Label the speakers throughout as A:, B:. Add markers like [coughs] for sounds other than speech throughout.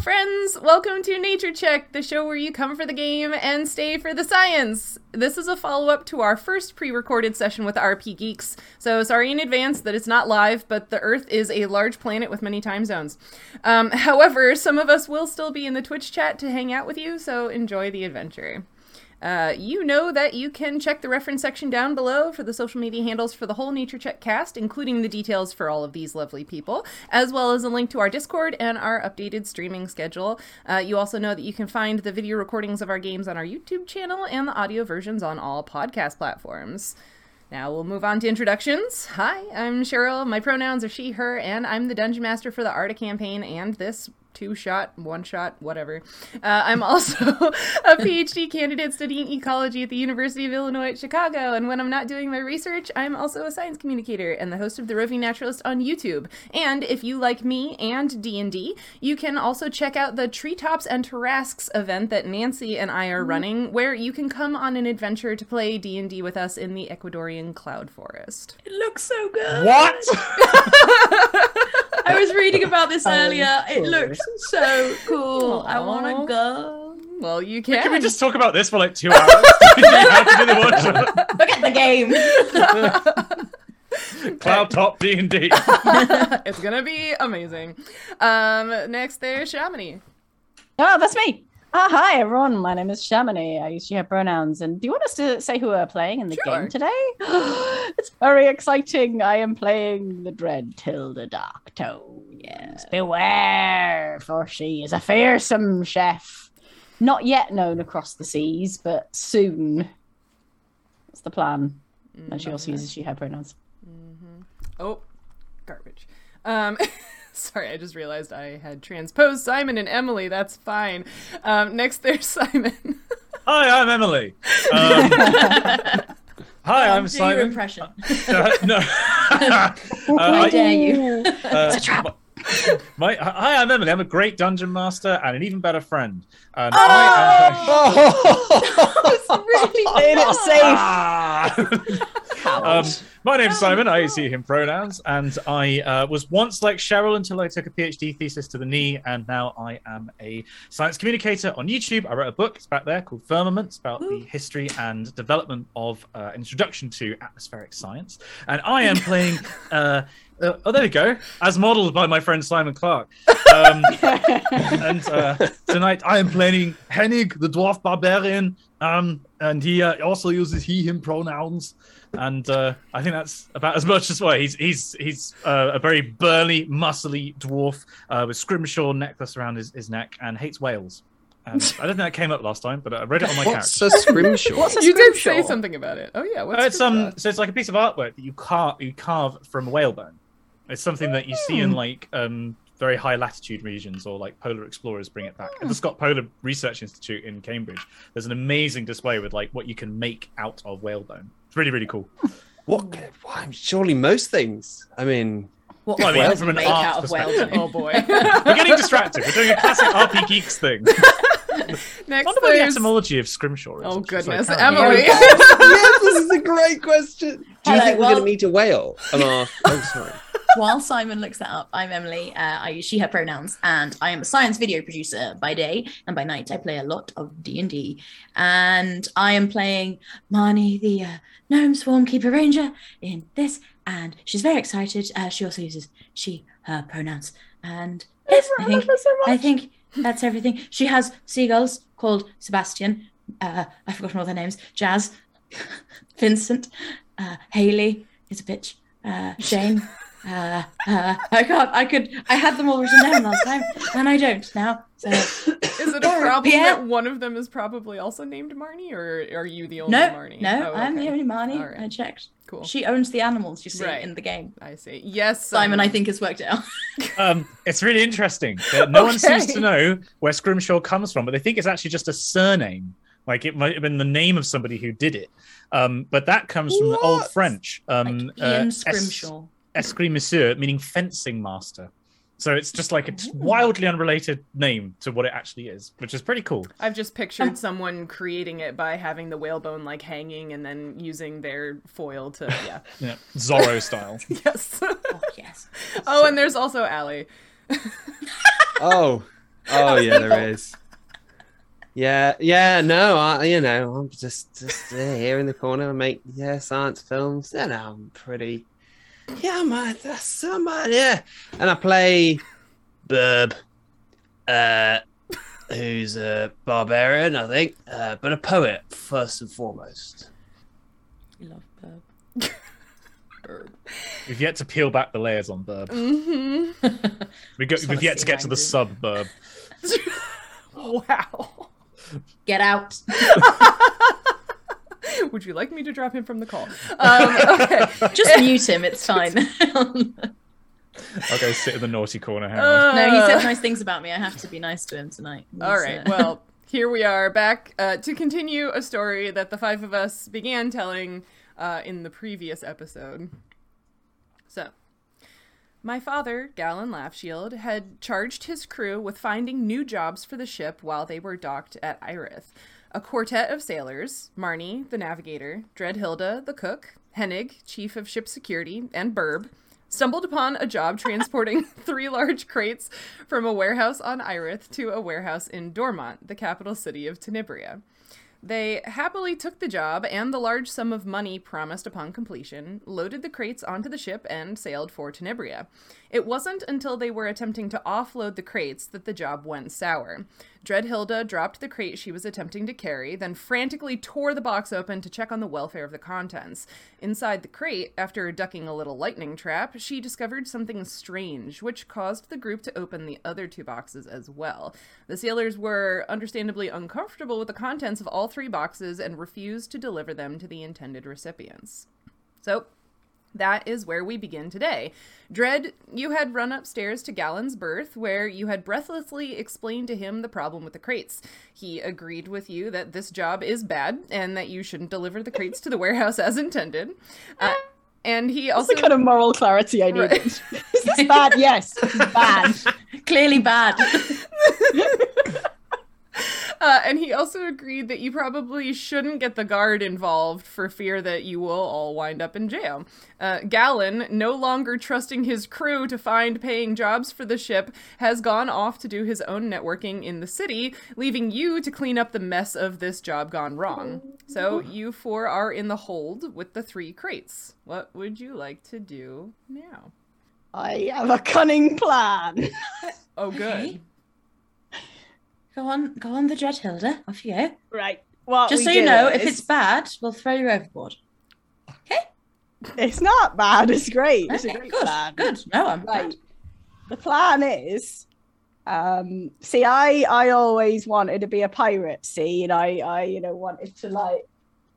A: friends, welcome to Nature Check, the show where you come for the game and stay for the science. This is a follow up to our first pre recorded session with RP Geeks, so sorry in advance that it's not live, but the Earth is a large planet with many time zones. Um, [laughs] however, some of us will still be in the Twitch chat to hang out with you, so enjoy the adventure. Uh, you know that you can check the reference section down below for the social media handles for the whole Nature Check cast, including the details for all of these lovely people, as well as a link to our Discord and our updated streaming schedule. Uh, you also know that you can find the video recordings of our games on our YouTube channel and the audio versions on all podcast platforms. Now we'll move on to introductions. Hi, I'm Cheryl. My pronouns are she, her, and I'm the dungeon master for the Arda campaign and this two shot, one shot, whatever. Uh, I'm also [laughs] a PhD candidate studying ecology at the University of Illinois at Chicago. And when I'm not doing my research, I'm also a science communicator and the host of The Roving Naturalist on YouTube. And if you like me and D&D, you can also check out the Treetops and Tarasques event that Nancy and I are
B: Mm-hmm.
A: running, where you can come on an adventure to play D&D with us in the Ecuadorian Cloud Forest.
C: It looks so good.
B: What?
C: I was reading about [laughs] this earlier. It
B: cool.
C: looks so cool. I want
A: Aw.
C: to go.
A: Well, you can.
B: Can we just talk about this for like two hours? [laughs] Do you have to do the workshop?
C: Look at the game.
B: Cloud top D and D.
A: [laughs] it's gonna be amazing. Um, next there's Shamini.
D: Oh, that's me. Ah, hi, everyone. My name is Shamini. I use she, her pronouns. And do you want us to say who we're playing in the
A: Sure.
D: game today? [gasps] it's very exciting. I am playing the Dread Tilda Dark Tones. Beware, for she is a fearsome chef. Not yet known across the seas, but soon. That's the plan. And she also uses she, her pronouns.
A: Oh, garbage. Um, [laughs] sorry, I just realized I had transposed Simon and Emily. That's fine. Um, next there's Simon. [laughs]
B: Hi, I'm Emily. Um, hi, I'm
C: Do your
B: Simon.
C: impression.
B: No, [laughs] no. Uh,
C: How
B: I-
C: dare you?
B: uh, My, hi, I'm Emily. I'm a great dungeon master and an even better friend. And I
D: Made it
B: [laughs]
D: safe.
B: am. [laughs] Um, my name's Simon. I use he, him pronouns, and I uh, was once like Cheryl until I took a PhD thesis to the knee, and now I am a science communicator on YouTube. I wrote a book; it's back there called Firmament, it's about the history and development of uh, introduction to atmospheric science. And I am playing. Uh, uh, oh, there we go. As modelled by my friend Simon Clark. Um, and uh, tonight I am playing Hennig, the dwarf barbarian, um, and he uh, also uses he/him pronouns. And uh, I think that's about as much as well. He's he's he's uh, a very burly, muscly dwarf uh, with scrimshaw necklace around his, his neck and hates whales. And I don't think that came up last time, but I read it on my
E: What's
B: character.
C: [laughs]
E: a scrimshaw?
D: What's a
A: you did
D: scrimshaw?
A: say something about it. Oh yeah, what's
B: Uh, it's
A: your
B: um,
A: thought?
B: so it's like a piece of artwork that you carve you carve from whalebone. It's something that you see in
A: Hmm.
B: like um very high latitude regions or like polar explorers bring it back. At
A: Hmm.
B: the Scott Polar Research Institute in Cambridge, there's an amazing display with like what you can make out of whalebone. It's really really cool.
E: What? Why, surely most things.
C: [laughs]
E: I mean,
C: What
B: Well, I mean,
C: whales
B: from an
C: make
B: art
C: out of whales.
B: perspective.
A: Oh
C: [laughs]
A: boy.
B: We're
A: [laughs]
B: getting distracted. We're doing a classic RP geeks thing. I
A: next
B: wonder what the
A: there's.
B: etymology of scrimshaw is.
A: Oh
B: actually. Sorry,
A: goodness,
B: carry
A: [laughs]
B: on.
A: Emily.
E: yes, this is a great question. Do you
C: Hello,
E: think we're
C: well-
E: going to meet a whale? on our- Oh, sorry.
C: While Simon looks that up, I'm Emily. Uh, I use she, her pronouns, and I am a science video producer by day, and by night I play a lot of D&D. And I am playing Marnie, the uh, gnome swarm keeper ranger, in this, and she's very excited. Uh, she also uses she, her pronouns. And yes, [laughs] I think, I think that's everything. She has seagulls called Sebastian. Uh, I've forgotten all their names. Jazz, [laughs] Vincent, uh, Haley is a bitch, uh, Shane. Uh, uh, I can't. I could. I had them all written down last time, and I don't now. So
A: Is it a problem
C: Yeah.
A: that one of them is probably also named Marnie, or are you the only
C: no,
A: Marnie?
C: no,
A: Oh,
C: I'm
A: okay.
C: the only Marnie.
A: All right.
C: I checked.
A: Cool.
C: She owns the animals you see
A: Right.
C: in the game.
A: I see. Yes,
C: Simon, I think, has worked it out.
B: Um, it's really interesting. that no one
A: Okay.
B: seems to know where Scrimshaw comes from, but they think it's actually just a surname. Like it might have been the name of somebody who did it. Um, but that comes from the old
E: What?
B: French. Um,
C: like Ian
B: es-
C: Scrimshaw.
B: escrimisseur, meaning fencing master. So it's just like a
C: Oh.
B: t- wildly unrelated name to what it actually is, which is pretty cool.
A: I've just pictured
C: Um,
A: someone creating it by having the whalebone like hanging and then using their foil
C: [laughs]
A: to yeah.
B: You know, Zorro style.
A: yes. [laughs]
C: Oh, yes.
A: oh, and there's also Allie.
E: Oh, Oh yeah, there is. Yeah, yeah, no, I, you know, I'm just just uh, here in the corner. I make yeah science films, and I'm pretty. Yeah, man, that's so man, yeah. And I play Burb, uh, who's a barbarian, I think, uh, but a poet first and foremost.
C: Love Burb.
B: We've yet to peel back the layers on Burb.
A: Mm-hmm.
B: We go,
C: Just wanna
B: we've yet
C: see
B: to get to the
C: Langdon.
B: sub Burb.
A: [laughs] Wow.
C: Get out.
A: Would you like me to drop him from the
C: [laughs]
A: call? Um, okay.
C: Just mute him. It's fine.
A: [laughs]
C: [laughs] no,
B: [laughs] I'll go sit in the naughty corner.
C: Oh,
B: Hang on.
C: he
A: Uh,
D: Oh.
C: said nice things about me. I have to be nice to him tonight.
A: All right. Well, here we are back uh, to continue a story that the five of us began telling uh, in the previous episode. So, my father, Galen Laughshield, had charged his crew with finding new jobs for the ship while they were docked at Irith. A quartet of sailors, Marnie, the navigator, Dreadhilda, the cook, Hennig, chief of ship security, and Burb, stumbled upon a job transporting [laughs] three large crates from a warehouse on Irith to a warehouse in Dormont, the capital city of Tenebria. They happily took the job and the large sum of money promised upon completion, loaded the crates onto the ship, and sailed for Tenebria. It wasn't until they were attempting to offload the crates that the job went sour. Dreadhilda dropped the crate she was attempting to carry, then frantically tore the box open to check on the welfare of the contents. Inside the crate, after ducking a little lightning trap, she discovered something strange, which caused the group to open the other two boxes as well. The sailors were understandably uncomfortable with the contents of all three boxes and refused to deliver them to the intended recipients. So, that is where we begin today. Dred, you had run upstairs to Gallen's berth, where you had breathlessly explained to him the problem with the crates. He agreed with you that this job is bad and that you shouldn't deliver the crates to the warehouse as intended. Uh, and he
D: That's
A: also
D: the kind of moral clarity I needed.
A: Right.
D: this [laughs] is bad, yes. This is bad.
C: [laughs] Clearly bad.
A: Uh, and he also agreed that you probably shouldn't get the guard involved for fear that you will all wind up in jail. Uh, Gallon, no longer trusting his crew to find paying jobs for the ship, has gone off to do his own networking in the city, leaving you to clean up the mess of this job gone wrong. So you four are in the hold with the three crates. What would you like to do now?
D: I have a cunning plan.
A: Oh, good.
C: Okay. Go on, go on, the Dreadhilda. Off you go.
D: Right. Well,
C: Just so you know, if it's bad, we'll throw you overboard.
D: it's not bad, it's great. It's a
C: Okay,
D: great
C: good,
D: plan.
C: good. No, I'm
D: Right. The plan is um see I I always wanted to be a pirate, see, and I I you know wanted to like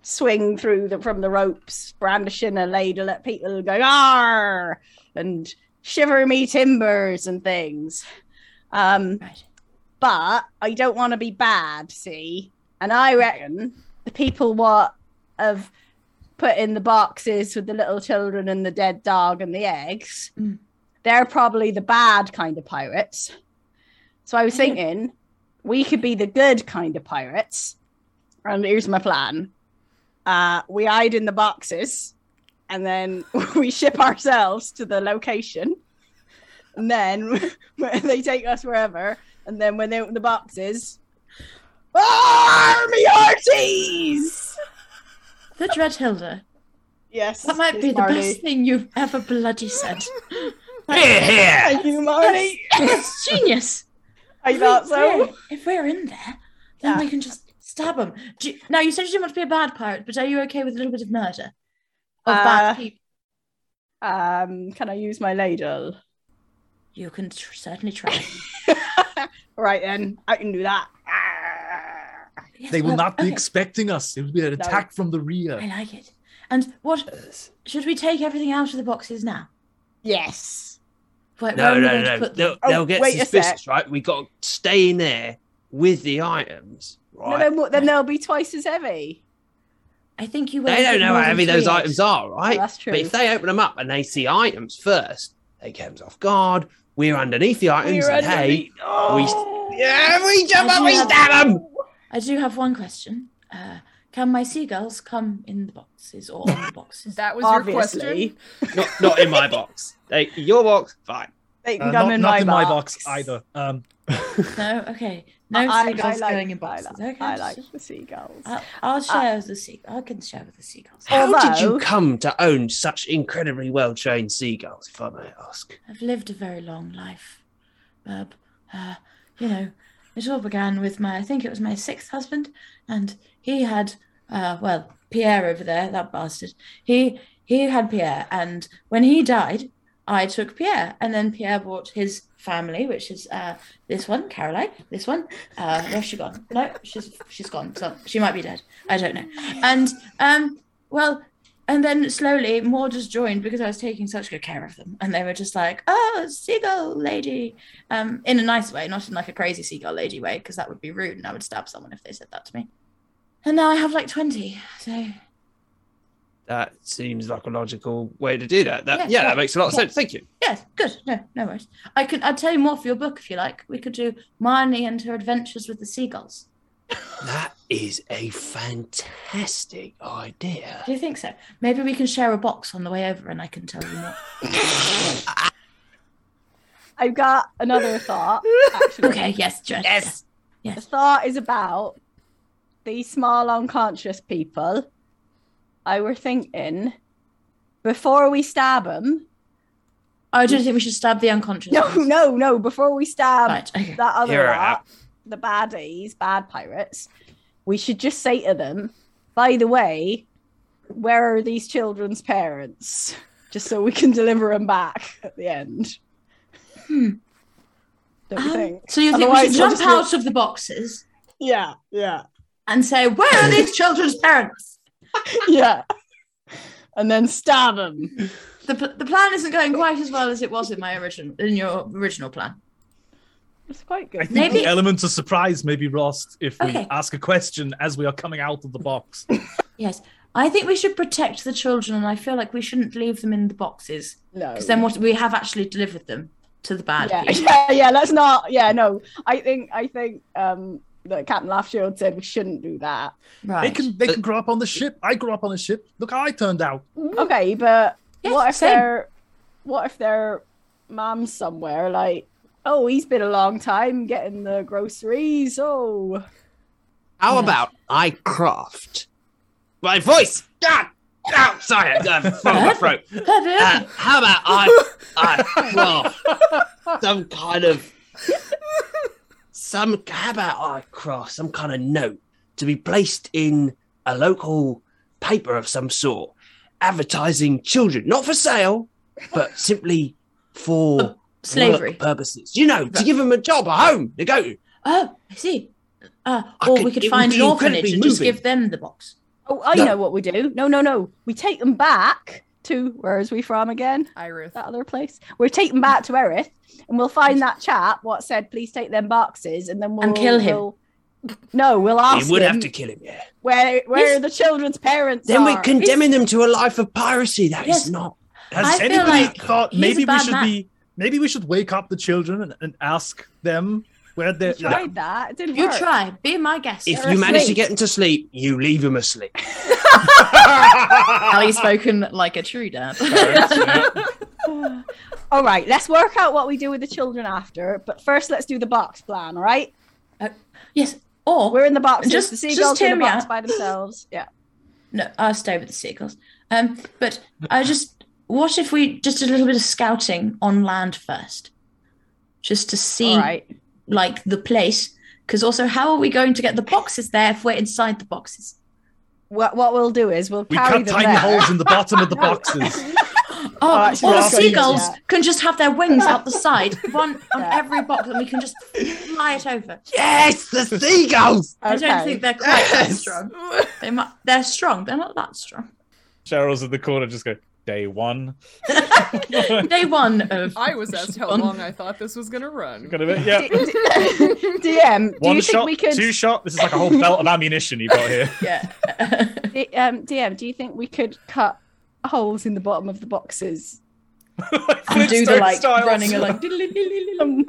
D: swing through the from the ropes, brandishing a ladle at people going "Arr!" and shiver me timbers and things. Um
C: Right.
D: but I don't want to be bad, see? And I reckon the people what have put in the boxes with the little children and the dead dog and the eggs,
C: Mm.
D: they're probably the bad kind of pirates. So I was
C: Yeah.
D: thinking we could be the good kind of pirates. And here's my plan. Uh, we hide in the boxes and then [laughs] we ship ourselves to the location. And then [laughs] they take us wherever and then when they open the boxes, Army Arties!
C: The Dreadhilda.
D: Yes.
C: That might be
D: it's
C: the
D: Marty.
C: best thing you've ever
D: [laughs]
C: bloody said.
E: Here, here.
D: Thank you, Marty. [laughs]
C: That's genius.
D: I
C: If
D: thought
C: we-
D: so.
C: If we're in there, then
D: Yeah.
C: we can just stab them. Do you, now, you said you didn't want to be a bad pirate, but are you okay with a little bit of murder? Of
D: Uh,
C: bad people?
D: Um, can I use my ladle?
C: You can tr- certainly try.
D: All right then, I can do that. Ah.
C: Yes,
B: They will
C: well,
B: not be
C: [laughs] okay.
B: expecting us. It will be an
D: No.
B: attack from the rear.
C: I like it. And what should we take everything out of the boxes now?
D: Yes.
C: Where, where
E: No,
C: are we
E: no,
C: going to
E: no.
C: put them?
E: They'll,
D: Oh,
E: they'll get
D: wait a
E: suspicious, right? We got to stay in there with the items,
D: No,
E: right?
D: then, what- then they'll be twice as heavy.
C: I think you.
E: they
C: weigh a
E: don't
C: bit
E: know
C: more than
E: how heavy those
C: three
E: items are, right?
D: Well, that's true.
E: But if they open them up and they see items first, they comes off guard. We're underneath the items.
D: We're
E: and hey,
D: underneath- Oh.
E: we yeah, we jump
C: I
E: up,
C: do
E: we
C: have-
E: stab them.
C: I do have one question. Uh, can my seagulls come in the boxes or on the
D: [laughs]
C: boxes?
A: That was
D: Obviously.
A: your question.
E: Not, not in my box. They, your box, fine.
D: They can
B: Uh,
D: come
B: not
D: in,
B: not
D: my,
B: in
D: box.
C: [laughs]
B: my box either. Um,
C: No, okay. No
D: I, I
C: seagulls
D: like,
C: going in
D: I
C: boxes.
D: like,
C: okay,
D: I
C: just-
D: like the seagulls.
C: I'll, I'll share with the seagulls. I can share with the seagulls.
F: How did you
D: Although-
F: come to own such incredibly well trained seagulls, if I may ask?
C: I've lived a very long life, Bob. Uh, you know, it all began with my, I think it was my sixth husband, and he had, uh, well, Pierre over there, that bastard. He he had Pierre, and when he died, I took Pierre, and then Pierre bought his family, which is uh, this one, Caroline, this one. Uh, where's she gone? No, she's she's gone. So she might be dead. I don't know. And um, well, and then slowly more just joined because I was taking such good care of them. And they were just like, oh, seagull lady. Um, in a nice way, not in like a crazy seagull lady way, because that would be rude and I would stab someone if they said that to me. And now I have like 20. So
F: That seems like a logical way to do that. that
C: Yeah,
F: yeah,
C: yeah,
F: that makes a lot of
C: yeah.
F: sense. Thank you.
C: yes, good. No, no worries. I can I'd tell you more for your book if you like. We could do Marnie and her adventures with the seagulls.
F: That is a fantastic idea.
C: Do you think so? Maybe we can share a box on the way over and I can tell you more.
D: [laughs] I've got another
C: [laughs]
D: thought. Actually,
C: okay, yes, Judge. Yes.
D: the thought is about these small unconscious people. I were thinking before we stab them.
C: Oh, I don't think we should stab the
D: [laughs]
C: unconscious.
D: No,
C: ones.
D: no, no. Before we stab
C: Right, okay.
D: that other
F: You're
D: lot, the baddies, bad pirates, we should just say to them, by the way, where are these children's parents? [laughs] Just so we can deliver them back at the end. Don't you
C: Um,
D: think? [laughs]
C: So you think we
D: Otherwise,
C: should
D: we'll
C: jump
D: just be-
C: out of the boxes
D: Yeah, yeah,
C: and say, "Where are these children's parents?"
D: yeah. And then stab them.
C: The, pl- the plan isn't going quite as well as it was in my original in your original plan.
D: It's quite
B: I
D: good.
B: think
C: Maybe-
B: the element of surprise may be lost if we
C: Okay.
B: ask a question as we are coming out of the box.
C: Yes, I think we should protect the children, and I feel like we shouldn't leave them in the boxes
D: No.
C: because then what we have actually delivered them to the bad
D: Oh. yeah, [laughs]
C: people.
D: yeah, yeah, let's not. Yeah, no. I think I think um that Captain Laughshield said we shouldn't do that.
B: They
C: Right.
B: can they can grow up on the ship. I grew up on the ship. Look how I turned out.
D: Okay, but
C: Yes,
D: what if
C: Mm. same.
D: they're what if their mom's somewhere like oh he's been a long time getting the groceries oh
F: How
C: Yeah.
F: about I craft my voice? Ah! Oh, sorry, I
C: [laughs]
F: got a frog in my throat. Uh, how about I, I craft some kind of some? How about I craft some kind of note to be placed in a local paper of some sort, advertising children, not for sale, but simply for
C: Slavery.
F: work purposes. You know, to give them a job, a home to go to.
C: Oh, I see. Uh,
F: I
C: or
F: could-
C: we could
F: it would
C: find
F: be
C: an orphanage
F: incredibly
C: and just
F: moving.
C: give them the box.
D: oh i
F: No.
D: know what we do no no no we take them back to where is we from again
A: Irith.
D: that other place we're taking back to Erith and we'll find that chap what said please take them boxes and then we'll
C: And kill him.
D: we'll- no we'll ask
F: You would
D: him
F: have to kill him, yeah.
D: where where
C: He's-
D: the children's parents
F: Then we're
D: are.
F: condemning them to a life of piracy. That is
C: Yes.
F: not.
B: Has
C: I feel
B: anybody
C: like
B: thought
C: he's a
B: maybe we
C: bad
B: should
C: man.
B: be maybe we should wake up the children and, and ask them where
D: We
B: they're [laughs]
D: tried that it didn't
C: You
D: work.
C: try. Be my guest.
F: If
D: They're
F: you manage to
D: asleep.
F: get them to sleep, you leave them asleep.
E: [laughs]
C: Ali spoken like a true dad.
D: [sighs] all right, let's work out what we do with the children after, but first let's do the box plan, all right?
C: yes. Or
D: We're in the box.
C: Just-
D: the
C: just
D: seagulls are
C: hear
D: in
C: me
D: the box
C: out.
D: by themselves.
C: [sighs]
D: Yeah.
C: No, I'll stay with the seagulls. Um, but I just, what if we just did a little bit of scouting on land first, just to see
D: All right.
C: like the place? Because also, how are we going to get the boxes there if we're inside the boxes?
D: What what we'll do is we'll
B: We
D: carry
B: cut
D: them
B: tiny
D: there.
B: holes in the bottom
C: [laughs]
B: of the boxes.
C: Oh,
D: actually,
C: or the
D: that's what you do,
C: seagulls
D: yeah.
C: can just have their wings out the side, one on
D: Yeah.
C: every box, and we can just fly it over.
F: yes, the seagulls.
C: I don't
D: Okay.
C: think they're quite that
F: Yes.
C: strong. They might, they're strong. They're not that strong.
B: Cheryl's in the corner, just go day one.
C: Day one of
A: I was asked how long I thought this was gonna run.
B: Got a
C: [laughs]
B: bit, yeah.
D: D- [laughs] d- DM, do
B: One
D: you
B: shot,
D: think we could
B: two shot. This is like a whole belt of ammunition you've got
E: [laughs]
B: here.
C: yeah.
D: D- um, DM, do you think we could cut holes in the bottom of the boxes?
B: Like
C: and do the
B: Flintstone
C: like
B: style.
C: running and like
D: Um,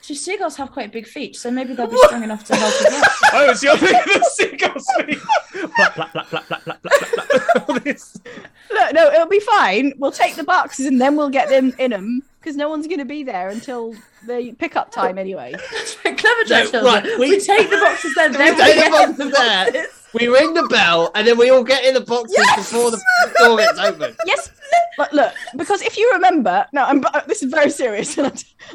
C: So seagulls have quite big feet, so maybe they'll be strong enough to help us [laughs] out.
B: Oh, it's your [laughs] thing. The seagulls. Plap, [laughs] plap, plap, plap, plap, plap, plap, plap, plap. This-
D: look, no, no, it'll be fine. We'll take the boxes and then we'll get them in them because no one's going to be there until the pickup time anyway.
C: That's very clever, Judge
E: No,
C: Hilda.
E: right,
C: we,
E: we-
C: take the boxes [laughs] then.
E: We
C: then
E: take the
C: get
D: [laughs]
E: boxes there. We ring the bell and then we all get in the boxes before the door gets open.
D: Yes, look, look, because if you remember, no, I'm, uh, this is very serious. and I-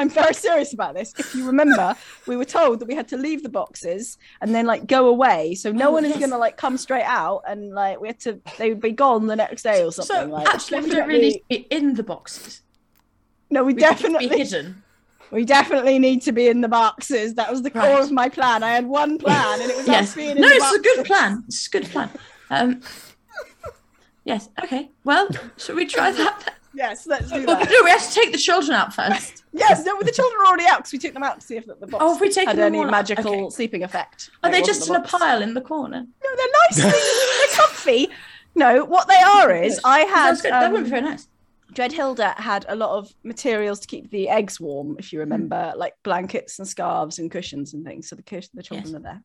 D: I'm very serious about this. If you remember, we were told that we had to leave the boxes and then like go away, so no
C: Oh,
D: one is
C: yes.
D: going to like come straight out and like we had to they would be gone the next day or something.
C: So
D: like,
C: actually, we don't
D: definitely-
C: really be in the boxes.
D: No, we,
C: We could just
D: definitely
C: be hidden.
D: we definitely need to be in the boxes. That was the core
C: Right.
D: of my plan. I had one plan, and it was
C: Yes.
D: us
C: No,
D: being in the
C: it's
D: boxes.
C: a good plan. It's a good plan. Um, yes. Okay. Well, should we try that?
D: [laughs]
C: then?
D: Yes, let's do
C: Oh,
D: that.
C: [laughs] no, we have to take the children out first.
D: Yes, no, but the children are already out because we took them out to see if the the box
C: Oh, if we take
D: had
C: them
D: any
C: all out-
D: magical
C: okay.
D: sleeping effect.
C: Are
D: No, it
C: they
D: wasn't
C: Oh, just
D: the
C: in a
D: box.
C: pile in the corner?
D: No, they're nice.
C: [laughs]
D: they're comfy. No, what they are is I had
C: Sounds good. that
D: um,
C: wouldn't be very nice.
D: Dreadhilda had a lot of materials to keep the eggs warm, if you
C: Hmm.
D: remember, like blankets and scarves and cushions and things. So the cush- the children
C: Yes.
D: are there.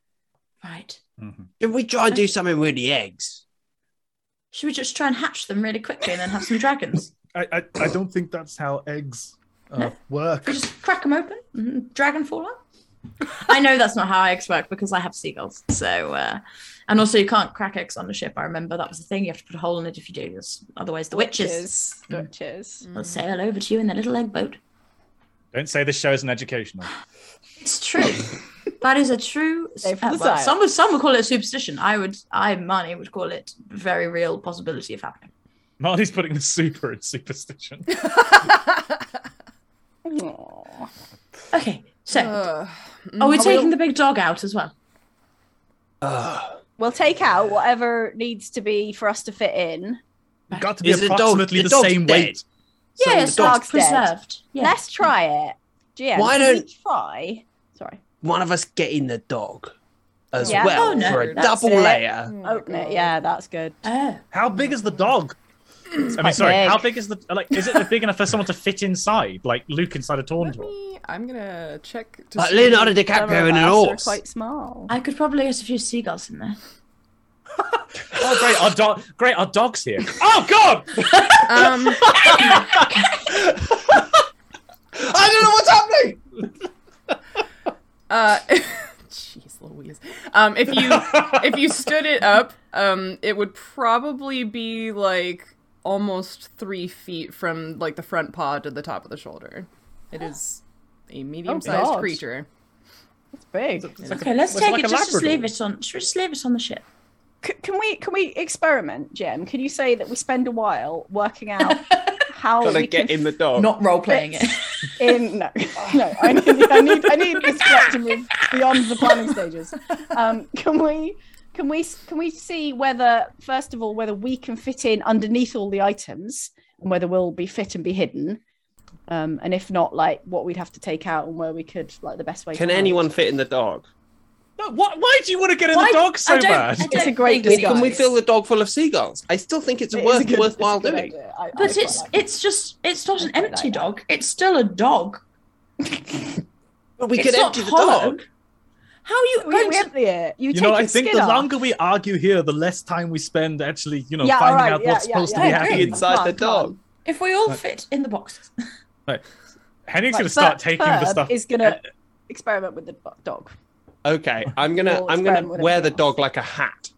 C: Right.
B: Mhm.
E: Should we try and do something with the eggs?
C: Should we just try and hatch them really quickly and then have some dragons?
B: I, I I don't think that's how eggs uh,
C: No.
B: work.
C: We just crack them open, and dragon fall out. I know that's not how eggs work because I have seagulls. So, uh, and also you can't crack eggs on the ship. I remember that was the thing. You have to put a hole in it if you do. That's, otherwise, the witches
D: Witches. Witches.
C: will sail over to you in their little egg boat.
B: Don't say this show is an educational.
C: It's [laughs] true. that is a true. uh,
D: Go for the
C: well,
D: science.
C: some would some would call it superstition. I would. I Marnie would call it very real possibility of happening.
B: Marty's putting the super in superstition.
C: Hmm.
D: Aw.
C: Okay, so
A: Ugh.
C: are we
D: we
C: Oh, taking
D: all-
C: the big dog out as well?
E: Ugh.
D: We'll take out whatever needs to be for us to fit in.
B: Got to
E: be Is the dog- approximately the the dog's same dead? weight. So
C: yeah,
E: the
C: it's
E: dog-
C: not
D: dog's dead.
C: preserved. Yeah.
D: Let's try it. GM,
E: Why
D: can we
E: don't-
D: try? Sorry,
E: one of us getting the dog as
D: Yeah.
E: well
C: Oh, no,
E: for a
C: that's
E: double
D: it. Mm.
E: layer.
A: Oh my
D: open it.
A: God.
D: Oh, Yeah, that's good.
C: Oh.
B: How big is the dog? I mean,
D: quite
B: sorry.
D: big.
B: How big is the like? Is it big enough for someone to fit inside, like Luke inside a Tauntaun?
A: Let
E: [laughs]
A: me. I'm gonna check.
C: Uh,
A: To
E: Like
A: see-
E: Leonardo
D: Some of
E: DiCaprio in
D: us
E: an
D: are
E: horse.
D: Quite small.
C: I could probably get a few seagulls in there.
B: Oh, great! Our dog, great! Our dog's here. Oh God!
C: [laughs]
A: Um,
E: I don't know what's happening.
A: uh, [laughs] jeez, Louise. Um, if you if you stood it up, um, it would probably be like almost three feet from like the front paw to the top of the shoulder. It is a medium-sized
D: God.
A: creature.
D: It's big.
C: okay, let's
B: it's
C: take
B: like
C: it.
B: a
C: Just, just leave
B: Labrador.
C: it on. Should we just leave it on the ship?
D: C- can we can we experiment, Jem? Can you say that we spend a while working
E: [laughs]
D: out how we can
E: the
B: Oh.
E: dog.
C: Not role
D: playing it.
C: playing it.
D: fit in? No, no. I need I need, I need this plot to move beyond the planning stages. Um, can we? Can we can we see whether first of all whether we can fit in underneath all the items and whether we'll be fit and be hidden, um, and if not, like what we'd have to take out and where we could like the best way.
E: Can
D: to hide.
E: anyone fit in the dog?
B: No, what, why do you want to get in
C: [laughs] Why-
B: the dog so
C: I don't- I
B: bad?
C: don't
D: It's a great
C: think
D: big
C: so.
E: Can we
D: Guys.
E: fill the dog full of seagulls? I still think it's
D: It is
E: worth
D: a good- it's a
E: worthwhile
D: good
E: doing.
D: idea. I- I
C: But
D: quite
C: it's
D: like it.
C: it's just it's not an
D: I quite
C: empty
D: like that.
C: dog. It's still a dog.
E: But we
C: it's
E: could
C: not
E: empty the
C: hollow.
E: dog.
C: How are you
D: We,
C: going
D: we
C: to?
D: have the ear. You,
B: You
D: take
B: know, I
D: its
B: think
D: skin
B: the
D: off.
B: longer we argue here, the less time we spend actually, you know,
D: Yeah,
B: finding
D: alright,
B: out
D: yeah,
B: what's
D: yeah,
B: supposed
D: yeah.
B: to be
C: I agree.
B: happening.
E: It's- Inside the
D: Come on, come
E: dog.
C: If we all
B: Right.
C: fit in the boxes,
B: Henry's
D: on.
B: going to start
D: Ferb-
B: taking the
D: Ferb
B: stuff.
D: Is gonna experiment with the bo- dog.
E: Okay, I'm gonna
D: Well,
E: I'm
D: it's
E: gonna
D: fine, whatever
E: wear the
D: else.
E: dog like a hat.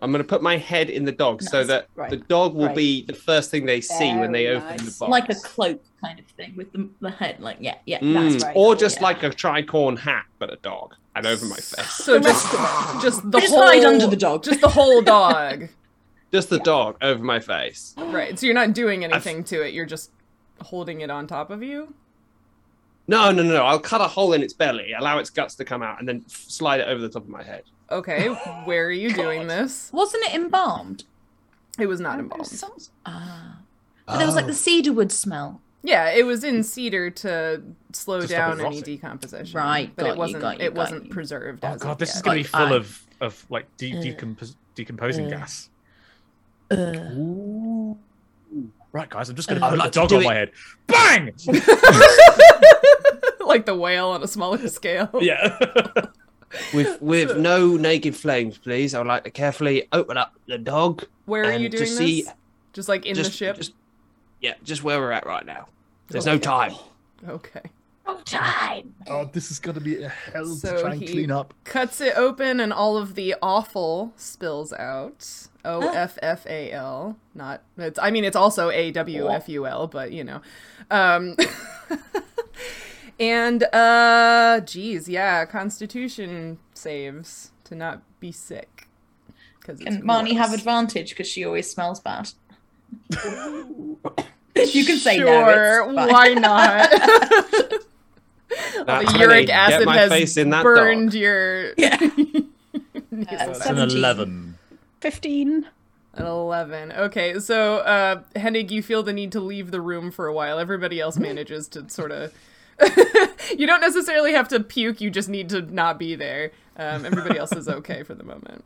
E: I'm gonna put my head in the dog so
C: Nice.
E: that
D: Right.
E: the dog will
D: Right.
E: be the first thing they see when they
D: Very
E: open the
D: nice.
E: box.
C: like a cloak kind of thing with the, the head. Like yeah, yeah.
E: Mm,
D: That's right.
E: or just
C: Yeah.
E: like a tricorn hat, but a dog and over my face.
A: So just just the
C: We just
A: whole
C: hide under the dog.
A: just the whole dog.
E: Just the dog over my face.
A: right. So you're not doing anything to it. You're just holding it on top of you.
E: No, no, no, no. I'll cut a hole in its belly, allow its guts to come out, and then f- slide it over the top of my head.
A: Okay, where are you doing this?
C: Wasn't it embalmed?
A: It was not
C: There was
A: embalmed.
C: some- Ah, but there was like the
A: Oh.
C: cedarwood smell.
A: Yeah, it was in cedar to slow
B: To stop
A: down
B: it
A: any
B: rotting.
A: decomposition.
C: Right,
A: but
C: got
A: it
C: you,
A: wasn't.
C: got you,
A: it
C: got
A: wasn't
C: you.
A: preserved.
B: Oh
A: as
B: god,
A: of
B: this is
A: yet.
B: going to be
C: Like,
B: full
C: I-
B: of of like de-
C: Ugh.
B: decompos- decomposing
C: Ugh.
B: gas.
C: Ugh.
B: Right, guys, I'm just going to
C: I'd
B: put
E: like
B: the dog
E: to do
B: on
E: it.
B: my head. Bang!
A: [laughs] like the whale on a smaller [laughs] scale.
B: yeah. [laughs]
E: Oh, With
C: [laughs]
E: with no naked flames, please. I would like to carefully open up the dog
A: Where are
E: and
A: you doing
E: to
A: this?
E: see
A: Just like in
F: just,
A: the ship.
F: just- yeah, just where we're at right now. There's no
A: [laughs]
F: time.
A: Okay.
C: No time.
E: Oh, this is going to be a hell
A: So
E: to try and
A: he-
E: clean up.
A: Cuts it open and all of the awful spills out. O F F A L. Not. It's. I mean, it's also A W F U L, but you know. Um, [laughs] and uh, geez, yeah. Constitution saves to not be sick. Because
C: Can Marnie have advantage because she always smells bad? [coughs] you can say
A: sure,
C: no. [laughs] It's
A: why not?
F: Not
A: the
F: funny.
A: uric
F: Get
A: acid
F: my
A: has
F: face in that
A: burned
F: dog.
A: your
C: Yeah. Uh,
A: Yes.
B: It's an
C: 17.
B: 11.
D: 15.
A: An 11. Okay, so uh, Hennig, you feel the need to leave the room for a while. Everybody else manages to sort of. [laughs] you don't necessarily have to puke, you just need to not be there. Um, everybody else is okay for the moment.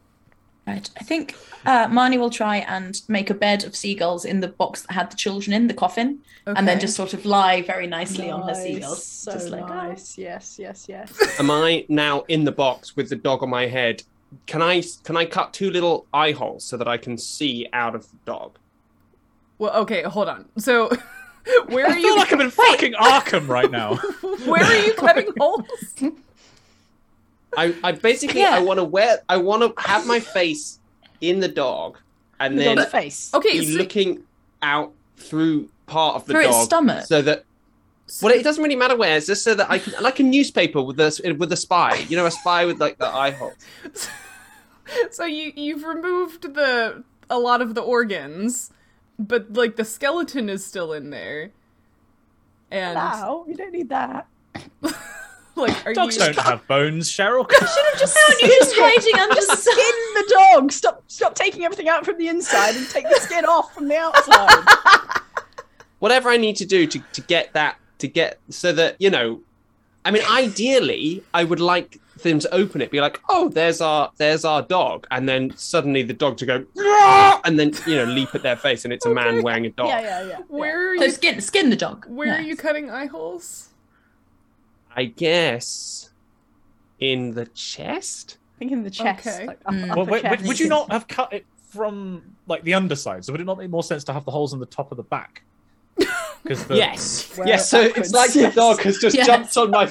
C: Right. I think uh, Marnie will try and make a bed of seagulls in the box that had the children in the coffin, and then
A: Okay.
C: just sort of lie very nicely on her seagulls,
D: So
C: just like "Ah."
D: nice. Yes, yes, [laughs] yes.
F: [laughs] Am I now in the box with the dog on my head? Can I can I cut two little eye holes so that I can see out of the dog?
A: Well, okay, hold on. So, [laughs] where are
B: I [laughs] feel
A: you
B: like I'm in fucking Arkham right now.
A: where are you cutting holes?
F: I, I basically I want to wear I want to have my face in the dog and
D: The
F: then
D: dog's face.
A: Okay,
F: be
A: so,
F: looking out through part of the
C: Through its
F: dog
C: stomach.
F: so that well it doesn't really matter where it's just so that I can like a newspaper with a with a spy you know a spy with like the eye hole
A: so you you've removed the a lot of the organs, but like the skeleton is still in there. And
D: Wow, you don't need that.
A: like are
B: Dogs
A: you
B: don't have bones, Cheryl. Come
D: [laughs]
B: on.
D: Just
C: You're just
D: [laughs]
C: hiding under
D: skin the dog. Stop, stop taking everything out from the inside and take the skin off from [laughs] the outside.
F: whatever I need to do to, to get that to get so that you know I mean ideally I would like them to open it be like oh there's our there's our dog and then suddenly the dog to go "Rah!" and then you know leap at their face and it's a man wearing a dog
D: yeah, yeah, yeah.
A: where are
C: So
A: you
C: skin, skin the dog.
A: where are
C: Yeah.
A: you cutting eye holes?
F: I guess in the chest
D: I think in the chest.
A: Okay.
D: Like up,
C: Mm.
D: upper
B: Well, wait, would,
D: chest.
B: would you not have cut it from like the underside? So would it not make more sense to have the holes in the top of the back? Because the
F: yes
D: Well,
F: yes so it's
D: backwards,
F: like
D: yes.
F: the dog has just
C: Yes.
F: jumped on my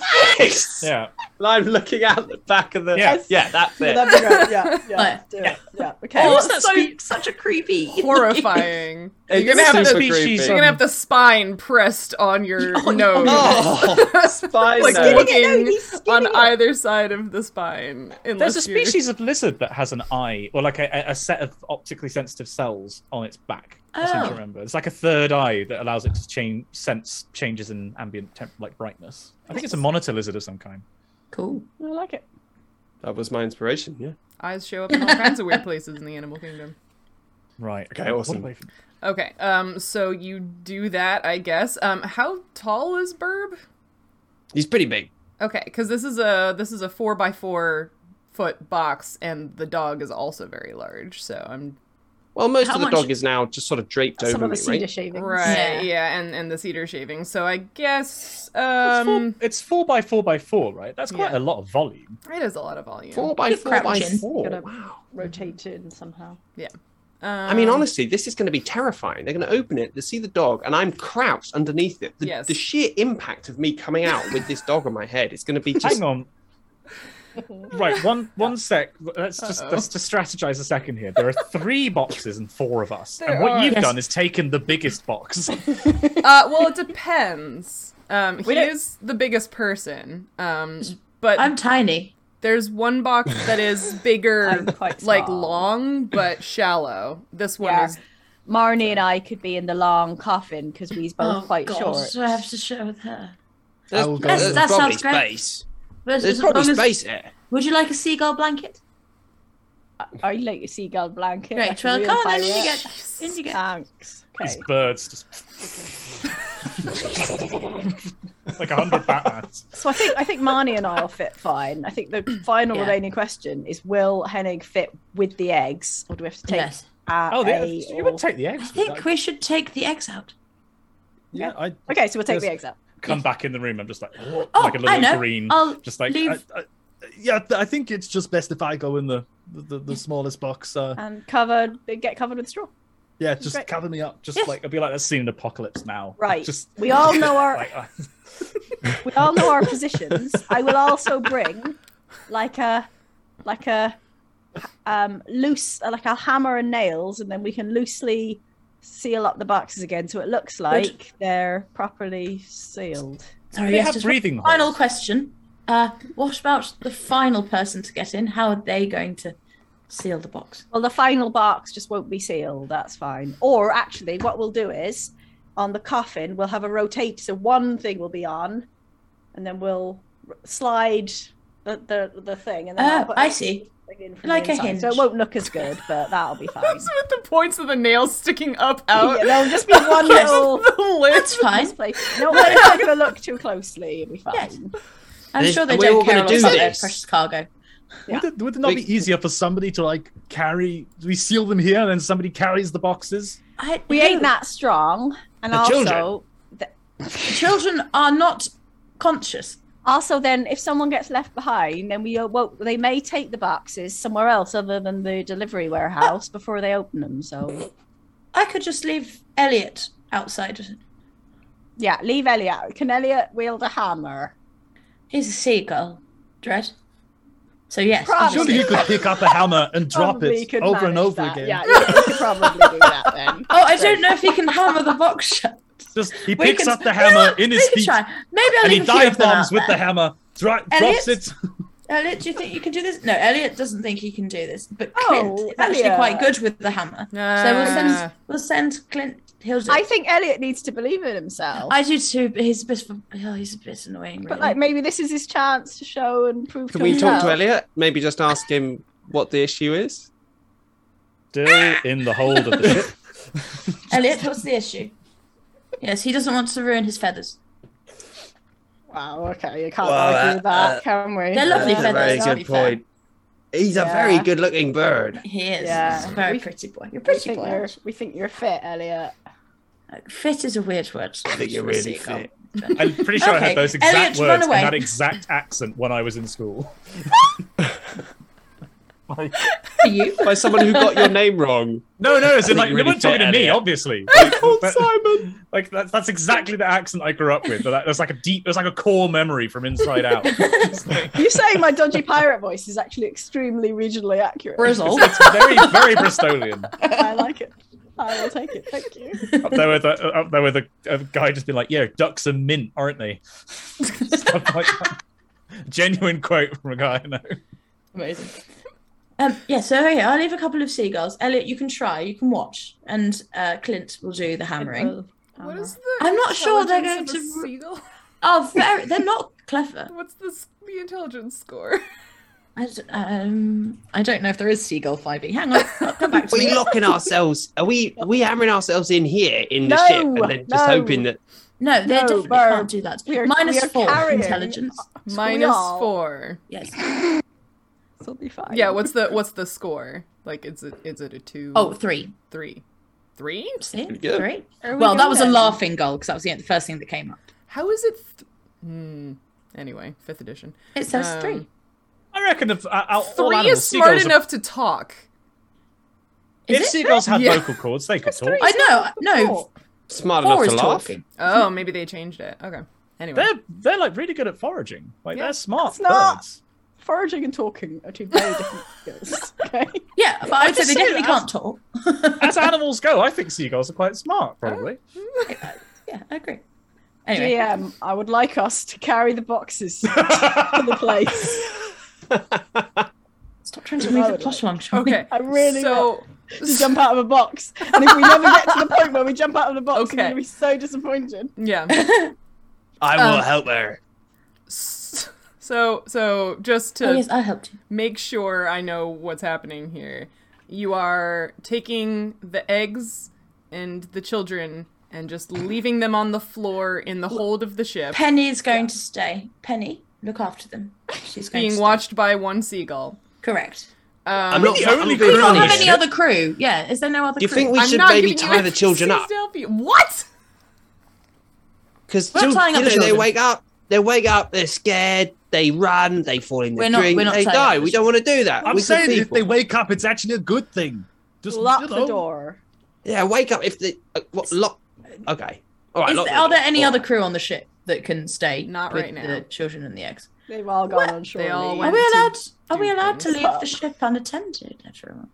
B: [laughs]
F: face
B: yeah,
F: and I'm looking out the back of the
B: Yeah.
F: yeah, that's
D: Yeah,
F: it
D: that'd be great. Yeah, yeah,
C: Like-
D: do it. yeah. Okay.
C: Oh,
D: What's
C: that's
D: that
C: so, such a creepy,
A: Horrifying. you're
F: It's
A: gonna have to
F: super
B: be-
F: creepy.
B: she's
A: you're gonna have the spine pressed on your
C: Oh,
A: nose.
F: oh spy
A: [laughs] Like
F: nose.
D: skinny it, no,
A: looking
D: he's
A: on
D: skinny it.
A: either side of the spine.
B: there's a
A: unless you're-
B: species of lizard that has an eye or like a, a- a set of optically sensitive cells on its back. I seem
C: Oh.
B: to remember. It's like a third eye that allows it to change sense changes in ambient temp- like brightness. I think it's a monitor lizard of some kind.
C: [laughs] cool.
D: I like it.
F: that was my inspiration yeah
A: Eyes show up in all kinds of weird places in the animal kingdom.
B: Right.
F: Okay, awesome.
B: What about-
A: Okay, um, so you do that, I guess. Um, how tall is Burb?
F: he's pretty big
A: Okay, because this is a this is a four by four foot box, and the dog is also very large. So I'm
F: Well, most
C: How
F: of the
C: much-
F: dog is now just sort of draped
D: Some
F: over
D: of the
F: me,
D: cedar
F: right?
D: shavings.
A: right, yeah.
C: Yeah.
A: and and the cedar shaving. So I guess
B: It's,
A: um,
B: four, it's four by four by four, right? That's quite
A: Yeah.
B: a lot of volume.
A: it is a lot of volume.
F: Four by
C: Good
F: four by
C: crouching.
F: four.
D: Gotta-
F: Wow.
D: Rotate in somehow.
A: Um,
F: I mean, honestly, this is going to be terrifying. They're going to open it, they see the dog, and I'm crouched underneath it. The,
A: Yes.
F: the sheer impact of me coming out with this dog on my head is going to be just.
B: Hang on. Right, one one sec. Let's just
A: Uh-oh.
B: let's just strategize a second here. There are three boxes and four of us,
A: There
B: and what
A: are.
B: you've
A: Yes.
B: done is taken the biggest box.
A: uh, well, it depends. Um, he
D: don't-
A: is the biggest person. Um, but
C: I'm tiny.
A: there's one box that is bigger,
D: I'm quite
A: like
D: small.
A: long but shallow. This one
D: Yeah.
A: is
D: Marnie and I could be in the long coffin because we's both quite
C: God,
D: short.
C: Oh, So I have to share with her.
F: There's,
E: I will go-
F: there's
C: That sounds
F: probably
C: great.
F: space.
C: But
F: There's
C: as
F: probably
C: long as-
F: space there.
C: would you like a seagull blanket?
D: I like a seagull blanket.
C: Great.
D: like a
C: well,
D: real
C: come on, in
D: pirate.
C: you get. In you get.
D: Thanks.
B: These
D: Okay.
B: birds just like a hundred Batmans.
D: So I think I think Marnie and I will fit fine. I
C: [clears throat]
D: think the final
C: Yeah.
D: remaining question is: Will Hennig fit with the eggs, or do we have to take
C: Yes.
D: out
B: Oh,
D: a?
B: the, you would
D: or-
B: take the eggs.
C: I
B: wouldn't
C: think
B: you?
C: we should take the eggs out.
B: yeah, I
D: Okay, so we'll take the
B: Yes.
D: eggs out.
B: come back in the room. I'm just like oh,
C: Oh,
B: like a
C: I know.
B: little
E: Mm.
B: green,
C: I'll
B: just like
C: leave.
B: I-
E: I, I- yeah, th- I think it's just best if I go in the the, the, the smallest box. Uh,
D: and covered. Get covered with straw.
F: Yeah, just
D: Great.
F: gather me up. Just
D: Yes.
F: like
B: It'll be like that scene in Apocalypse Now.
D: Right.
F: Just
D: We all know
B: [laughs]
D: our
B: Like,
C: [laughs]
B: uh,
D: we all know our positions. I will also bring like a like a um loose like a hammer and nails, and then we can loosely seal up the boxes again so it looks like they're properly sealed.
C: Sorry,
B: they
C: yes,
B: have
C: just
B: breathing holes.
C: final question. Uh, what about the final person to get in? How are they going to seal the box?
D: Well, the final box just won't be sealed. That's fine. Or actually, what we'll do is on the coffin, we'll have a rotate. So one thing will be on, and then we'll r- slide the the, the thing. And then I'll
C: Oh,
D: put
C: I
D: the [laughs]
C: see.
D: thing in from the
C: Like a
D: inside. So it
C: hinge.
D: won't look as good, but that'll be
F: [laughs]
D: fine.
A: That's with the points of the nails sticking up out.
D: yeah,
A: [laughs]
D: there'll [laughs] just be one
C: Yes.
D: little
A: the
C: [laughs]
A: lid.
C: That's fine.
D: place. No one's not going to look too closely. It'll be fine.
C: Yes. I'm
E: This-
C: sure they
E: are we all
C: don't
E: gonna
C: care about
E: do
C: their
E: this?
C: precious cargo.
D: Yeah.
F: would, it, would it not
E: Like-
F: be easier for somebody to like carry? We seal them here, and then somebody carries the boxes.
C: I,
D: We ain't that strong, and
E: The
D: also.
E: children.
C: Children are not conscious.
D: Also, then if someone gets left behind, then we uh, won't. They may take the boxes somewhere else other than the delivery warehouse before they open them. So,
C: I could just leave Elliot outside.
D: yeah, leave Elliot. Can Elliot wield a hammer?
C: He's a seagull, Dread. So yes,
D: Probably.
C: just
F: Surely you
C: leave-
F: could pick up a hammer
C: [laughs]
F: and drop
D: Probably
F: it
D: could
F: over and
D: manage
F: over
D: that.
F: again.
D: Yeah, yeah, we could probably do that [laughs] then.
C: Oh, I don't know if he can hammer the box [laughs] shut.
F: Just he
C: [laughs] We
F: picks
C: can-
F: up the hammer
C: Yeah,
F: in
C: we
F: his
C: can
F: feet,
C: try. Maybe I'll
F: and he
C: leave a few
F: dive
C: of them
F: bombs
C: out
F: with the
C: there.
F: hammer, dro-
C: Elliot?
F: drops it.
C: Elliot, do you think you can do this? No, Elliot doesn't think he can do this, but
D: Oh,
C: Clint is actually
D: Elliot. Uh.
C: quite good with the hammer. so we'll
A: Ah.
C: send we'll send Clint. He'll do.
D: I
C: I,
D: think Elliot needs to believe in himself.
C: do too, but he's a bit of a- oh, he's a bit annoying. Really.
D: but like maybe this is his chance to show and prove.
E: Can we talk
D: himself.
E: to Elliot? Maybe just ask him what the issue is.
B: Still in the hold of the
C: [laughs]
B: ship.
C: Elliot, what's the issue? Yes, he doesn't want to ruin his feathers.
D: Wow. Okay, you can't
E: Well,
D: argue
E: uh,
D: with that,
E: uh,
D: can we?
C: They're lovely
D: Yeah.
E: That's a very
C: feathers, to
E: good
C: be fair.
E: point. He's a
D: Yeah.
E: very good-looking bird.
C: He is.
D: Yeah.
C: He's a very
D: We-
C: pretty boy.
D: We
C: You're a pretty
D: think,
C: boy.
D: you're,
C: aren't
D: we think you're fit,
E: [laughs]
D: Elliot.
C: you? Like, Fit is a weird word. I
E: think you're really fit.
B: I'm pretty sure I
C: Okay,
B: had those exact
C: Elliot, run
B: words and
C: away.
B: that exact accent when I was in school.
C: For [laughs] you?
E: By someone who got your name wrong.
B: No, no, it's in
E: I
B: like
E: think
B: they
E: really
B: weren't talking to
E: fair,
B: me,
A: [laughs]
E: Elliot.
B: obviously. Like, but-
E: Simon.
B: [laughs] like that's that's exactly the accent I grew up with. But that, that's like a deep, it's like a core memory from inside
E: [laughs]
B: out. It's, like-
D: You saying my dodgy pirate voice is actually extremely regionally accurate.
C: Grizzle.
B: it's very, very Bristolian.
D: [laughs] I like it. I will take it. Thank you.
B: Up there with a, up there with a, a guy just being like, "Yeah, ducks are mint, aren't they?" [laughs] Stuff like that. Genuine quote from a guy I know.
C: Amazing. Um, yeah, so yeah, I'll leave a couple of seagulls. Elliot, you can try, you can watch, and uh, Clint will do the hammering.
F: Uh,
A: What is the
C: I'm not sure they're
A: intelligence
C: going
A: of a
C: to-
A: seagull? [laughs]
C: Oh, very, they're not clever.
A: What's the s- the intelligence score?
C: I d- um, I don't know if there is seagull fighting. Hang on, I'll come back to
E: Are we
C: me. [laughs]
E: locking ourselves? Are we are we hammering ourselves in here in the
D: No,
E: ship and then just
D: no.
E: hoping that
C: No, they
D: No,
C: definitely
D: Barb,
C: can't do that.
D: we are-
C: Minus
D: we are
C: four
D: carrying-
C: intelligence.
D: We
A: Minus
D: all-
A: four.
C: Yes.
D: [laughs] It'll be fine.
A: Yeah. What's
C: [laughs]
A: the what's the score? Like, is it is it a two?
C: Oh, three.
A: three, three.
C: See,
E: Good.
C: three.
A: Are we
C: well, that
A: good
C: was a
A: then?
C: laughing goal because that was the the first thing that came up.
A: How is it? Th- hmm. Anyway, fifth edition.
C: It says
D: Oh.
A: Um,
C: three.
B: I reckon if uh, out- all
A: Three
B: animals,
A: is smart
B: seagulls are-
A: enough to talk.
C: Is
B: if
C: it?
B: seagulls had
A: Yeah.
B: vocal cords, they could talk.
C: I know, no.
E: smart
C: Four
E: enough
C: is
E: to laugh?
C: talking.
A: Oh, maybe they changed it. Okay. Anyway.
C: [laughs]
B: They're they're like really good at foraging. Like
A: Yeah.
B: they're smart
D: It's not-
B: birds.
D: Foraging and talking are two very
E: [laughs]
D: different skills. Okay.
C: Yeah, but I'd say
B: just
C: they
B: saying,
C: definitely
B: I-
C: can't talk.
B: As animals go, I think seagulls are quite smart. Probably.
C: Yeah, I agree. Anyway,
D: GM, I would like us to carry the
E: [laughs]
D: boxes to
A: Oh.
D: the place.
C: stop trying to
D: I
C: move the
D: would
C: plush
D: like-
C: along. Charlie.
A: Okay.
D: I really
A: so.
D: To jump out of a box, and if we never get to the point where we jump out of the box, I'm
A: Okay.
D: going to be so disappointed.
A: Yeah.
C: [laughs]
E: I
A: will Um,
E: help her.
A: S- So so just to
C: Oh, yes, I helped you.
A: make sure I know what's happening here, you are taking the eggs and the children and just leaving them on the floor in the hold of the ship,
C: Penny's going to stay. Penny, look after them. She's going to
A: being
C: stay.
A: watched by one seagull.
C: Correct.
A: Um,
E: I'm not
B: the only
E: I'm
B: crew
C: We don't
E: funny.
C: have any
B: ship.
C: other crew. Yeah, is there no other
E: Do you
C: crew?
E: think we
A: I'm
E: should
A: not
E: maybe
A: giving you
E: tie the
A: any
E: children
A: reasons
E: up?
A: to help you. What?
E: Because
C: We're not
E: children,
C: tying up
E: you
C: the
E: know, they
C: children.
E: wake up, they wake up, they're scared, they run, they fall in the
C: We're not-
E: drink,
C: we're not
E: they
C: tying up
E: die.
C: the
E: We don't want to do that.
F: I'm
E: We're good
F: saying if
E: people.
F: they wake up, it's actually a good thing. Just
D: Lock
F: you
D: the
F: know,
D: door.
E: Yeah, wake up if the uh, what lock. Okay, all right.
C: Is-
E: lock the
C: are there
E: door.
C: any
E: All
C: other
E: right.
C: crew on the ship that can stay?
A: Not
C: with
A: right now.
C: The children and the ex.
D: They've all gone
C: What?
D: on shore.
A: They all
D: leave.
C: Are
A: went-
C: we
A: to
C: allowed? Are
A: do
C: we allowed to
A: things.
C: leave the ship unattended? Everyone.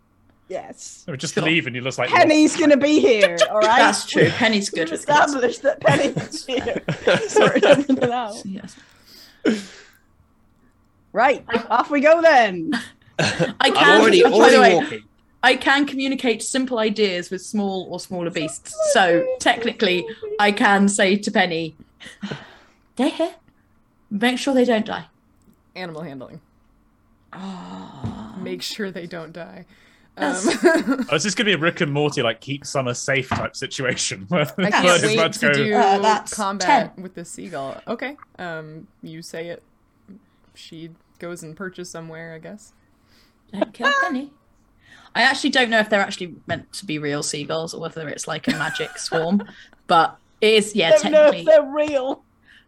D: Yes.
B: Or just
C: Sure.
B: leave and you look like
D: Penny's gonna be here. All right.
C: That's true. Penny's good.
D: We've
C: with things.
D: established that
C: [laughs]
D: Penny's here. Sort it doesn't allow.
C: Yes.
D: Right. Off we go then.
C: I
E: [laughs] I'm
C: can.
E: already,
C: Oh, by the
E: already
C: way,
E: walking.
C: I can communicate simple ideas with small or smaller beasts. So technically, I can say to Penny, "They're here. Make sure they don't die."
A: Animal handling.
C: Oh,
A: Make sure they don't die.
C: That's-
A: Um, [laughs]
B: Oh, it's just going to be a Rick and Morty, like keep summer safe type situation. [laughs] Where the
A: I
B: bird
C: That's-
A: can't
B: is
A: wait
B: about
A: to
B: go-
A: do
C: Uh, that's
A: combat with the seagull. Okay. Um, you say it. She goes and perches somewhere, I guess.
C: don't kill Penny. I actually don't know if they're actually meant to be real seagulls or whether it's like a [laughs] magic swarm, but it is. Yeah,
D: Don't know
C: technically.
D: if they're real.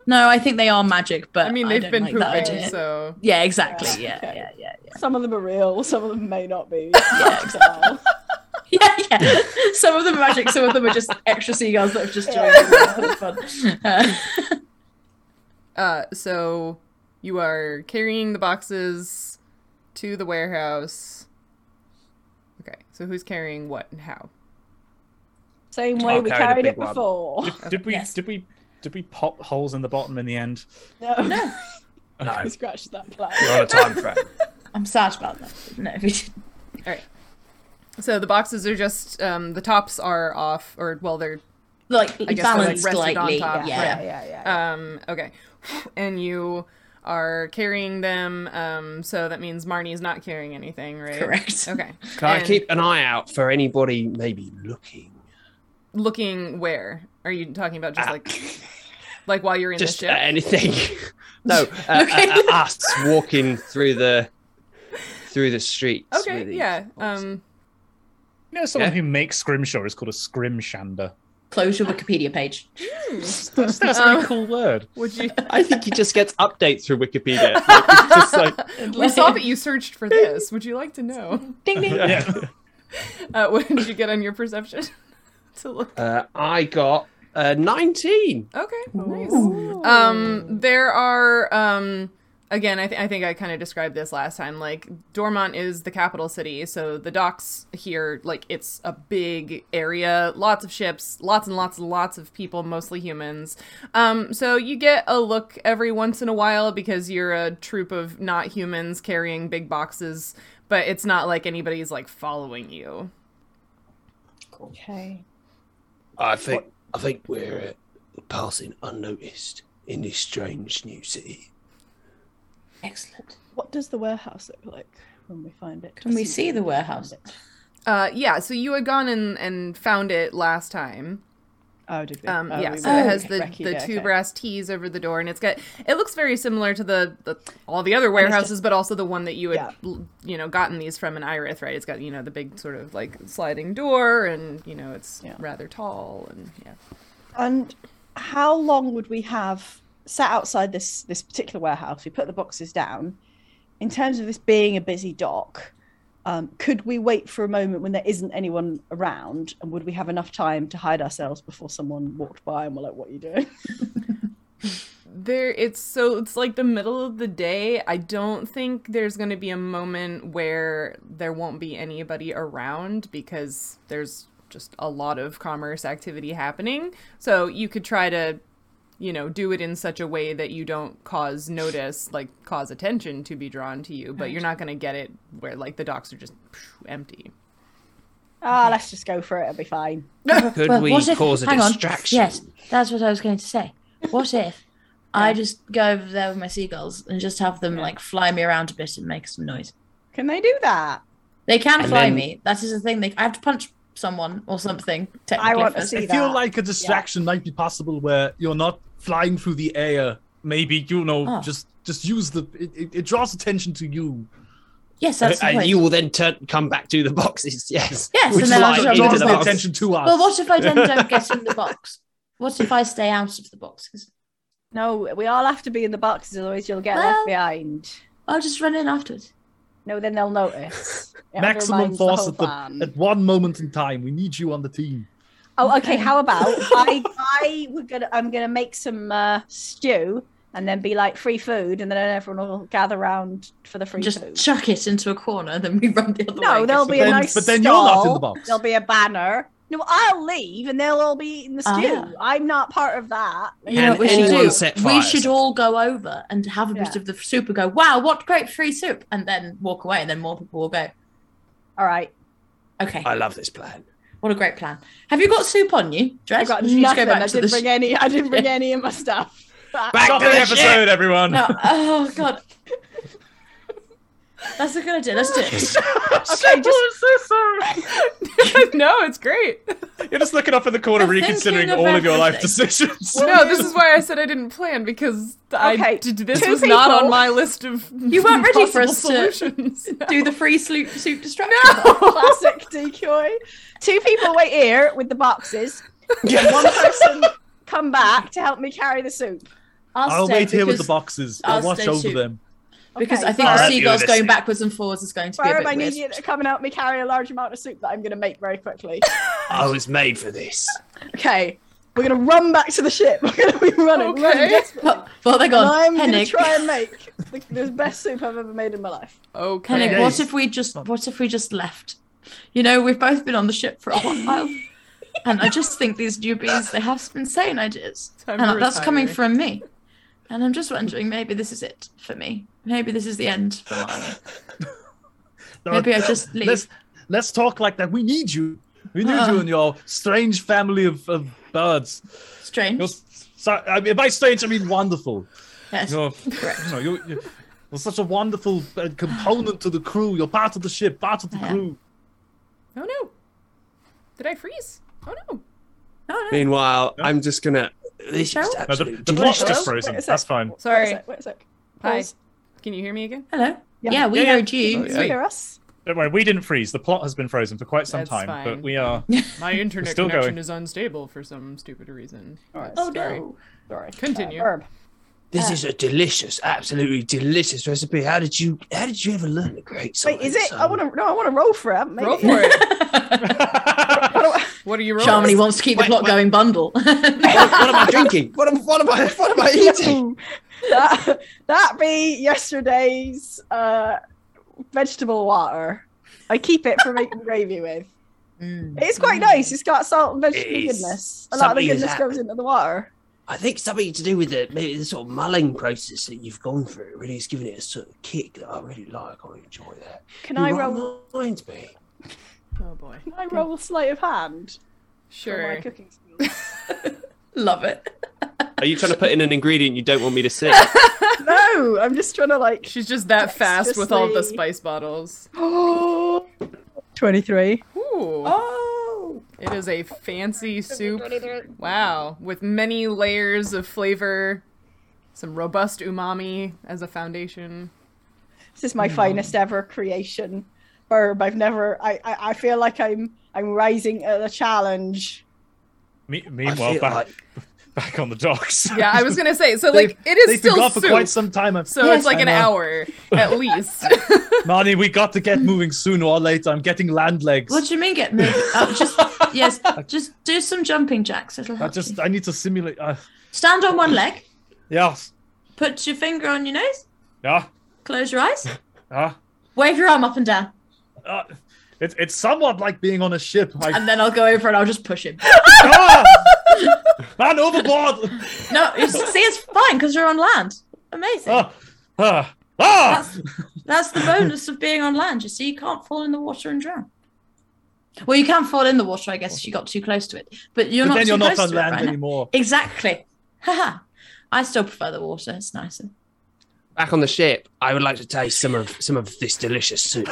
C: No, I think they are magic, but
A: I mean,
C: don't
A: they've been
C: like that
A: pooping,
C: idea.
A: so
C: Yeah, exactly. Yeah,
D: Yeah,
C: yeah,
D: okay.
C: yeah, yeah. [laughs]
D: Some of them are real. Some of them may not be.
C: Yeah, yeah, yeah. Some of them are magic, some of them are just extra seagulls that have just joined. It's fun. [laughs] Uh,
A: Uh, so you are carrying the boxes to the warehouse. Okay, so who's carrying what and how?
D: Same way
E: I'll
D: we
E: carry the
D: carried it
E: big
C: [laughs]
E: one.
D: before.
B: Did, did we?
C: Yes.
B: Did we? Did we pop holes in the bottom in the end?
D: No, no.
E: No,
D: [laughs]
B: [laughs]
D: we scratched that plan.
E: you're on a time frame.
C: I'm sad about that. No, we didn't.
A: So the boxes are just um, the tops are off, or well, they're
C: Like,
A: I guess they're, like,
C: balanced
A: rested on
C: slightly.
A: top,
C: Yeah. Uh,
D: yeah, yeah, yeah.
A: um, okay, and you are carrying them. Um, so that means Marnie's not carrying anything, right?
C: correct.
A: Okay.
E: Can I
A: And
E: keep an eye out for anybody maybe looking?
A: looking where? Are you talking about just
E: Ah.
A: like like while you're in
E: Just
A: the
E: uh,
A: ship?
E: anything? [laughs]
C: [laughs]
E: no, uh,
C: Okay.
E: uh, uh, us walking through the through the streets. with
A: okay,
E: these
A: yeah.
E: boxes.
A: Um,
B: You know, someone
E: Yeah.
B: who makes scrimshaw is called a scrimshander.
C: Close your Wikipedia page.
B: That's, that's
C: uh,
B: a really
A: Um,
B: cool word.
A: would you?
E: I think he just gets updates through Wikipedia. [laughs] Like, it's just
C: [laughs]
E: [laughs] like
A: we saw that you searched for this. Would you like to
E: [laughs]
A: know?
C: Ding
F: [laughs]
C: ding.
B: Yeah.
A: Uh, [laughs] what did you get on your perception? [laughs] to look.
E: uh, I got uh, 19.
A: Okay. Nice.
C: Ooh.
A: Um, there are um, again. I, th- I think I kind of described this last time. Like Dormont is the capital city, so the docks here, like it's a big area, lots of ships, lots and lots and lots of people, mostly humans. Um, so you get a look every once in a while because you're a troop of not humans carrying big boxes, but it's not like anybody's like following you.
D: Okay.
E: I think I think we're uh, passing unnoticed in this strange new city.
C: Excellent.
D: What does the warehouse look like when we find it?
C: Can we see the warehouse?
A: Uh, yeah. So you had gone and and found it last time.
D: Oh, did we?
A: Um,
D: oh,
A: yeah,
D: we
A: so
C: were-
D: went
A: it has
D: okay,
A: the,
D: Recky,
A: the
D: yeah,
A: two
D: okay.
A: brass T's over the door, and it's got. It looks very similar to the, the all the other warehouses, but also the one that you had, l you know, gotten these from in Irith, right? It's got you know the big sort of like sliding door, and you know it's
D: Yeah.
A: rather tall, and yeah.
D: And how long would we have sat outside this this particular warehouse? We put the boxes down. In terms of this being a busy dock, um, could we wait for a moment when there isn't anyone around, and would we have enough time to hide ourselves before someone walked by and were like, "What are you doing?" [laughs]
A: There, it's so it's like the middle of the day. I don't think there's going to be a moment where there won't be anybody around because there's just a lot of commerce activity happening. So you could try to, you know, do it in such a way that you don't cause notice, like cause attention to be drawn to you, but you're not going to get it where like the docks are just phew, empty. [laughs]
D: Ah, let's just go for it. It'll be fine.
E: Could
C: Well,
E: we
C: what if-
E: cause a
C: hang on.
E: distraction?
C: Yes, that's what I was going to say. What if I just go over there with my seagulls and just have them like fly me around a bit and make some noise?
D: Can they do that?
C: They can
E: And
C: fly
E: then-
C: me. That is the thing. They, I have to punch someone or something. Technically,
D: I want to
C: first.
D: see
F: I
D: that.
F: feel like a distraction might be possible where you're not flying through the air. Maybe you know,
C: Oh.
F: just just use the. It, it, it draws attention to you.
C: Yes, that's the
E: Uh, and
C: point.
E: you will then turn, come back to the boxes. [laughs] Yes.
C: Yes,
E: Which
C: and then I'll
E: lie
C: just-
F: It
C: Into
E: into
F: draws
E: the
F: the
E: box.
F: attention to us.
C: Well, what if I then don't get in
E: [laughs]
C: the box? What if I stay out of the boxes?
D: No, we all have to be in the boxes, otherwise you'll get
C: Well-
D: left behind.
C: I'll just run in afterwards.
D: No, then they'll notice. It
B: Maximum
D: undermines the
B: force
D: whole
B: at, the,
D: plan.
B: at one moment in time. We need you on the team.
D: Oh, okay. How about
C: [laughs]
D: I? I we're gonna. I'm gonna make some uh, stew and then be like free food, and then everyone will gather round for the free
C: Just
D: food.
C: chuck it into a corner, then we run the other way.
D: no, there'll
C: Guess
D: be
C: we-
D: a
B: Then-
D: nice.
B: but then you're not in the
D: stall,
B: box.
D: There'll be a banner. No, I'll leave, and they'll all be eating the
C: Ah.
D: stew. I'm not part of that.
C: You know
F: Can
C: what we should
F: anyone
C: do?
F: set
C: We
F: fires?
C: should all go over and have a bit
D: Yeah.
C: of the soup and go, wow, what great free soup. And then walk away, and then more people will go,
D: All right.
C: okay,
F: I love this plan.
C: what a great plan. Have you got soup on you, Dred?
D: I got
C: You need to go
D: nothing.
C: back
D: I
C: to the
D: didn't bring
C: sh-
D: any. I didn't
C: [laughs]
D: bring any of my stuff.
F: Back
G: Stop
F: to
G: the
F: the
G: episode,
F: ship.
G: everyone.
C: No, oh, God. That's a good idea. Let's do it.
D: okay, just
A: no, it's great.
G: [laughs] You're just looking up in the corner,
C: We're
G: reconsidering
C: thinking of
G: all of your life
C: everything.
G: decisions.
A: no, this is why I said I didn't plan because I
D: Okay,
A: did, this
D: two
A: was not
D: people.
A: on my list of
C: You weren't ready for
A: possible
C: us to
A: solutions.
C: [laughs] Do the free soup, soup distraction.
D: classic decoy. Two people wait here with the boxes. and one person come back to help me carry the soup.
C: I'll,
B: I'll
C: stay
B: wait here with the
C: because-
B: boxes. I'll,
C: I'll
B: watch
C: stay
B: over
C: too.
B: them.
C: Because
D: Okay,
C: I think
D: Barb,
F: Barb,
C: the
F: you're
C: seagulls going
F: listening.
C: backwards and forwards is going to be a
D: Barb,
C: bit
D: I need
C: weird.
D: you to come and help me carry a large amount of soup that I'm going to make very quickly.
F: I was made for this.
D: Okay, we're going to run back to the ship. [laughs] We're going to be running.
A: Okay.
D: running desperately.
C: But, but they're
D: And
C: gone.
D: I'm going to
C: Hennig.
D: try and make the, the best soup I've ever made in my life.
A: [laughs] Okay.
C: Hennig,
B: Yeah,
C: what
B: he's-
C: if we just what if we just left? You know, we've both been on the ship for
B: [laughs]
C: a while. and I just think these newbies, they have some insane ideas.
A: Time to
C: and that's coming
A: retire.
C: from me. And I'm just wondering, maybe this is it for me. Maybe this is the end
B: [laughs]
C: for mine. Maybe I just leave. Oh,
B: Let's let's talk like that. We need you. We need you and your strange family of, of birds.
C: Strange.
B: You're, s- so, I mean, by strange, I mean wonderful.
C: Yes. Oh,
B: You're, you know, you're, you're, you're such a wonderful uh, component to the crew. You're part of the ship, part of the
C: Yeah.
B: crew.
A: Oh no. Did I freeze? Oh no.
C: No, no.
F: Meanwhile,
B: Yeah.
F: I'm just gonna. This is
C: No, the-
G: No, the,
F: absolute
G: the plot's
F: genius.
G: just
D: Hello?
G: frozen.
D: Wait a sec.
G: That's fine.
D: Wait a
A: Sorry.
D: sec, wait a sec.
A: Hi.
D: Pause.
A: Can you hear me again?
C: Hello.
D: Yeah.
C: Yeah, we
G: Yeah, yeah.
C: heard you.
F: Oh,
B: [laughs]
D: Can
F: yeah.
D: you hear us?
G: Don't worry, we didn't freeze. The plot has been frozen for quite some
A: That's
G: time,
A: fine.
G: but we
C: [laughs]
G: are.
A: [laughs] My internet
G: still
A: connection
G: going.
A: is unstable for some stupid reason.
D: Alright.
C: Oh
A: Sorry.
C: no.
D: Sorry.
A: Continue.
D: Uh, Herb.
F: This is a delicious, absolutely delicious recipe. How did you? How did you ever learn the great
D: Wait,
F: science?
D: is it? I want to. No, I want to roll for it. I haven't made
A: Roll for
C: [laughs]
A: it.
D: [laughs] I don't-
A: What are you rolling?
C: Charmony wants to keep the
F: Wait,
C: plot
F: wait.
B: [laughs]
C: going bundle. [laughs]
F: What, what [laughs] am I drinking? What am, what am I? What am I eating?
D: [laughs] that that be yesterday's uh, vegetable water. I keep it for making gravy with.
C: Mm.
D: It's quite nice. It's got salt and vegetable
F: It is.
D: goodness. A lot of the
F: Something is
D: goodness goes
F: happening.
D: into the water.
F: I think something to do with the maybe the sort of mulling process that you've gone through. Really, has given it a sort of kick that I really like. I enjoy that.
D: Can I
F: You
D: roll?
F: Reminds me.
A: Oh boy.
D: Can I roll sleight of hand for
A: Sure.
D: my cooking skills? [laughs]
C: Love it.
F: Are you trying to put in an ingredient you don't want me to see?
D: no, I'm just trying to like.
F: [gasps]
A: She's just that fast with all the
D: Dexterously.
A: spice bottles.
D: Twenty-three.
A: Ooh.
C: Oh.
A: It is a fancy soup. Wow. With many layers of flavor, some robust umami as a foundation.
D: This is my
F: Mm.
D: finest ever creation, Herb. I've never. I, I I feel like I'm I'm rising at a challenge.
G: Me-
F: I
G: meanwhile,
F: feel
G: back,
F: like-
G: back on the docks.
A: Yeah, I was going to
B: [laughs]
A: say. So, [laughs] like, it is
B: They've been
A: still
B: gone for
A: soup.
B: quite some time. I've-
A: so, it's like an
B: I know. [laughs]
A: hour at least.
B: Marnie, we got to get moving sooner or later. I'm getting land legs.
C: What do you mean get moved? Oh,
B: [laughs]
C: just yes, just do some jumping jacks. It'll
B: I
C: help.
B: just
C: you.
B: I need to simulate. Uh,
C: Stand on one leg,
B: yeah,
C: put your finger on your nose,
B: yeah,
C: close your eyes,
B: yeah.
C: wave your arm up and down,
B: Uh, it's it's somewhat like being on a ship. I,
C: and then I'll go over and I'll just push him.
B: Ah! man overboard.
C: No,
B: [laughs]
C: you s- see, it's fine because you're on land. Amazing.
B: Ah, ah, ah!
C: That's, that's the bonus of being on land. You see, you can't fall in the water and drown. Well, you can fall in the water, I guess, if you got too close to it. But you're
B: But
C: not
B: then
C: too
B: you're not
C: close
B: on
C: to
B: land
C: it right now.
B: anymore.
C: Exactly. [laughs] Haha. I still prefer the water. It's nicer.
F: Back on the ship, I would like to taste some of some of this delicious soup.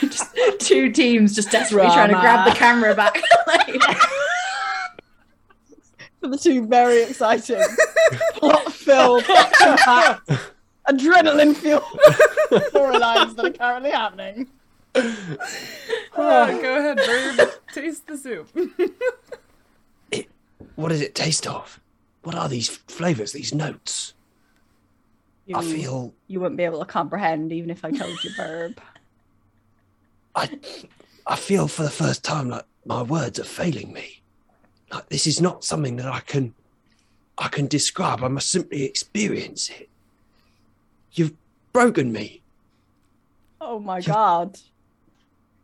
C: just two teams just desperately trying to
D: Drama.
C: grab the camera back. [laughs] Like,
D: for the two very exciting plot filled adrenaline fueled storylines that are currently happening.
A: oh, go ahead, Verb. Taste the soup.
F: What does it taste of? What are these flavors? These notes?
D: you,
E: I feel
D: you wouldn't be able to comprehend even if I told you, Burb.
E: I I feel for the first time like my words are failing me. Like this is not something that I can I can describe. I must simply experience it. You've broken me.
D: Oh my god.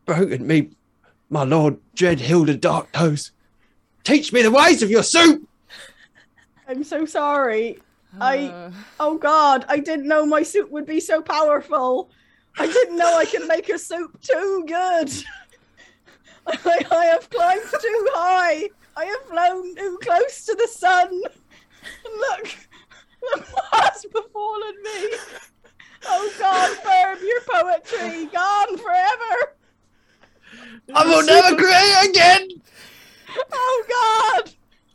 E: Broken me, my lord Dread Hilda Dark Toes. Teach me the ways of your soup!
D: I'm so sorry.
A: Uh,
D: I oh god, I didn't know my soup would be so powerful. I didn't know I could make a soup too good. [laughs] I, I have climbed too high. I have flown too close to the sun. And look, look what has befallen me. Oh God, Ferb, your poetry gone forever.
E: I will never create again!
D: Oh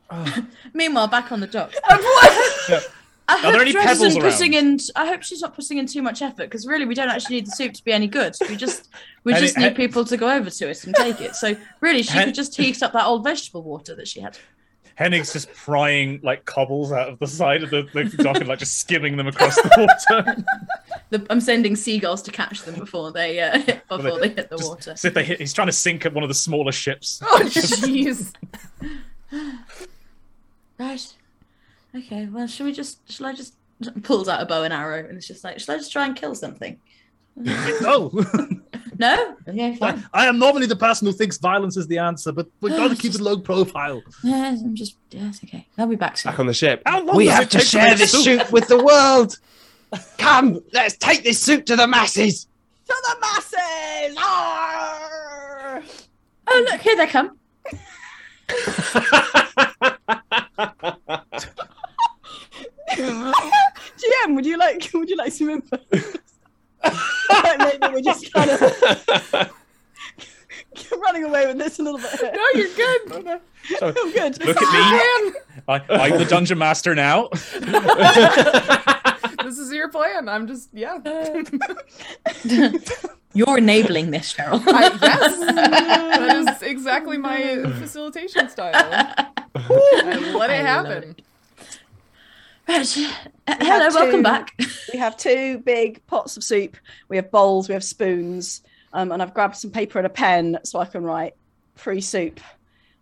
D: God. [laughs]
C: Meanwhile, back on the dock.
B: Yeah.
C: I
B: there
C: hope
B: any
C: Dredge
B: pebbles
C: isn't
B: around?
C: putting in. I hope she's not putting in too much effort because really, we don't actually need the soup to be any good. We just we
B: Any-
C: just need
B: a-
C: people to go over to it and take it. So really, she
B: Hen-
C: could just heat up that old vegetable water that she had.
B: Henning's just prying like cobbles out of the side of the, the dock and like just skimming them across the water.
C: The, I'm sending seagulls to catch them before they uh, [laughs] before they hit [laughs] the
B: Just-
C: water. [laughs]
B: So if they hit, he's trying to sink at one of the smaller ships.
A: [laughs] Oh, jeez.
C: Right. Okay. Well, shall we just? Shall I just? Pulls out a bow and arrow and it's just like, shall I just try and kill something?
B: Oh!
F: No,
C: No. Okay. Fine.
F: I, I am normally the person who thinks violence is the answer, but we gotta keep it low profile.
C: Yeah, I'm just. Yeah, it's okay. I'll be back soon.
E: Back on the ship.
F: How long
E: we
F: does
E: have
F: it
E: to
F: take to
E: share
F: make
E: this
F: soup?
E: soup with the world! Come, let's take this soup to the masses!
D: To the masses! Arr!
C: Oh look, here they come.
D: GM, would you like would you like some input? Like, Maybe we're just kind of running away with this a little bit.
A: No, you're good.
D: [laughs]
B: So
D: I'm good.
B: look at me. I, I'm the dungeon master now.
A: this is your plan. I'm just yeah.
C: You're enabling this, [laughs] Cheryl.
A: I, yes,
C: [laughs]
A: that is exactly my facilitation style. I let it
C: I love
A: happen.
C: Right. Uh,
D: We
C: hello,
D: have
C: welcome
D: to-
C: back.
D: We have two big pots of soup. We have bowls. We have spoons. Um, and I've grabbed some paper and a pen so I can write free soup,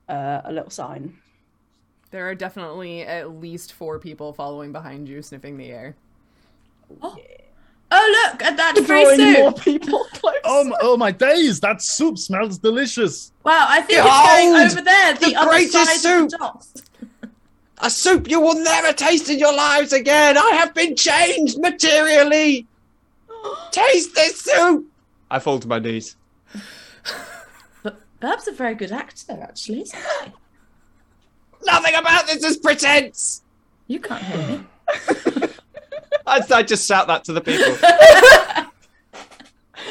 D: uh, a little sign.
A: There are definitely at least four people following behind you, sniffing the air.
C: Oh look, at that free
D: Drawing more
C: soup.
D: people [laughs] close.
F: [laughs] Oh my, oh my days, that soup smells delicious.
C: Wow, I think
E: Behold
C: it's going over there, the,
E: the
C: other
E: greatest
C: side of the
E: soup.
C: docks.
E: A soup you will never taste in your lives again. I have been
A: [gasps]
E: changed materially. Taste this soup. I fall to my knees.
C: But Burb's a very good actor, actually. isn't he?
E: Nothing about this is pretense.
C: You can't hear [sighs] me.
E: I, I just shout that to the [laughs] people.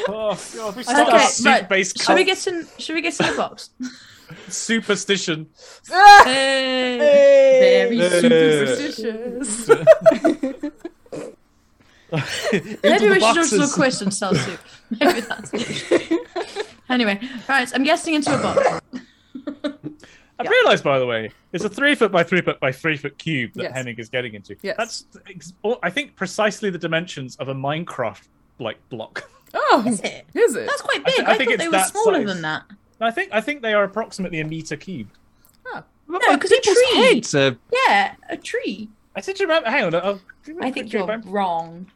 B: Oh god, we start
C: Okay,
B: a soup-based
C: Should
B: cult
C: we get in? Should we get in the box?
F: [laughs]
B: superstition.
C: [laughs] Hey.
D: Hey.
C: Very
E: Hey.
C: soup.
A: Superstitious.
C: Maybe
F: the
C: we should
F: boxes.
C: also quit and sell soup. Maybe that's. what we should- anyway, right. I'm guessing into a box.
B: I realised, by the way, it's a three foot by three foot by three foot cube that
A: Yes.
B: Henning is getting into.
A: Yes.
B: That's, ex- all- I think, precisely the dimensions of a Minecraft like
A: [laughs]
B: block. [laughs]
A: Oh,
C: Is it?
A: Is it?
C: That's quite
B: I
C: big.
B: th-
C: I,
B: I think
C: thought
B: it's
C: they were
B: that
C: smaller
B: size.
C: than that.
B: And I think I think they are approximately a meter cubed.
C: No, because a tree.
E: uh,
C: Yeah, a tree.
B: I think you remember. Hang on, I'll,
C: I think you're wrong.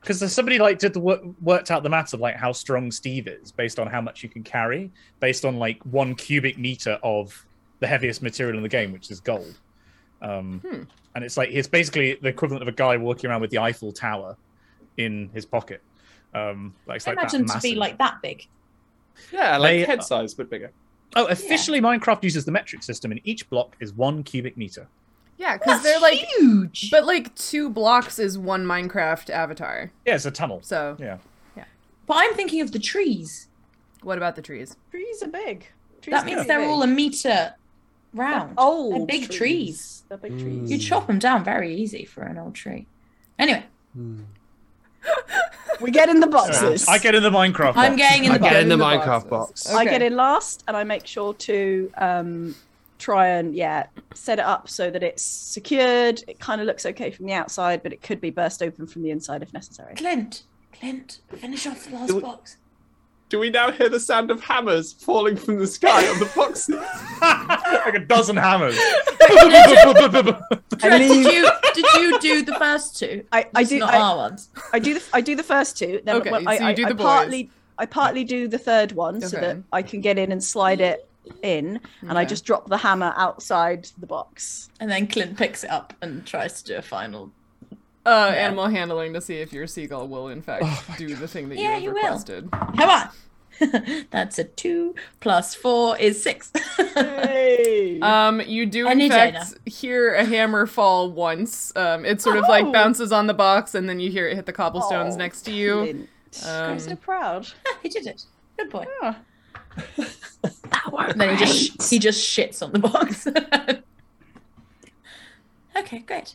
B: because somebody like did the work, worked out the math of like how strong Steve is based on how much you can carry, based on like one cubic meter of the heaviest material in the game, which is gold. Um,
A: Hmm.
B: And it's like it's basically the equivalent of a guy walking around with the Eiffel Tower in his pocket. Um, like it's
C: I
B: like that
C: imagine to be
B: massive.
C: like that big.
E: yeah, like
B: They-
E: head size, but bigger.
B: oh, officially Minecraft uses the metric system, and each block is one cubic meter.
A: yeah, because
C: That's
A: they're like,
C: huge.
A: but like two blocks is one Minecraft avatar.
B: Yeah, it's a tunnel.
A: So
B: Yeah.
C: but I'm thinking of the trees.
A: what about the trees?
D: Trees are big. Trees
C: That
D: are
C: means
D: really
C: they're
D: big.
C: all a meter round.
D: old.
C: They're big trees.
D: They're
B: Hmm.
D: big
E: Mm.
D: trees.
C: You chop them down very easy for an old tree. Anyway,
D: We get in the
B: Sorry,
D: boxes.
B: Um, I get in the Minecraft. box.
C: I'm getting in
E: I
C: the
E: get
C: box.
E: in the
A: the boxes.
E: Minecraft box.
D: I
A: Okay.
D: get in last, and I make sure to um,
H: try and yeah set it up so that it's secured. It kind of looks okay from the outside, but it could be burst open from the inside if necessary.
C: Clint, Clint, finish off the last
E: Do we-
C: box.
E: Do we now hear the sound of hammers falling from the sky on the boxes?
B: [laughs] like a dozen
C: [laughs]
B: hammers. [laughs]
C: Trent, did
H: leave-
C: you did you do the first two?
H: I, I
C: Just
H: do
C: not
H: I,
C: our ones.
H: I do the I do the first two. Then
A: Okay,
H: well,
A: so
H: I,
A: you
H: I-
A: do
H: I
A: the boys.
H: partly I partly do the third one so
A: Okay.
H: that I can get in and slide it in, and I
A: Okay.
H: just drop the hammer outside the box.
C: And then Clint picks it up and tries to do a final.
A: Uh, Animal handling to see if your seagull will in fact
C: Oh
A: do the thing that
C: Yeah,
A: you
C: he
A: have
C: will.
A: requested.
C: Come on. [laughs] That's a two plus four is six. [laughs]
H: Hey.
A: Um, you do in
C: Any
A: fact hear a hammer fall once. Um, it sort of like
H: Oh.
A: bounces on the box, and then you hear it hit the cobblestones
H: Oh,
A: next to
D: [laughs]
A: you. Um,
H: I'm so proud.
C: he did it. Good boy. [laughs]
H: Yeah.
C: And then he just he just shits on the box. [laughs] okay, great.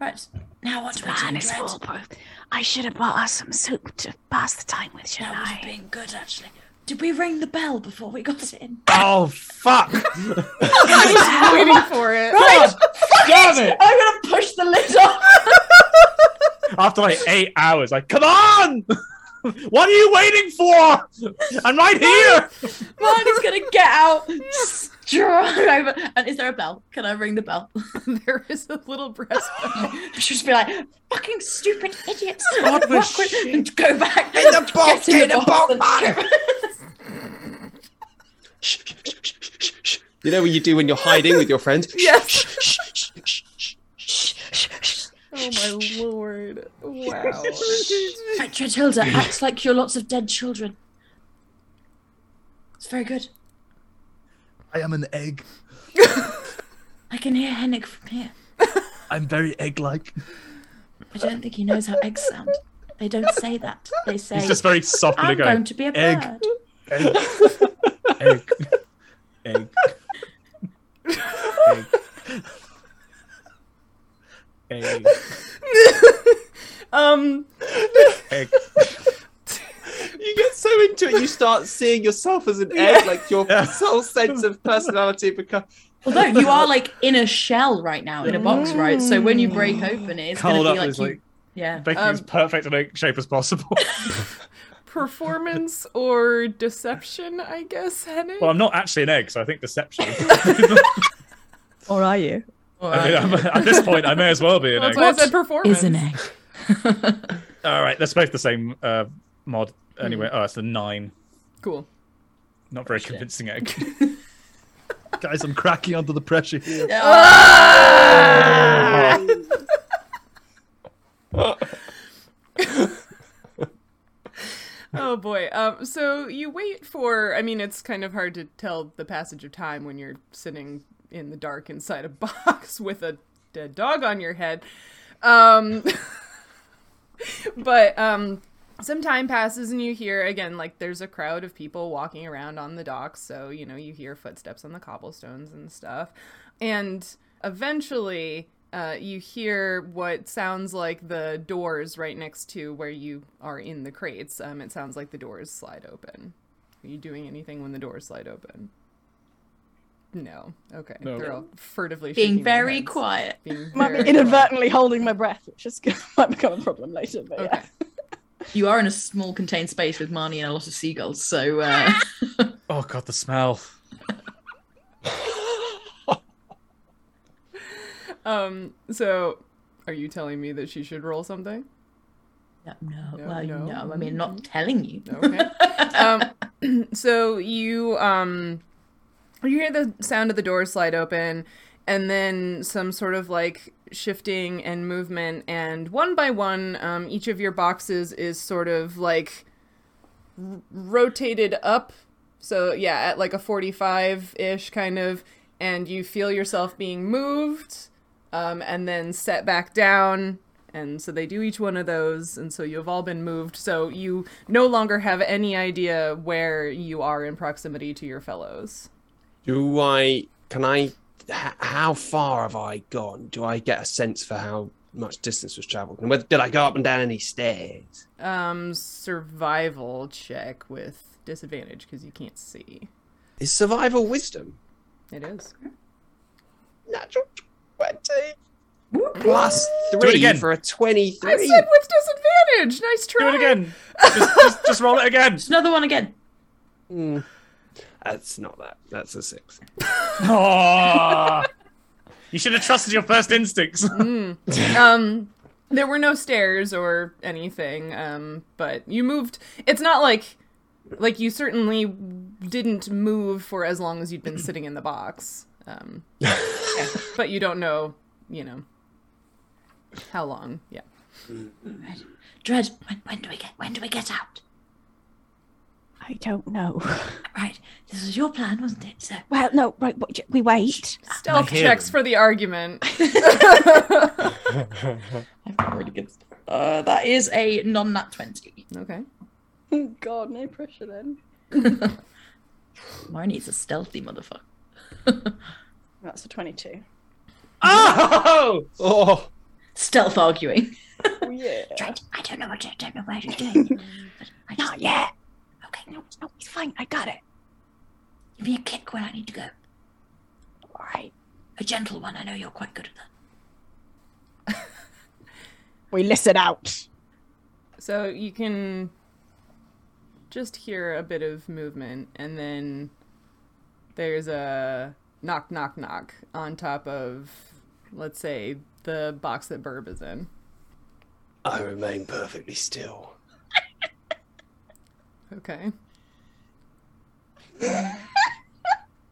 C: Right now, what do we do? Brett?
D: I should have bought us some soup to pass the time with, should
C: That would have been good, actually. Did we ring the bell before we got in?
F: Oh fuck!
A: waiting for it.
C: Right,
F: Damn it!
C: I'm gonna push the lid [laughs] off.
B: After like eight hours, like, come on! [laughs] what are you waiting for? I'm right here!
C: Marnie's gonna get out,
D: [laughs]
C: just drive over. And is there a bell? Can I ring the bell?
A: [laughs] there is a little
C: [laughs]
A: breast.
C: She'll just be like, "Fucking stupid idiots!"
B: What the
C: Walk with-
B: shit?
C: and go back
E: In the box,
C: Get
E: in the box,
C: and- [laughs]
E: [laughs] You know what you do when you're hiding with your friends?
A: yes. oh my lord!
C: [laughs]
A: Wow.
C: Right, Tretilda, act like you're lots of dead children. It's very good.
F: I am an egg.
C: [laughs] I can hear Hennig from here.
F: I'm very egg-like.
C: I don't think he knows how eggs sound. They don't say that. They say,
B: He's just very softly
C: "I'm going
B: going,
C: to be a
F: egg."
C: bird."
F: Egg. egg. Egg. Egg. Egg.
A: um,
F: Egg.
E: [laughs] You get so into it, you start seeing yourself as an egg, like your
F: Yeah.
E: [laughs] whole sense of personality becomes.
C: Although you are like in a shell right now, in a box, right? So when you break open it, it's going
B: curled
C: to
B: up
C: be
B: is
C: like, you...
B: like
C: yeah.
B: making
A: Um,
B: as perfect a shape as possible.
A: performance or deception, I guess. Henning.
B: well, I'm not actually an egg, so I think deception.
H: Or are you?
B: I mean, I'm- at this point, I may as well be an
A: That's
B: egg.
A: why I said performance.
C: Is an egg.
B: All right, that's both the same uh, mod. Anyway, oh, it's a nine.
A: Cool.
B: Not very convincing eh? egg.
F: Guys, I'm cracking under the pressure here.
A: Oh boy. Um, so you wait for. I mean, it's kind of hard to tell the passage of time when you're sitting in the dark inside a [laughs] box with a dead dog on your head. Um, [laughs] but um, some time passes and you hear again, like there's a crowd of people walking around on the docks. So you know you hear footsteps on the cobblestones and stuff, and eventually. Uh, you hear what sounds like the doors right next to where you are in the crates. Um, it sounds like the doors slide open. Are you doing anything when the doors slide open? No. Okay.
B: No.
A: They're all furtively
C: Being
A: shaking their
C: very
A: heads.
C: quiet.
A: Being
H: Might
A: very
H: be inadvertently holding my breath, which is gonna, [laughs] might become a problem later. But
A: quiet.
H: yeah.
A: Okay.
C: You are in a small contained space with Marnie and a lot of seagulls, so [laughs] uh,
B: oh god, the smell.
A: Um. So, are you telling me that she should roll something?
C: no, no,
A: No,
C: well,
A: no.
C: no. I mean, not telling you.
A: Okay. um. [clears throat] So you um, you hear the sound of the door slide open, and then some sort of like shifting and movement, and one by one, um, each of your boxes is sort of like r- rotated up. So yeah, at like a forty-five ish kind of, and you feel yourself being moved. um, and then set back down. And so they do each one of those, and so you've all been moved. So you no longer have any idea where you are in proximity to your fellows.
E: Do I? Can I? H- how far have I gone? Do I get a sense for how much distance was travelled, and whether did I go up and down any stairs?
A: Um, survival check with disadvantage because you can't see.
E: Is survival wisdom?
A: It is.
E: [laughs] Natural 20. Plus
B: it
E: three
B: again.
E: for a 23.
A: I said with disadvantage. Nice
B: Do
A: try.
B: it again. just, just, just roll it again. [laughs]
C: It's another one again.
E: Mm. That's not that. That's a six.
B: Aw. you should have trusted your first instincts. [laughs]
A: Mm. Um, there were no stairs or anything. Um, but you moved. It's not like, like you certainly didn't move for as long as you'd been sitting in the box. Um, but you don't know, you know, how long. Yeah.
C: Dread, when, when do we get when do we get out?
D: I don't know.
C: Right. This was your plan, wasn't it? So
D: Well, no, right. wait, We wait.
A: Stealth
B: hear
A: checks
B: them.
A: for the argument. [laughs]
C: I've got really good uh, that is a non nat twenty.
A: okay.
H: God, no pressure then.
C: Marnie's a stealthy motherfucker.
H: That's a 22.
E: Oh! Oh!
C: Stealth arguing.
H: Oh, yeah.
C: Dread, I don't know what I don't know what you're doing. but I just,
D: Not yet.
C: okay, no,
D: No, it's fine. I got it.
C: give me a kick when I need to go.
D: All right.
C: A gentle one, I know you're quite good at
H: [laughs]
C: that.
D: We listen out.
A: So you can just hear a bit of movement, and then there's a knock, knock, knock on top of, let's say, the box that Burb is in.
E: I remain perfectly still.
A: Okay. [laughs]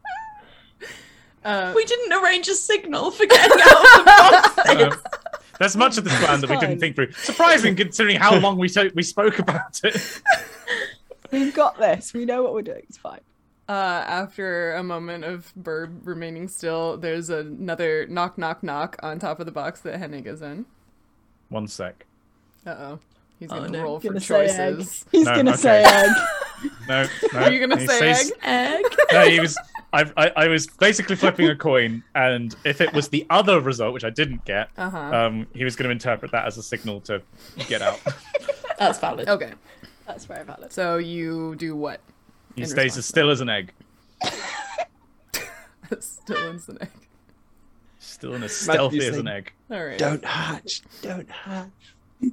A: uh,
C: [laughs] We didn't arrange a signal for getting out of the [laughs] box.
B: Uh, that's much of the plan that we
H: fine.
B: didn't think through. Surprising considering how long we to- we spoke about it.
H: We've got this. We know what we're doing. It's fine.
A: uh, after a moment of Burb remaining still, there's another knock, knock, knock on top of the box that Hennig is in.
B: One sec.
A: Uh oh. He's
C: Oh,
A: gonna
C: no.
A: roll for
H: Gonna say egg.
A: choices.
H: He's
B: No,
H: gonna
B: okay.
H: say uh, egg.
B: No, no.
A: Are you gonna
B: He
A: say
B: says-
A: egg?
C: Egg.
B: no, he was. I, I, I was basically flipping a coin, and if it was the other result, which I didn't get,
A: Uh-huh.
B: um, he was going to interpret that as a signal to get out.
C: That's valid.
A: Okay.
H: That's very valid.
A: So you do what? [laughs]
B: He
A: In
B: stays
A: response.
B: as still as an egg,
A: Still in the egg.
B: still and as stealthy as an
E: saying-
B: egg.
A: All right.
E: Don't hatch. Don't hatch.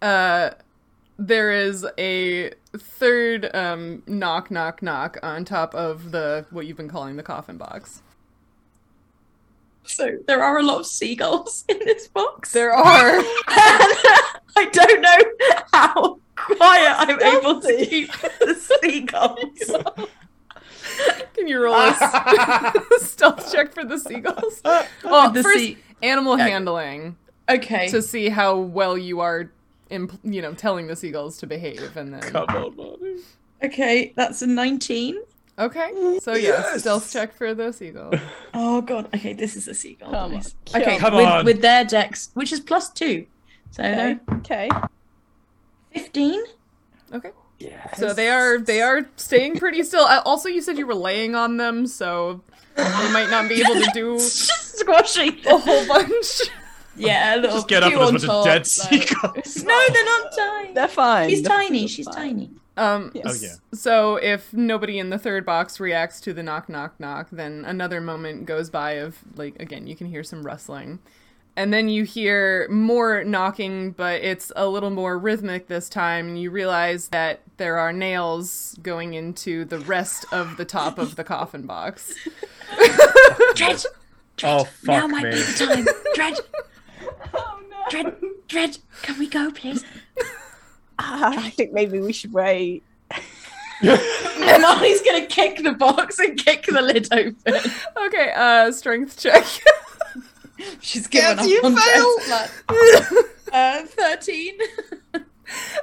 A: Uh, there is a third um, knock, knock, knock on top of the what you've been calling the coffin box.
C: So there are a lot of seagulls in this box.
A: There are. [laughs]
C: [laughs] I don't know how quiet I'm able to keep the
H: [laughs]
C: seagulls.
A: Can you roll a s- [laughs] stealth check for the seagulls? Well,
C: The
A: first
C: sea-
A: animal
C: Yeah.
A: handling
C: Okay.
A: to see how well you are, imp- you know, telling the seagulls to behave, and then
B: Come on, Marty.
C: Okay, that's a 19.
A: okay. So yeah, stealth check for the seagull.
C: Oh god. Okay, this is a seagull.
H: Come
C: Nice.
H: on.
C: Okay,
B: Come
C: with,
B: on.
C: with their decks, which is plus two. So
H: Okay. Okay. [laughs]
C: 15?
A: Okay.
E: Yeah.
A: So they are they are staying pretty still. Uh, Also, you said you were laying on them, so they might not be able to do
C: It's just squashing.
A: a whole bunch.
C: Oh, Yeah, a little
B: Just get up
C: few
B: and as
C: "Oh, on
B: much as
C: top,
B: dead
C: like-
B: seagulls.
C: No, they're not tiny.
H: They're fine.
C: She's
H: They're
C: tiny.
H: fine.
C: She's
H: Fine.
C: tiny.
A: Um.
H: Yes.
B: Oh, yeah.
A: So if nobody in the third box reacts to the knock knock knock, then another moment goes by of like again you can hear some rustling. And then you hear more knocking, but it's a little more rhythmic this time, and you realize that there are nails going into the rest of the top of the coffin box.
C: Dread. Dread.
B: Oh
C: now
B: fuck
C: might be
B: me! Oh,
C: the time.
B: [laughs]
C: Dread. Dread. Dread. Can we go, please?
D: Ah,
H: I think maybe we should wait.
C: Marley's gonna kick the box and kick the lid open.
A: Okay, uh, strength check.
C: She's given
E: Yes,
C: up
E: you
C: on
E: failed.
C: Dread's
B: [laughs]
C: plan. Uh, thirteen.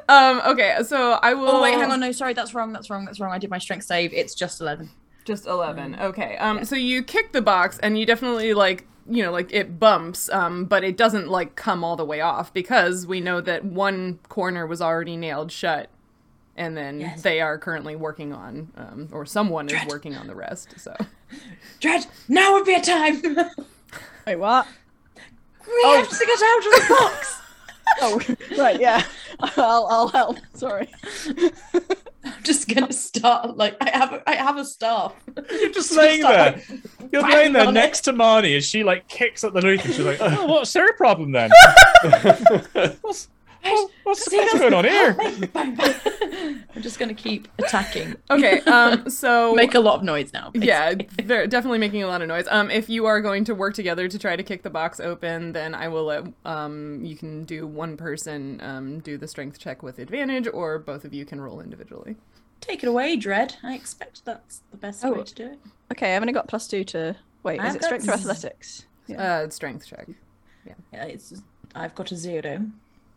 A: Um, okay, so I will.
C: Oh wait, hang on. No, sorry, that's wrong. That's wrong. That's wrong. I did my strength save. It's just eleven.
A: Just 11. Okay. Um, so you kick the box and you definitely like, you know, like it bumps, um, but it doesn't like come all the way off because we know that one corner was already nailed shut and then
C: Yes.
A: they are currently working on, um, or someone is
C: Dread.
A: working on the rest. So
C: Dread. Now would be a time. [laughs] we
B: Oh.
H: Wait, what?
C: have to get out of the
B: [laughs]
C: box.
H: [laughs] Oh, right. Yeah. I'll, I'll help. Sorry.
C: just gonna start like I have a, I have a staff.
B: You're just laying
C: start,
B: there. You're
C: banging
B: laying there
C: on
B: next to Marnie as she like kicks up the roof and she's like, oh, what's her problem
C: [laughs]
B: then? what's what- what's, what's
C: Just hit us
B: going on
C: with- [laughs]
B: here?
C: Bang, bang, bang. I'm just gonna keep attacking.
A: Okay, [laughs] um, so
C: Make a lot of noise now. please.
A: yeah, they're definitely making a lot of noise. Um, if you are going to work together to try to kick the box open, then I will let um you can do one person um do the strength check with advantage, or both of you can roll individually.
C: Take it away, Dread. I expect that's the best
H: Oh.
C: way to do it.
H: Okay, I've only got plus two to. Wait,
C: I've
H: is it
C: got
H: strength or
C: z-
H: athletics?
A: Uh, strength check.
C: Yeah, it's I've got a zero.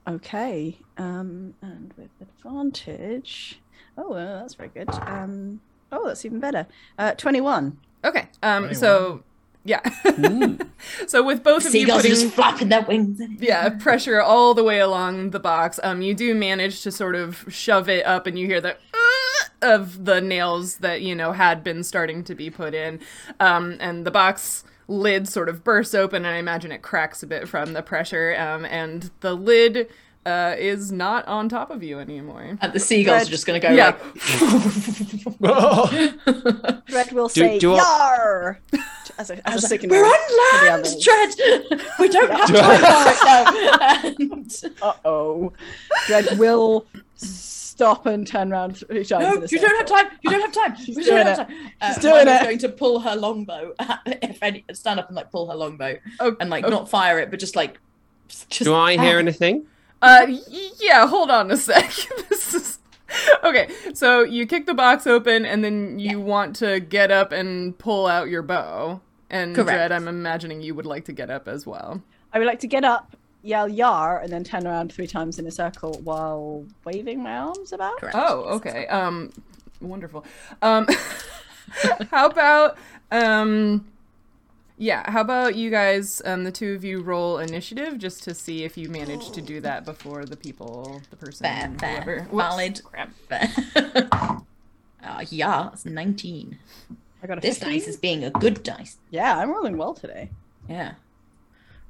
H: Okay, um, and with advantage. Oh, well, that's very good. Um, oh, that's even better. Uh, Twenty-one.
A: Okay. Um. So yeah. [laughs] so with both of you
C: Seagulls are
A: putting
C: just flapping their wings.
A: yeah pressure all the way along the box, um, you do manage to sort of shove it up, and you hear the. "Uh," Of the nails that you know had been starting to be put in, um, and the box lid sort of bursts open, and I imagine it cracks a bit from the pressure, um, and the lid uh, is not on top of you anymore.
C: And the seagulls
H: Dread.
C: are just gonna go
A: Yeah.
C: like [laughs]
H: Red will
E: Do-
H: say
E: do I-
H: "yar" as a, as a signal.
C: We're
H: to the
C: on [laughs] land,
H: others.
C: Dread! We don't have time for it now. [laughs] And-
D: Uh oh. Dread will stop and turn around three times.
C: No,
D: in a
C: you don't
D: circle.
C: have time. You don't have time. She's
D: doing
C: don't
D: it.
C: Have time. Uh,
D: She's doing
C: Marnie's
D: it.
C: going to pull her longbow. [laughs] if any, stand up and like pull her longbow
A: Oh,
C: and like
A: oh.
C: not fire it, but just like. Just,
E: [laughs] Do I hear anything?
A: Uh, y- yeah, hold on a [laughs] sec. this is. Okay, so you kick the box open and then you want to get up and pull out your bow. And
C: Correct.
A: Dread, I'm imagining you would like to get up as well.
D: I would like to get up, yell "yar," and then turn around three times in a circle while waving my arms about.
C: Correct.
A: Oh, okay. Um wonderful. Um [laughs] how about um yeah, how about you guys um the two of you roll initiative just to see if you manage to do that before the people, the person
C: Fair,
A: whoever.
C: fair.
A: Whoops.
C: Valid. [laughs] Fair. uh, yeah, it's 19.
D: I got a
C: This
D: 15.
C: dice is being a good dice.
D: Yeah, I'm rolling well today.
C: Yeah.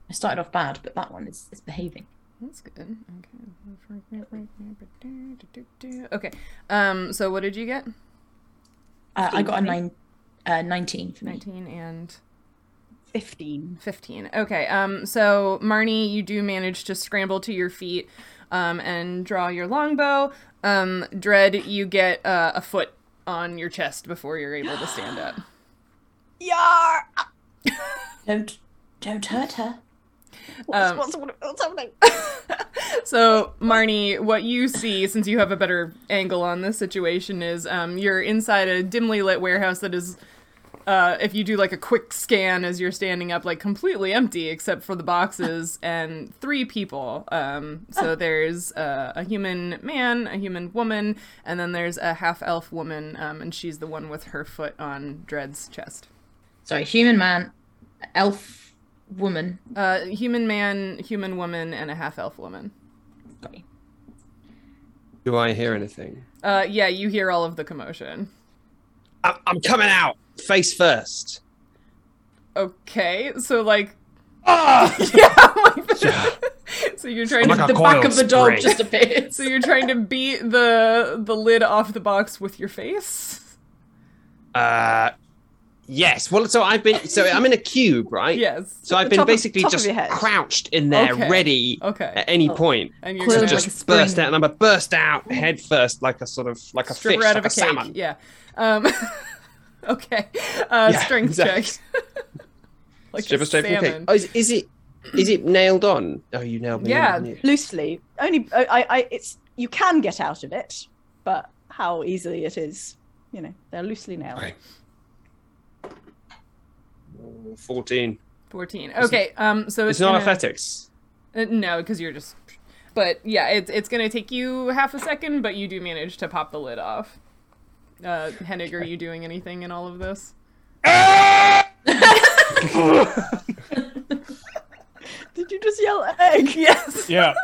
C: I started off bad, but that one is, is behaving.
A: That's good. Okay. Okay. Um. So what did you get?
C: Uh, I got a
D: Fifteen,
C: nine, uh, 19 for me.
A: Nineteen and
D: Fifteen.
A: fifteen. Okay. Um. So Marnie, you do manage to scramble to your feet, um, and draw your longbow. Um. Dread, you get uh, a foot on your chest before you're able to stand up.
C: Um,
H: Yar!
C: Don't, don't hurt her.
H: What's,
A: Um,
H: what's, what's happening?
A: So, Marnie, what you see, since you have a better angle on this situation, is um, you're inside a dimly lit warehouse that is, uh, if you do like a quick scan as you're standing up, like completely empty except for the boxes and three people. Um, so there's uh, a human man, a human woman, and then there's a half elf woman, um, and she's the one with her foot on Dred's chest.
C: Sorry, human man, elf woman.
A: Uh, human man, human woman, and a half elf woman.
C: Got you.
E: Do I hear anything?
A: Uh, yeah, you hear all of the commotion.
E: I- I'm coming out face first.
A: Okay, so like,
E: Ah!
A: [laughs] yeah, like- [laughs] so you're trying
E: I'm
A: to
E: like
C: the
E: a
C: back
E: coiled
C: of the dog
E: spring.
C: just appears. [laughs]
A: so you're trying to beat the the lid off the box with your face.
E: Uh, yes. Well, so I've been. So I'm in a cube, right?
A: Yes.
E: So I've
H: the
E: been
H: top of-
E: basically
H: top of
E: just
H: your head.
E: crouched in there,
A: Okay.
E: ready
A: Okay,
E: at any point.
A: and you're
C: Coiled
A: gonna
C: like
E: just
C: a spring.
E: burst out, and I'm a burst out head first, like a sort of like a
A: strip
E: fish,
A: her out
E: like
A: of
E: a,
A: a cake.
E: salmon.
A: Yeah. Um, [laughs] okay. Uh,
E: Yeah,
A: strength
E: exactly.
A: check. [laughs] like
E: Strip
A: a
E: her straight from the cake.
A: salmon.
E: Oh, is, is it? Is it nailed on? Oh, you nailed me.
A: Yeah.
E: didn't you?
D: Loosely, only I, I, I. It's you can get out of it, but how easily it is, you know, they're loosely nailed.
E: Okay. Fourteen.
A: Fourteen. Okay. Um. So it's,
E: It's not
A: gonna-
E: athletics.
A: Uh, no, because you're just. But yeah, it's it's gonna take you half a second, but you do manage to pop the lid off. Uh, Hennig, are you doing anything in all of this?
D: Did you just yell
A: [laughs]
D: egg?
A: Yes.
B: Yeah.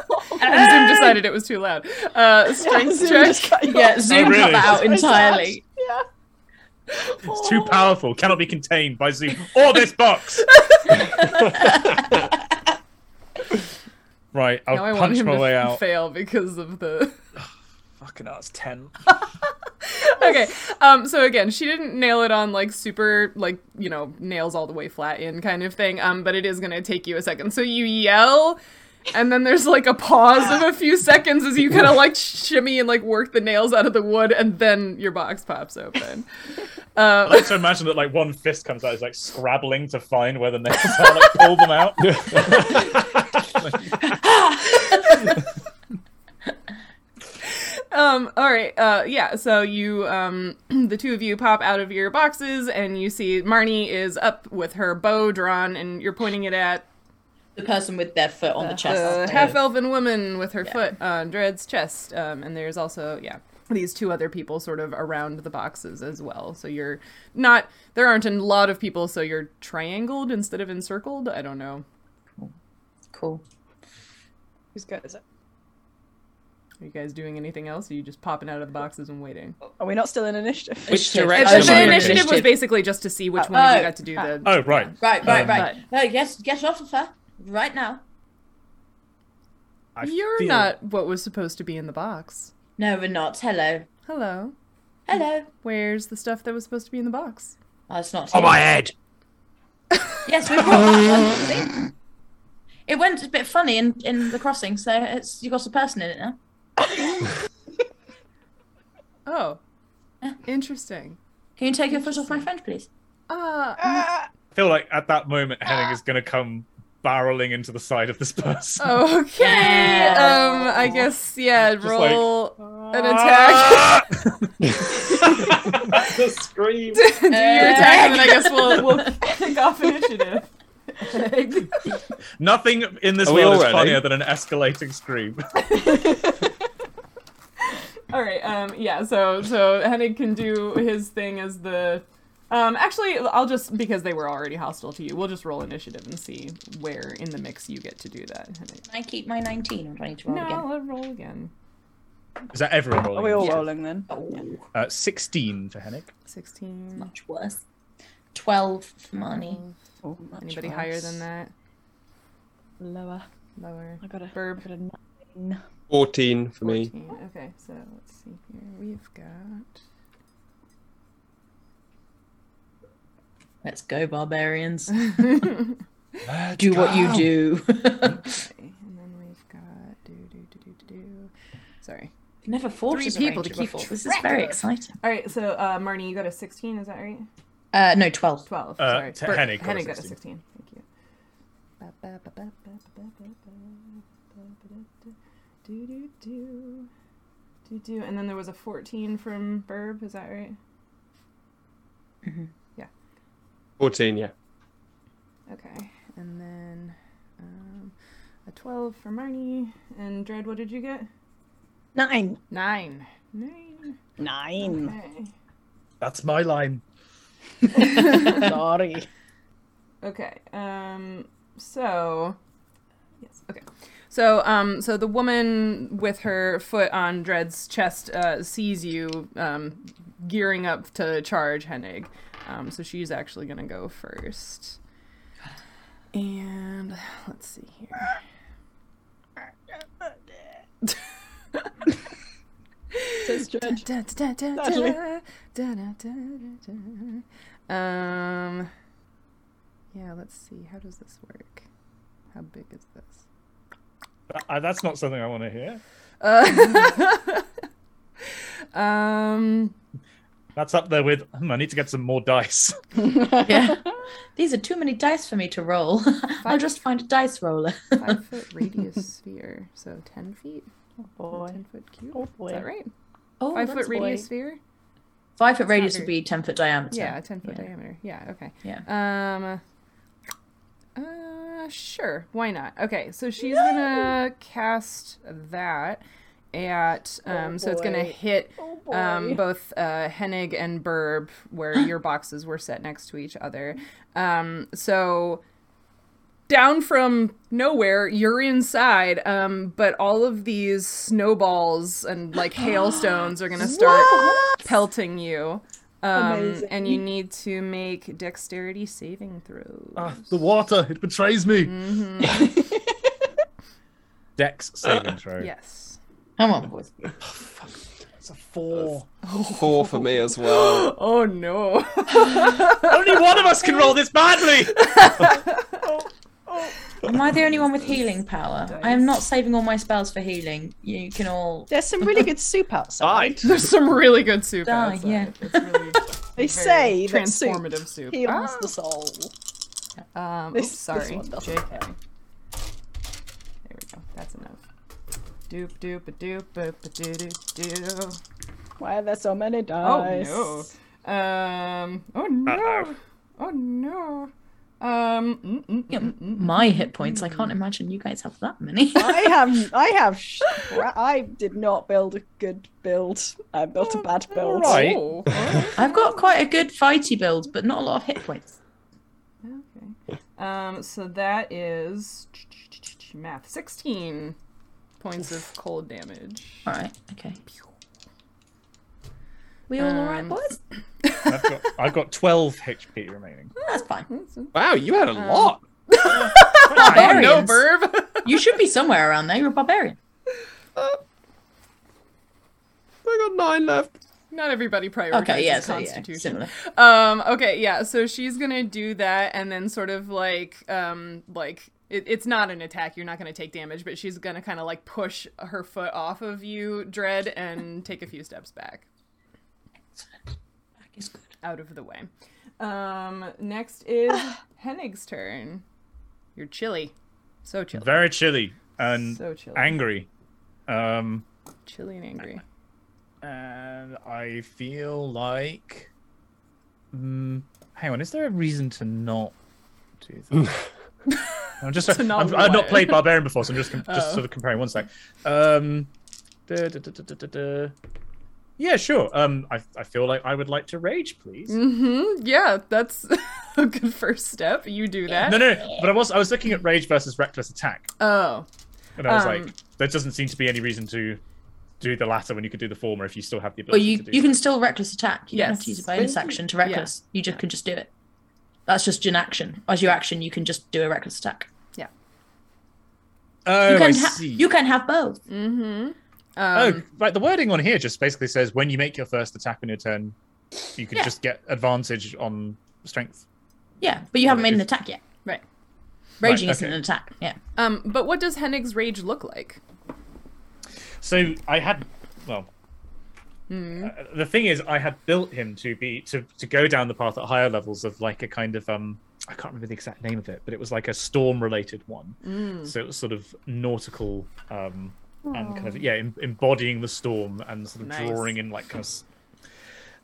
A: And Zoom decided it was too loud. Uh,
D: [laughs]
A: strength
D: Zoom just
A: check.
D: cut you
C: yeah,
D: off.
C: Zoom
B: really?
C: cut
D: [laughs]
C: that out
D: That's my
C: entirely.
D: Yeah.
B: It's too powerful. Cannot be contained by Zoom or this box. [laughs] right, I'll
A: Now I want [laughs]
B: punch
A: him
B: my
A: to
B: way
A: f-
B: out.
A: fail because of the.
B: Fucking that's ten.
A: [laughs] okay. Um, so again, she didn't nail it on like super like you know nails all the way flat in kind of thing. Um, but it is gonna take you a second. So you yell, and then there's like a pause of a few seconds as you kind of like shimmy and like work the nails out of the wood, and then your box pops open.
B: I like to imagine that like one fist comes out, is like scrabbling to find where the nails are, like pull them out.
A: um all right uh yeah so you um [clears throat] the two of you pop out of your boxes and you see marnie is up with her bow drawn and you're pointing it at
C: the person with their foot
A: Uh,
C: on the chest.
A: the half elven woman with her foot on Dred's chest. Um, and there's also, yeah, these two other people sort of around the boxes as well. So you're not, there aren't a lot of people, so you're triangled instead of encircled. I don't know.
C: cool.
I: Who's good is it?
A: Are you guys doing anything else? Or are you just popping out of the boxes and waiting?
I: Are we not still in initiative?
E: Which
C: Initiative.
A: And
E: direction?
C: Oh,
A: the
E: am I
C: sorry.
E: in?
A: initiative was
C: Initiative.
A: basically just to see which one of you
C: Oh.
A: got to do the.
B: [laughs] Oh right.
C: Right, right,
B: Um,
C: right. No, yes, get off of her right now.
B: I
A: You're
B: feel-
A: not what was supposed to be in the box.
C: No, we're not. Hello,
A: Hello.
C: hello.
A: Where's the stuff that was supposed to be in the box?
C: Oh, it's not.
F: my head.
C: Yes, we brought that one. See? It went a bit funny in, in the crossing, so it's you got a person in it now.
A: Oh.
C: Yeah.
A: Interesting.
C: Can you take your foot off my friend, please?
A: Ah,
B: I feel like at that moment Henning is going to come barreling into the side of this person.
A: Ah, Okay. Um, I
C: Wow.
A: guess yeah.
B: Just like- ah.
A: roll Oh, an attack. [laughs]
I: [laughs]
B: That's a scream.
A: Do your attack, and then I guess we'll
C: [laughs]
A: we'll kick off initiative.
B: Nothing in this
E: Are we
B: world is
E: all ready?
B: funnier than an escalating scream.
A: [laughs] All right. Um. Yeah. So so Hennig can do his thing as the. Um. Actually, I'll just because they were already hostile to you. We'll just roll initiative and see where in the mix you get to do that. Hennig.
C: Can I keep my 19 or do I need to roll
A: No,
C: again?
A: I'll roll again.
B: Is that everyone rolling?
I: Are we all
C: Yeah.
I: rolling then?
C: Oh,
B: Uh, 16 for Henning.
A: Sixteen.
C: much worse. 12 for Marnie.
I: Oh, much
A: Anybody
I: worse.
A: higher than that?
I: Lower.
A: Lower.
I: I got a.
A: Burb.
I: I got a nine.
E: 14 for me.
A: 14. Okay, so let's see here. We've
I: [laughs]
A: got.
C: Let's
A: [laughs]
C: go, barbarians. [laughs] do what you do.
A: Okay, and then we've got. Do, do, do, do, do, do. Sorry.
C: Never fought
A: Three
C: as a
A: people to
C: ranger
A: keep
C: before. This is
A: track
C: very
A: of.
C: exciting.
A: All right, so uh, Marnie, you got a 16, is that right?
C: Uh, no,
A: [laughs]
C: 12.
A: 12.
B: Uh,
A: sorry.
B: T-
A: Bert-
B: Hennig got a
A: Hennig got a
B: 16.
A: 16. Thank you. Ba, ba, ba, ba, ba, ba, ba, ba, ba, ba, da, da. Do, do, do. Do, do. And then there was a 14 from Burb, is that right?
E: 14, yeah.
A: Okay. And then um, a 12 for Marnie. And Dread, what did you get?
D: Nine.
A: Nine. Nine. [laughs]
D: Nine.
A: Okay.
F: That's my line.
D: Sorry.
A: Okay. Um. So. Yes. Okay. So, um, so the woman with her foot on Dred's chest uh, sees you um, gearing up to charge Hennig. Um, so she's actually gonna go first. And let's see here.
I: Says Judge.
A: Da, da, da, da,
I: Sadly.
A: da, da, da, da, da. Um. Yeah. Let's see. How does this work? How big is this?
B: That- uh, that's not something I want to hear.
A: Uh, [laughs] um,
B: That's up there with, hmm, I need to get some more dice. [laughs]
C: Yeah. These are too many dice for me to roll. [laughs] I'll
A: Five.
C: just find a dice roller.
A: five foot
I: [laughs]
A: radius sphere, so ten feet.
I: Boy.
A: Ten foot cube.
I: Oh
A: Is that
I: boy.
A: right?
C: [laughs] Oh,
A: Five
C: that's
A: foot radius
C: boy.
A: sphere.
C: Five foot radius
A: very-
C: would be 10 foot diameter.
A: Yeah, ten foot
C: Yeah.
A: diameter. Yeah. Okay.
C: Yeah.
A: Um. Uh, sure. Why not? Okay, so she's gonna cast that at um, so it's gonna
I: Oh, boy.
A: hit
I: Oh boy.
A: um, both uh, Hennig and Burb, where your boxes were set next to each other. Um, so down from nowhere, you're inside, um, but all of these snowballs and
H: [gasps]
A: like hailstones are gonna start pelting you. Um,
I: Amazing.
A: and you need to make dexterity saving throws.
B: Oh,
F: Ah, the water. It betrays me.
A: Mhm.
B: Dex saving throw.
A: Yes.
C: Come on, boys.
B: It's a four.
E: Four for me as well.
A: Oh no.
B: Only one of us can roll this badly.
C: Am I the only one with healing power? I am not saving all my spells for healing. You can all
H: There's some really good soup
A: [laughs]
H: outside.
A: There's some really good soup.
C: die.
A: outside.
C: Yeah.
A: It's really
H: [laughs] They say that soup
A: transformative soup.
H: heals
A: Ah.
H: the soul.
A: Um,
H: This-
A: oops, sorry,
H: this one doesn't.
A: JK. There we go. That's enough. Doop doop a doop boop a doo doo doo.
H: Why are there so many
A: Oh
H: dice?
A: no. Um. Oh no. Oh no. Um. mm, mm,
C: Yeah,
A: mm, mm, mm.
C: My hit points. I can't imagine you guys have that [laughs] many.
H: I have, I have, sh- I did not build a good build. I built a bad build.
B: Right.
A: Oh, alright,
C: I've got quite a good fighty build, but not a lot of hit points.
A: okay. Um. So that is math. Sixteen points of cold damage.
C: All right. Okay. We all all right,
A: Um,
C: boys?
B: [laughs] I've got, I've got 12 HP remaining.
C: That's fine.
E: [gasps] Wow, you had a lot.
A: Oh no,
C: Barbarians.
A: verb. [laughs]
C: you should be somewhere around there. You're a barbarian.
E: I got nine left.
A: Not everybody prioritizes
C: Okay. Yeah. So yeah.
A: constitution.
C: Similar.
A: um okay yeah so she's gonna do that and then sort of like um like it, it's not an attack you're not gonna take damage but she's gonna kind of like push her foot off of you dread and take a few steps back
C: Back is good.
A: out of the way um next
C: [sighs]
A: is hennig's turn you're chilly so chilly
B: Very chilly and
A: so chilly
B: angry. Um,
A: chilly and angry
B: and I feel like. Mm, hang on, is there a reason to not do that? I'm
C: [laughs]
B: just.
A: To not
B: I'm, I've
A: what?
B: not played Barbarian before, so I'm just com-
A: Oh.
B: just sort of comparing. One sec. Um, da, da, da, da, da, da, da. Yeah, sure. Um, I I feel like I would like to rage, please.
C: Mm.
A: mm-hmm yeah that's [laughs] a good first step you do that
B: No, no, no, but I was I was looking at rage versus reckless attack,
A: oh
B: and I was
A: Um,
B: like, there doesn't seem to be any reason to do the latter when you could do the former if you still have the
C: Well,
B: ability
C: you
B: to do.
C: you can still reckless attack. You don't have
A: Yes.
C: to use a bonus action to reckless. You just can just do it. That's just an action. As your action, you can just do a reckless attack.
B: Oh,
C: You
B: I
C: can ha-
B: see.
C: you can have both.
A: mm-hmm um,
B: Oh, right. The wording on here just basically says when you make your first attack on your turn, you could
C: Yeah.
B: just get advantage on strength.
C: Yeah, but you haven't made an
B: if-
C: attack yet.
A: right
C: Raging
B: Right,
C: isn't
B: okay.
C: an attack. Yeah.
A: Um, but what does Hennig's rage look like?
B: So I had, well,
A: Hmm.
B: uh, the thing is, I had built him to be to to go down the path at higher levels of like a kind of um. I can't remember the exact name of it, but it was like a storm-related one.
A: Hmm.
B: So it was sort of nautical um, and kind of yeah, em- embodying the storm and sort of
A: Oh. Nice.
B: drawing in like kind of s-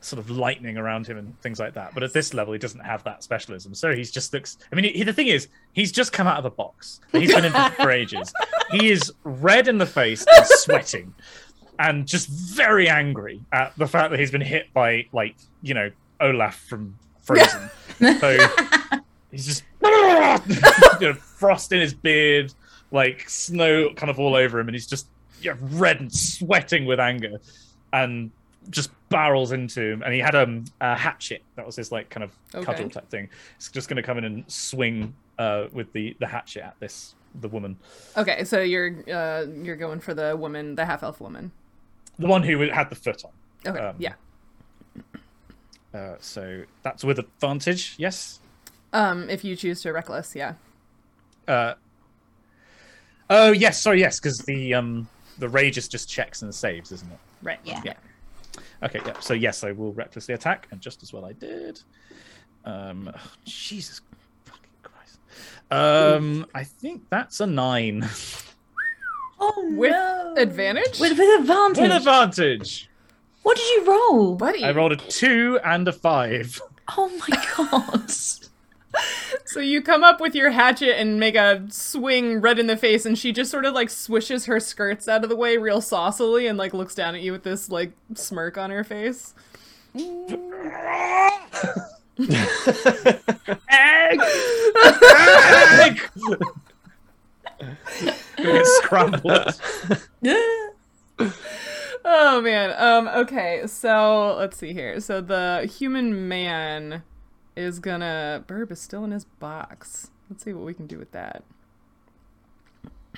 B: sort of lightning around him and things like that. But at this level, he doesn't have that specialism, so he's just looks. I mean, he, the thing is, he's just come out of a box. He's been in for for ages. He is red in the face and sweating, and just very angry at the fact that he's been hit by like you know Olaf from Frozen. so he's just [laughs] you know, frost in his beard, like snow kind of all over him, and he's just yeah, red and sweating with anger, and just barrels into him. And he had um, a hatchet that was his like kind of
A: Okay.
B: cudgel type thing. It's just going to come in and swing uh, with the the hatchet at this the woman,
A: Okay, so you're uh, you're going for the woman, the half elf woman.
B: the one who had the foot on.
A: Okay,
B: Um,
A: yeah.
B: Uh, so that's with advantage, yes.
A: Um, if you choose to reckless, yeah.
B: Uh, oh yes, sorry, yes, because the um the rage is just checks and saves, isn't it?
A: Right.
C: Yeah.
B: Okay, yep. So yes, I will recklessly attack, and just as well I did. Um, oh, Jesus fucking Christ. Um, I think that's a nine [laughs]
C: Oh
A: With
C: no.
A: advantage.
C: With with advantage.
B: with advantage.
C: what did you roll?
A: buddy.
B: I rolled a two and a five.
C: Oh [laughs] my god.
A: So you come up with your hatchet and make a swing red in the face, and she just sort of like swishes her skirts out of the way real saucily and like looks down at you with this like smirk on her face.
B: Egg! Egg! [laughs] Gonna get scrambled.
A: Oh man. Um. Okay. So let's see here. So the human man is gonna. Burb is still in his box. Let's see what we can do with that.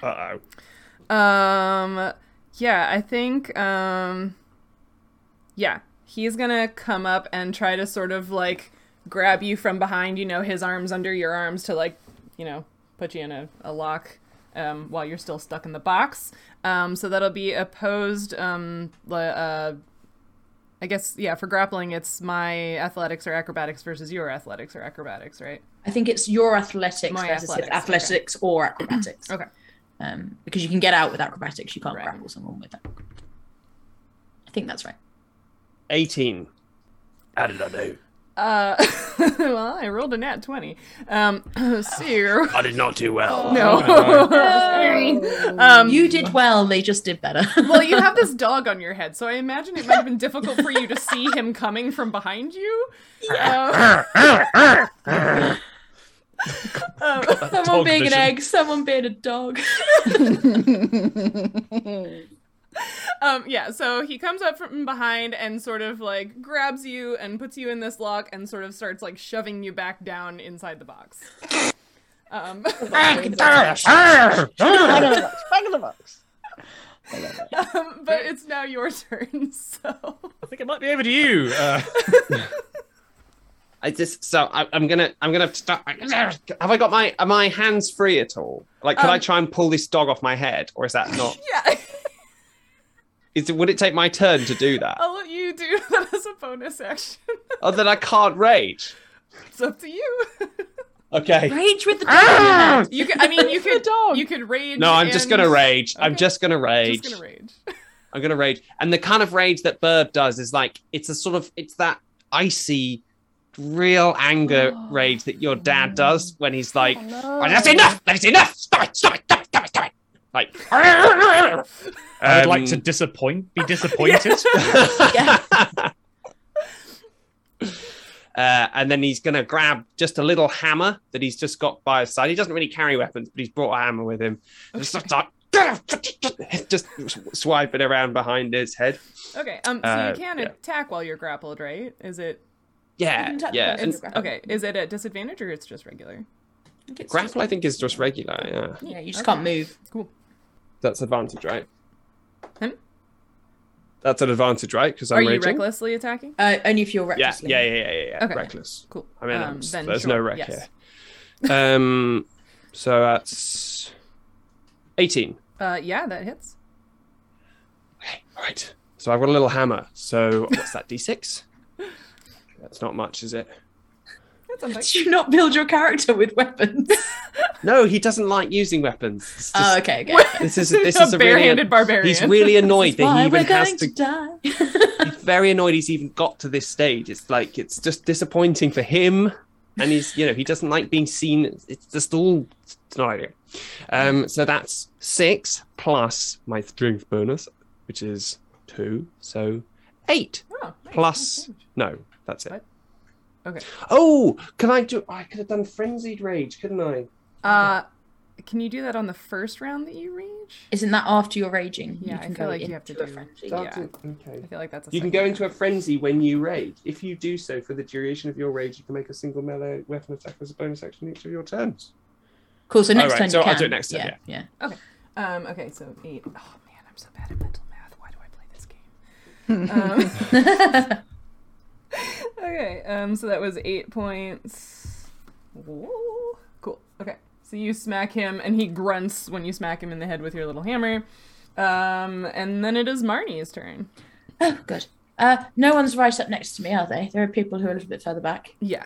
B: Uh-oh.
A: Um. Yeah. I think. Um. Yeah. He's going to come up and try to sort of like grab you from behind, you know, his arms under your arms to like, you know, put you in a, a lock um, while you're still stuck in the box. Um, so that'll be opposed. Um, le- uh, I guess, yeah, for grappling, it's my athletics or acrobatics versus your athletics or acrobatics, right?
C: I think it's your athletics
A: My
C: versus his
A: athletics, okay.
C: athletics or [clears throat] acrobatics.
A: Okay.
C: Um, because you can get out with acrobatics, you can't grapple someone with that. I think that's right.
E: 18.
F: How did I do?
A: Uh, [laughs] well, I rolled a nat 20. Um, [clears throat] so.
F: I did not do well.
A: [laughs] No. um, [laughs]
C: you did well, they just did [laughs] better.
A: well, you have this dog on your head, so I imagine it might have been difficult for you to see him coming from behind you. Um, Yeah.
C: someone
B: dog
C: being
B: vision.
C: an egg, someone being a dog.
A: Um, yeah, so he comes up from behind and sort of like grabs you and puts you in this lock and sort of starts like shoving you back down inside the box. Um, [laughs]
D: Back of the box. Back of the box.
A: um, but it's now your turn, [laughs] so.
B: I think it might be over to you. Uh,
E: I just so I, I'm gonna I'm gonna have to start. Have I got my are my hands free at all? Like, could I
A: Um,
E: try and pull this dog off my head, or
A: [laughs]
E: is that not?
A: Yeah,
E: Is it, would it take my turn to do that?
A: I'll let you do [laughs] that as a bonus action. [laughs]
E: Oh, then I can't rage.
A: It's up to you. [laughs]
C: [laughs]
E: Okay. [laughs]
C: Rage with the dog.
A: You could, I mean, you
D: [laughs]
A: could you could rage.
E: No, I'm just
A: and-
E: gonna rage. I'm
A: Okay.
E: just gonna
A: [laughs]
E: rage.
A: Just gonna rage.
E: I'm gonna rage. And the kind of rage that Bird does is like it's a sort of it's that icy, real
A: [gasps]
E: anger rage that your dad does when he's like, "Oh, "That's enough! That's enough! Stop it! Stop it! Stop it! Stop it! Stop it!" Like,
A: [laughs]
B: I'd like
E: Um,
B: to disappoint,
F: [laughs]
B: be disappointed.
E: [laughs] Uh, and then he's going to grab just a little hammer that he's just got by his side. He doesn't really carry weapons, but he's brought a hammer with him. And Just, start- [laughs] just sw- swipe it around behind his head.
A: Okay. Um. So
E: Uh,
A: you can
E: yeah.
A: attack while you're grappled, right? Is it?
E: Yeah,
C: attack
E: yeah.
C: the
E: And
A: It's, okay. Is it at disadvantage or it's just regular?
E: grapple, I think, is just regular. Yeah,
C: Yeah, you just
A: Okay.
C: can't move.
E: that's advantage, right?
A: Hmm?
E: That's an advantage, right? Because I'm
A: Are you
E: raging.
A: recklessly attacking?
C: Uh, only if you're
E: Yeah,
C: recklessly.
E: yeah, yeah, yeah, yeah. yeah.
A: Okay.
E: Reckless.
A: Cool.
E: I mean,
A: um,
E: I'm-
A: then
E: there's
A: sure.
E: no wreck
A: yes.
E: here. Um, so that's eighteen.
A: Uh. Yeah, that hits.
E: Okay, all right. So I've got a little hammer. So what's that? D six. That's not much, is it?
A: That sounds like.
C: Did you not build your character with weapons?
E: No, he doesn't like using weapons. It's
C: [laughs] oh,
E: just-
C: okay, okay.
A: [laughs]
E: This is this is a
A: barehanded
E: really.
A: barbarian.
E: He's really annoyed that he
C: Why
E: even
C: we're
E: has
C: going
E: to.
C: to die.
E: He's very annoyed he's even got to this stage. It's like it's just disappointing for him, and he's you know he doesn't like being seen. It's just all it's not ideal. Um, so that's six plus my strength bonus, which is two, so eight.
A: Oh, nice.
E: plus no that's it
A: What? Okay.
E: oh can i do i could have done frenzied rage couldn't i
A: Uh. Can you do that on the first round that you rage?
C: [laughs] Isn't that after you're raging?
A: Yeah, I
C: can
A: feel
C: go
A: like you have to
C: into a
A: do-
C: frenzy.
A: Yeah.
E: That's it, okay
A: I feel like that's. A
E: you can
A: second
E: go into a frenzy when you rage if you do so for the duration of your rage you can make a single melee weapon attack as a bonus action each of your turns
C: Cool. So next
E: Alright,
C: time
E: so
C: you
E: I'll
C: can.
E: do it next time,
C: Yeah, yeah.
A: Um, okay, so eight. Oh man, I'm so bad at mental math. Why do I play this game?
E: [laughs]
A: um, [laughs] okay, um, so that was eight points. Whoa. Cool. Okay, so you smack him, and he grunts when you smack him in the head with your little hammer. Um, and then it is Marnie's turn.
C: [laughs] Oh, good. Uh, no one's right up next to me, are they? There are people who are a little bit further back.
A: Yeah.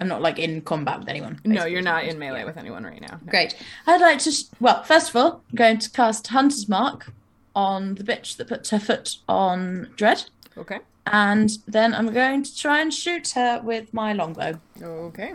C: I'm not like in combat with anyone.
A: No,
C: basically,
A: you're
C: is
A: not
C: what
A: in
C: it
A: melee
C: is.
A: with anyone right now. No.
C: Great. I'd like to. Sh- well, first of all, I'm going to cast Hunter's Mark on the bitch that put her foot on Dread,
A: Okay.
C: and then I'm going to try and shoot her with my longbow.
A: Okay.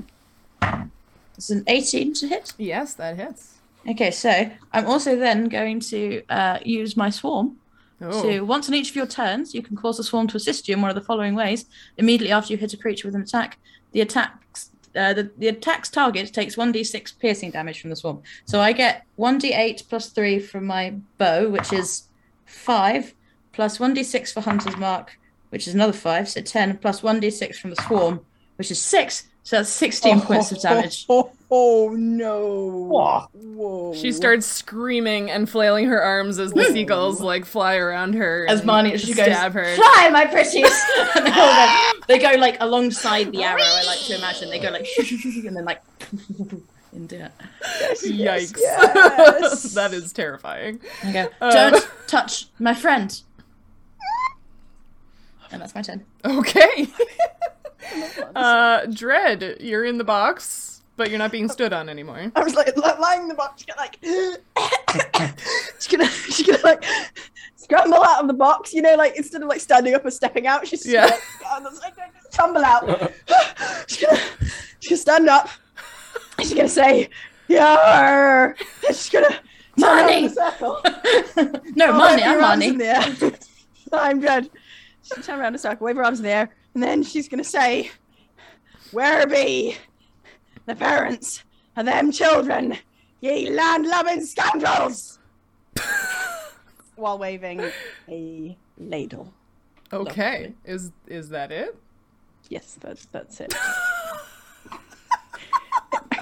C: It's an 18 to hit.
A: Yes, that hits.
C: Okay, so I'm also then going to uh, use my swarm.
A: Oh.
C: So once on each of your turns, you can cause a swarm to assist you in one of the following ways. Immediately after you hit a creature with an attack, the attacks uh, the, the attack's target takes 1d6 piercing damage from the swarm. So I get 1d8 plus 3 from my bow, which is 5, plus 1d6 for Hunter's Mark, which is another 5,
D: [laughs]
H: [laughs]
C: so 10, plus 1d6 from the swarm, which is 6. So that's 16 points of damage.
I: Oh no.
F: Wah.
I: Whoa.
A: She starts screaming and flailing her arms as the seagulls like fly around her.
C: As
A: and
C: Marnie, she goes,
A: stab her.
C: fly, my pretties. [laughs] and they, all go, they go like alongside the arrow. I like to imagine they go like, [laughs] and then like, into it.
A: [laughs] Yikes!
I: yes.
A: [laughs] that is terrifying.
C: I go,
A: Uh.
C: don't touch my friend. And that's my turn.
A: Okay. uh, Dread, you're in the box, but you're not being stood on anymore.
I: [laughs] I was like li- lying in the box, she's gonna [laughs] like she's gonna [laughs] she's gonna like scramble out of the box, you know, like instead of like standing up and stepping out, she's just
A: Yeah.
I: gonna, like, on the side, like, just tumble out. [laughs] she's gonna she's gonna stand up. And she's gonna say, Yeah and [laughs] she's gonna turn around in a
C: Marnie!
I: circle.
C: no,
I: Oh,
C: Marnie,
I: wave
C: I'm
I: your arms in
C: [laughs] Marnie.
I: the
H: [laughs]
I: air. [laughs] I'm dead. She turn around and circle, wave her arms in the air, and then she's gonna say, "Where be the parents of them children, ye land-loving scoundrels!"
H: [laughs] while waving a ladle.
A: Okay. Is is that it?
H: Yes, that's that's it.
I: [laughs]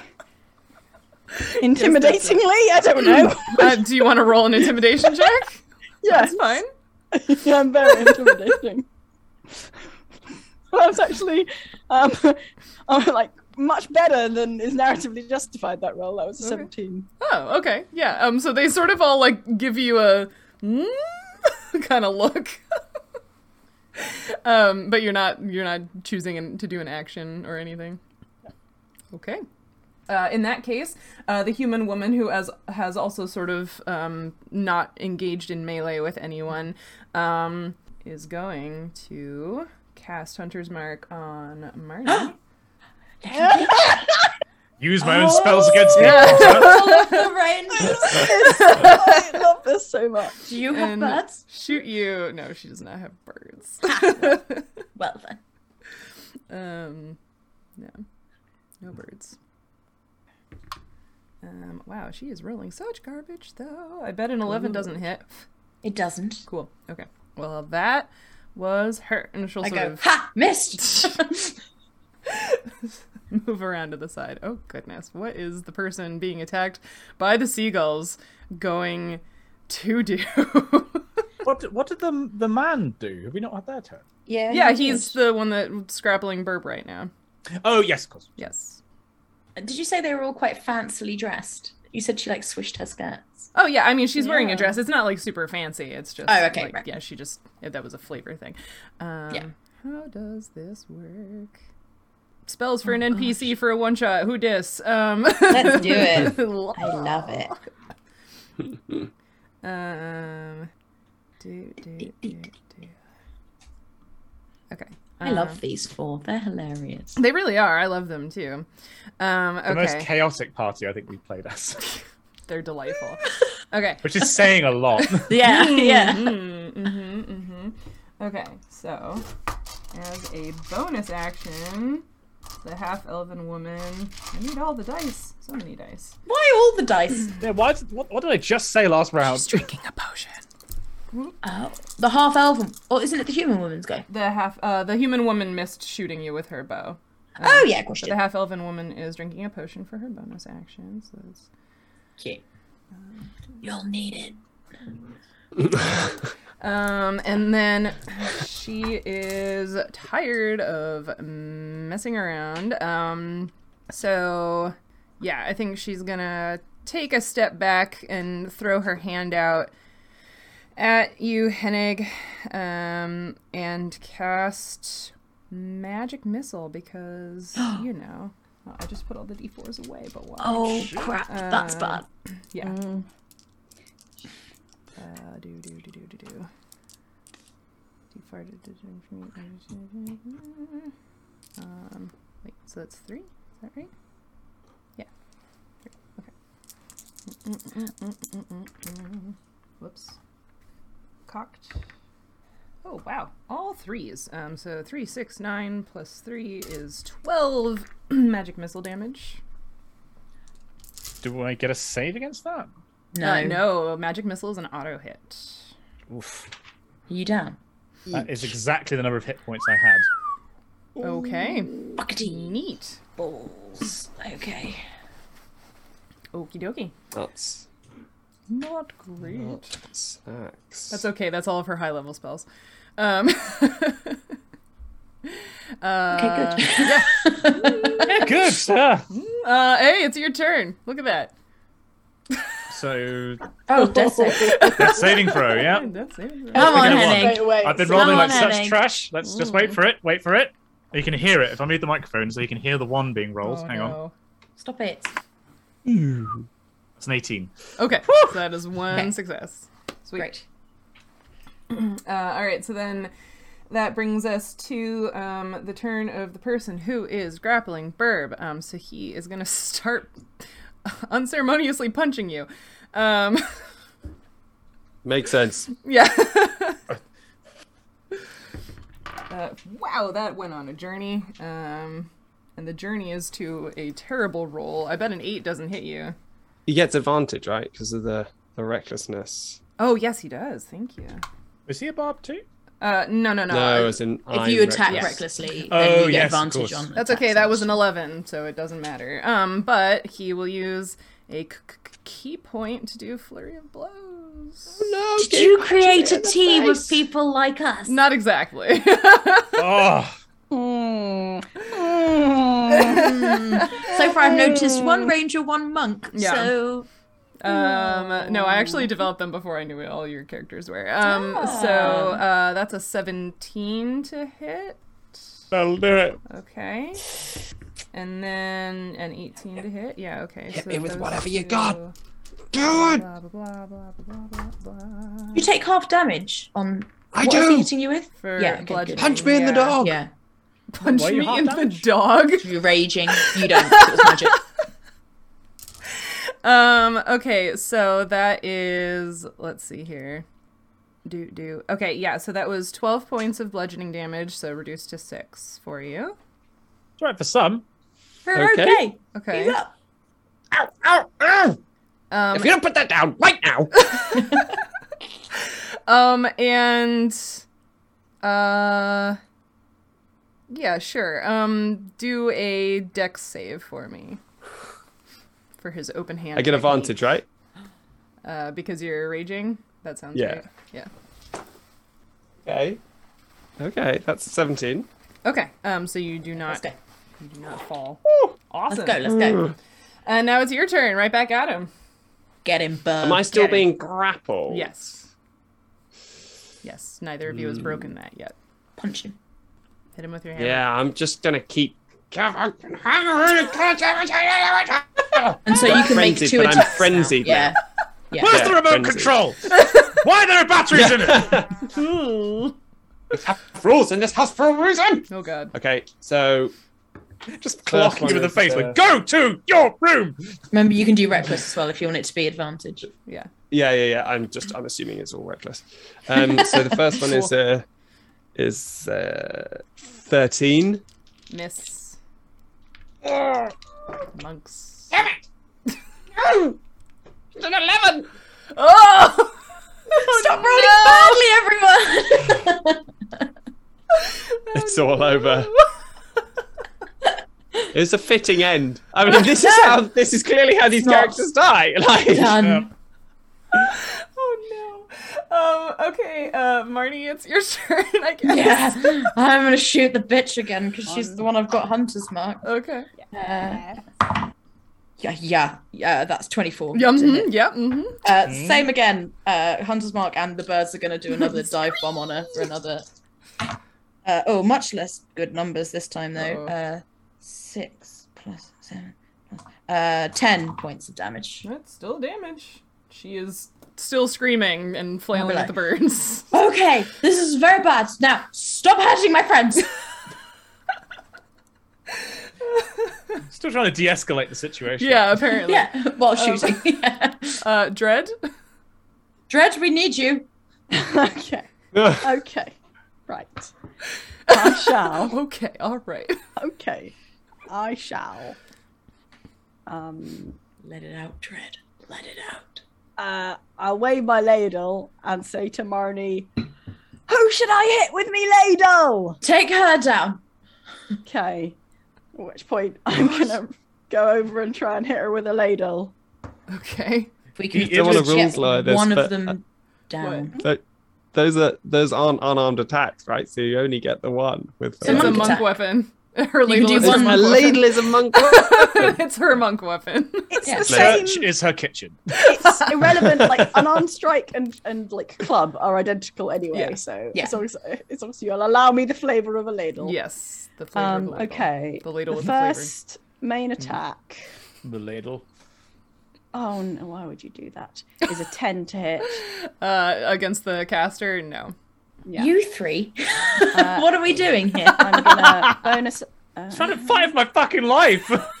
I: Intimidatingly, I don't
H: [laughs]
I: know.
A: Uh, do you want to roll an intimidation check?
I: yes,
A: That's fine.
H: yeah, I'm very intimidating. well, I was actually, um, [laughs] I'm like much better than is narratively justified that role. That was a
A: Okay.
H: 17.
A: Oh, okay. Yeah. Um. So they sort of all like give you a mm, [laughs] kind of look. um. But you're not you're not choosing an, to do an action or anything. Okay. Uh, in that case, uh, the human woman who has has also sort of um, not engaged in melee with anyone um, is going to cast Hunter's Mark on Marnie.
B: Use my
F: Oh,
B: own spells against me.
C: Oh,
A: [laughs]
I: I love this so much.
C: Do you have
A: And-
C: birds?
A: Shoot you. No, she does not have birds. [laughs]
C: Well then.
A: Um, no, no birds. Um, wow, she is rolling such garbage though. I bet an eleven doesn't hit.
C: It doesn't.
A: Cool. Okay. Well, that was her, and she'll
C: I
A: sort
C: go,
A: of [laughs]
C: ha, missed.
A: move around to the side. Oh goodness, what is the person being attacked by the seagulls going to do?
F: [laughs]
A: [laughs]
F: What what did the the man do? Have we not had their turn?
C: yeah,
A: yeah,
C: you
A: he's
C: did.
A: the one that's scrappling Burb right now.
F: Oh yes, of course.
A: Yes.
C: Uh, Did you say they were all quite fancily dressed? You said she like swished her skirts.
A: Oh yeah, I mean she's wearing a
C: Yeah.
A: dress. It's not like super fancy. It's just
C: Oh, okay,
A: like,
C: right.
A: yeah, she just yeah, that was a flavor thing. Um how does this work? Spells for an NPC for a one shot. Who dis? Um
C: Oh, Let's do
A: [laughs]
C: it.
A: I
C: it.
A: Oh, Um do, do, do, do. Okay.
C: I
A: um,
C: love these four. They're hilarious.
A: They really are. I love them too. Um
B: The most
A: okay.
B: chaotic party I think we played as, [laughs]
A: They're delightful. Okay.
B: which is saying a lot. [laughs]
F: [laughs]
C: [laughs] Yeah, yeah.
A: Mm,
C: [laughs]
A: mhm, mhm. Okay, so as a bonus action, the half elven woman. I need all the dice. So many dice.
C: Why all the dice?
B: yeah, why did, what, what did I just say last round?
A: drinking a potion.
C: Oh, the half elven. Or isn't it the human woman's go?
A: The half, uh, the human woman missed shooting you with her bow.
C: Oh yeah, of course.
A: But
C: she
A: the
C: did.
A: half elven woman is drinking a potion for her bonus action. So it's
C: Cute. You'll need it.
A: Um, and then she is tired of messing around. Um, so yeah, I think she's gonna take a step back and throw her hand out at you, Hennig, um, and cast magic missile because you know. Well, I just put all the d4s away, but why? Um,
C: Oh crap, that's bad.
A: Yeah. Uh, do do do do do do. Too far to determine for me. Um, wait. So that's three. Is that right? Yeah. Three. Okay. Mm-mm-mm-mm-mm-mm-mm. Whoops. Cocked. Oh wow! All threes. Um, so three, six, nine plus three is twelve [clears throat] magic missile damage.
B: Do I get a save against that?
C: No,
A: Uh, no, magic missile is an auto hit.
B: Oof.
C: You down?
B: That is exactly the number of hit points I had. [laughs]
A: Okay,
C: Buckety
A: neat.
C: balls. Okay.
A: Okie dokie.
E: That's
A: Not great.
E: not axe.
A: That's okay. That's all of her high level spells. Um, [laughs] uh,
C: good.
A: yeah.
B: Yeah, good. Yeah.
A: Uh, hey, it's your turn. Look at that.
B: So
C: Oh, [laughs] death save.
B: [laughs] that's saving throw. Yeah.
A: That's it.
C: Come on,
B: Speaking of
C: Henning.
H: away.
B: I've been
C: Come
B: rolling
C: on,
B: like such
C: Henning.
B: trash. Let's just wait for it. Wait for it. You can hear it if I move the microphone, so you can hear the one being rolled.
A: Oh,
B: Hang on.
A: no.
C: Stop it.
B: It's an 18.
A: Okay, so that is one
C: Okay.
A: success. Sweet.
C: Great.
A: Uh, all right, so then that brings us to um, the turn of the person who is grappling Burb. Um, so he is going to [laughs] start unceremoniously punching you. Um,
E: Makes sense.
A: yeah. [laughs] uh, wow, that went on a journey. Um, and the journey is to a terrible roll. I bet an eight doesn't hit you.
E: He gets advantage, right? Because of the, the recklessness.
A: Oh, yes, he does. Thank you.
B: Is he a barb [laughs] too?
A: Uh, no, no, no.
E: No, as in
C: If
E: I'm
C: you attack
E: reckless.
C: recklessly,
B: Oh,
C: then you get
B: yes, of course.
C: advantage on.
A: That's
C: attacks.
A: okay. That was an 11, so it doesn't matter. Um, but he will use a c- c- key point to do flurry of blows.
E: No,
C: Did you create a team of people like us?
A: Not exactly. [laughs]
B: Oh,
C: So far, I've noticed one ranger, one monk.
A: Yeah.
C: So
A: um, no, I actually developed them before I knew what all your characters were. Um, so uh, that's a 17 to hit.
B: that'll do it.
A: Okay. And then an 18 to hit. Yeah, okay. Hit
E: me with whatever you got.
A: Blah, blah, blah, blah, blah, blah, blah.
C: you take half damage on.
E: I
C: what is he
E: do.
C: hitting you with?
A: For
C: Yeah, okay, good.
A: bludgeoning,
E: Punch me in the
A: yeah.
E: dog.
C: Yeah,
A: Punch
B: Why are you
A: me
B: half
A: in
B: damage?
A: the dog.
C: you're raging. You don't. 'cause It was magic.
A: Um. Okay. So that is. Let's see here. Do do. Okay. Yeah. So that was twelve points of bludgeoning damage. So reduced to six for you.
B: It's right for some.
C: [laughs] We're
E: Okay.
C: okay.
A: Okay.
C: He's up.
E: Ow, ow, ow!
A: Um.
E: if you don't put that down right
C: [laughs]
E: now.
A: Um. And. Uh. Yeah. Sure. Um. Do a dex save for me. For his open hand.
E: I get
A: technique.
E: advantage, right?
A: Uh, because you're raging. That sounds
E: Yeah.
A: right. Yeah.
E: Okay. Okay, that's 17.
A: Okay. Um. So you do not.
C: Let's go.
A: You do not fall.
C: Let's
A: Awesome.
C: go. Let's
E: Hmm.
C: go.
A: And now it's your turn. Right back at him.
C: Get him, bud.
E: Am I still
C: Get him.
E: being grappled?
A: Yes. Yes. Neither of you has broken that yet.
C: punch him?
A: Hit him with your hammer.
E: Yeah, I'm just gonna keep.
C: And so you can make
E: frenzied,
C: two
E: but I'm
C: attacks. now.
E: frenzied now.
C: Yeah. Yeah.
B: Where's
E: Yeah,
B: the remote
E: frenzy.
B: control? [laughs] Why are there batteries in [laughs] it?
E: [laughs]
B: Hmm.
E: Rules in this house for a reason!
A: Oh god.
E: Okay, so. Just
B: Clock you in the face with go to your room.
C: Remember, you can do reckless as well if you want it to be [laughs] advantage.
A: Yeah.
E: Yeah, yeah, yeah. I'm just. I'm assuming it's all reckless. Um, so the first
A: [laughs]
E: one is uh, is uh, thirteen.
A: Miss. Monks. Damn it! No! It's an eleven. Oh! [laughs]
C: Stop rolling badly, [laughs] everyone.
E: It's
A: [laughs]
E: all over. It was a fitting end. I mean, this is how. This is clearly how these
C: not.
E: characters die. [laughs] Like,
C: Done.
A: [laughs] Oh no. Um. Okay. Uh, Marnie, it's your [laughs] turn. I guess.
C: Yeah. I'm gonna shoot the bitch again because she's the one I've got hunter's mark.
A: Okay.
C: Uh, yeah, yeah, yeah. That's twenty-four.
A: Yeah.
C: to hit.
A: Mm-hmm, yeah. Mm-hmm.
C: Uh,
E: Hmm?
C: Same again. Uh, Hunter's Mark and the birds are going to do [laughs] another dive bomb on her for another. Uh, oh, much less good numbers this time though.
A: Uh-oh.
C: Uh, six plus seven. Uh, ten points of damage.
A: That's still damage. She is still screaming and flailing
C: like-
A: at the
C: [laughs]
A: birds. [laughs]
C: Okay, this is very bad. Now stop hurting my friends.
B: Still trying to de-escalate the situation.
A: yeah. Apparently.
C: [laughs] yeah, while shooting. [laughs] Yeah.
A: Uh. Dread.
C: Dredge, we need you.
H: [laughs] Okay.
E: Ugh.
H: Okay. Right. I shall.
A: Okay. All right. [laughs]
H: Okay. I shall. Um.
C: Let it out, Dredge. Let it out.
H: Uh, I'll wave my ladle and say to Marnie, "Who should I hit with me ladle?"
C: Take her down.
A: [laughs]
H: Okay. At which point I'm gonna go over and try and hit her with a ladle.
A: Okay.
C: If we can
B: He-
E: don't wanna
C: just
E: rules
C: get
E: like this,
C: one of
E: but-
C: them down.
E: Tho- those are those aren't unarmed attacks, right? So you only get the one with.
C: So
E: the-
A: It's a
C: monk
E: [laughs]
A: monk
C: attack.
A: weapon. [laughs] Her
C: You can
A: ladle
C: do
A: is [laughs]
C: one-
A: her
E: my
A: monk weapon.
E: ladle is a monk.
A: [laughs] it's her monk weapon.
D: It's
C: Yeah.
D: the same.
B: Church is her kitchen.
D: It's irrelevant. Like unarmed strike and and like club are identical anyway.
A: Yeah.
D: So
C: Yeah.
D: it's always it's obviously you'll allow me the flavor of a ladle.
A: [laughs] Yes, the flavor. of
D: Um.
A: the ladle.
D: Okay.
A: The Mm. ladle
D: The
A: with
D: first main attack.
B: [laughs] The ladle.
D: Oh no! Why would you do that?
A: [laughs]
D: Is a ten to hit.
A: the flavor. Uh, against the caster, no. [laughs]
D: Yeah.
C: You three. [laughs]
D: Uh,
C: what are we doing
A: [laughs]
C: here?
D: I'm gonna bonus. Uh,
B: Trying to fight for my fucking life. [laughs]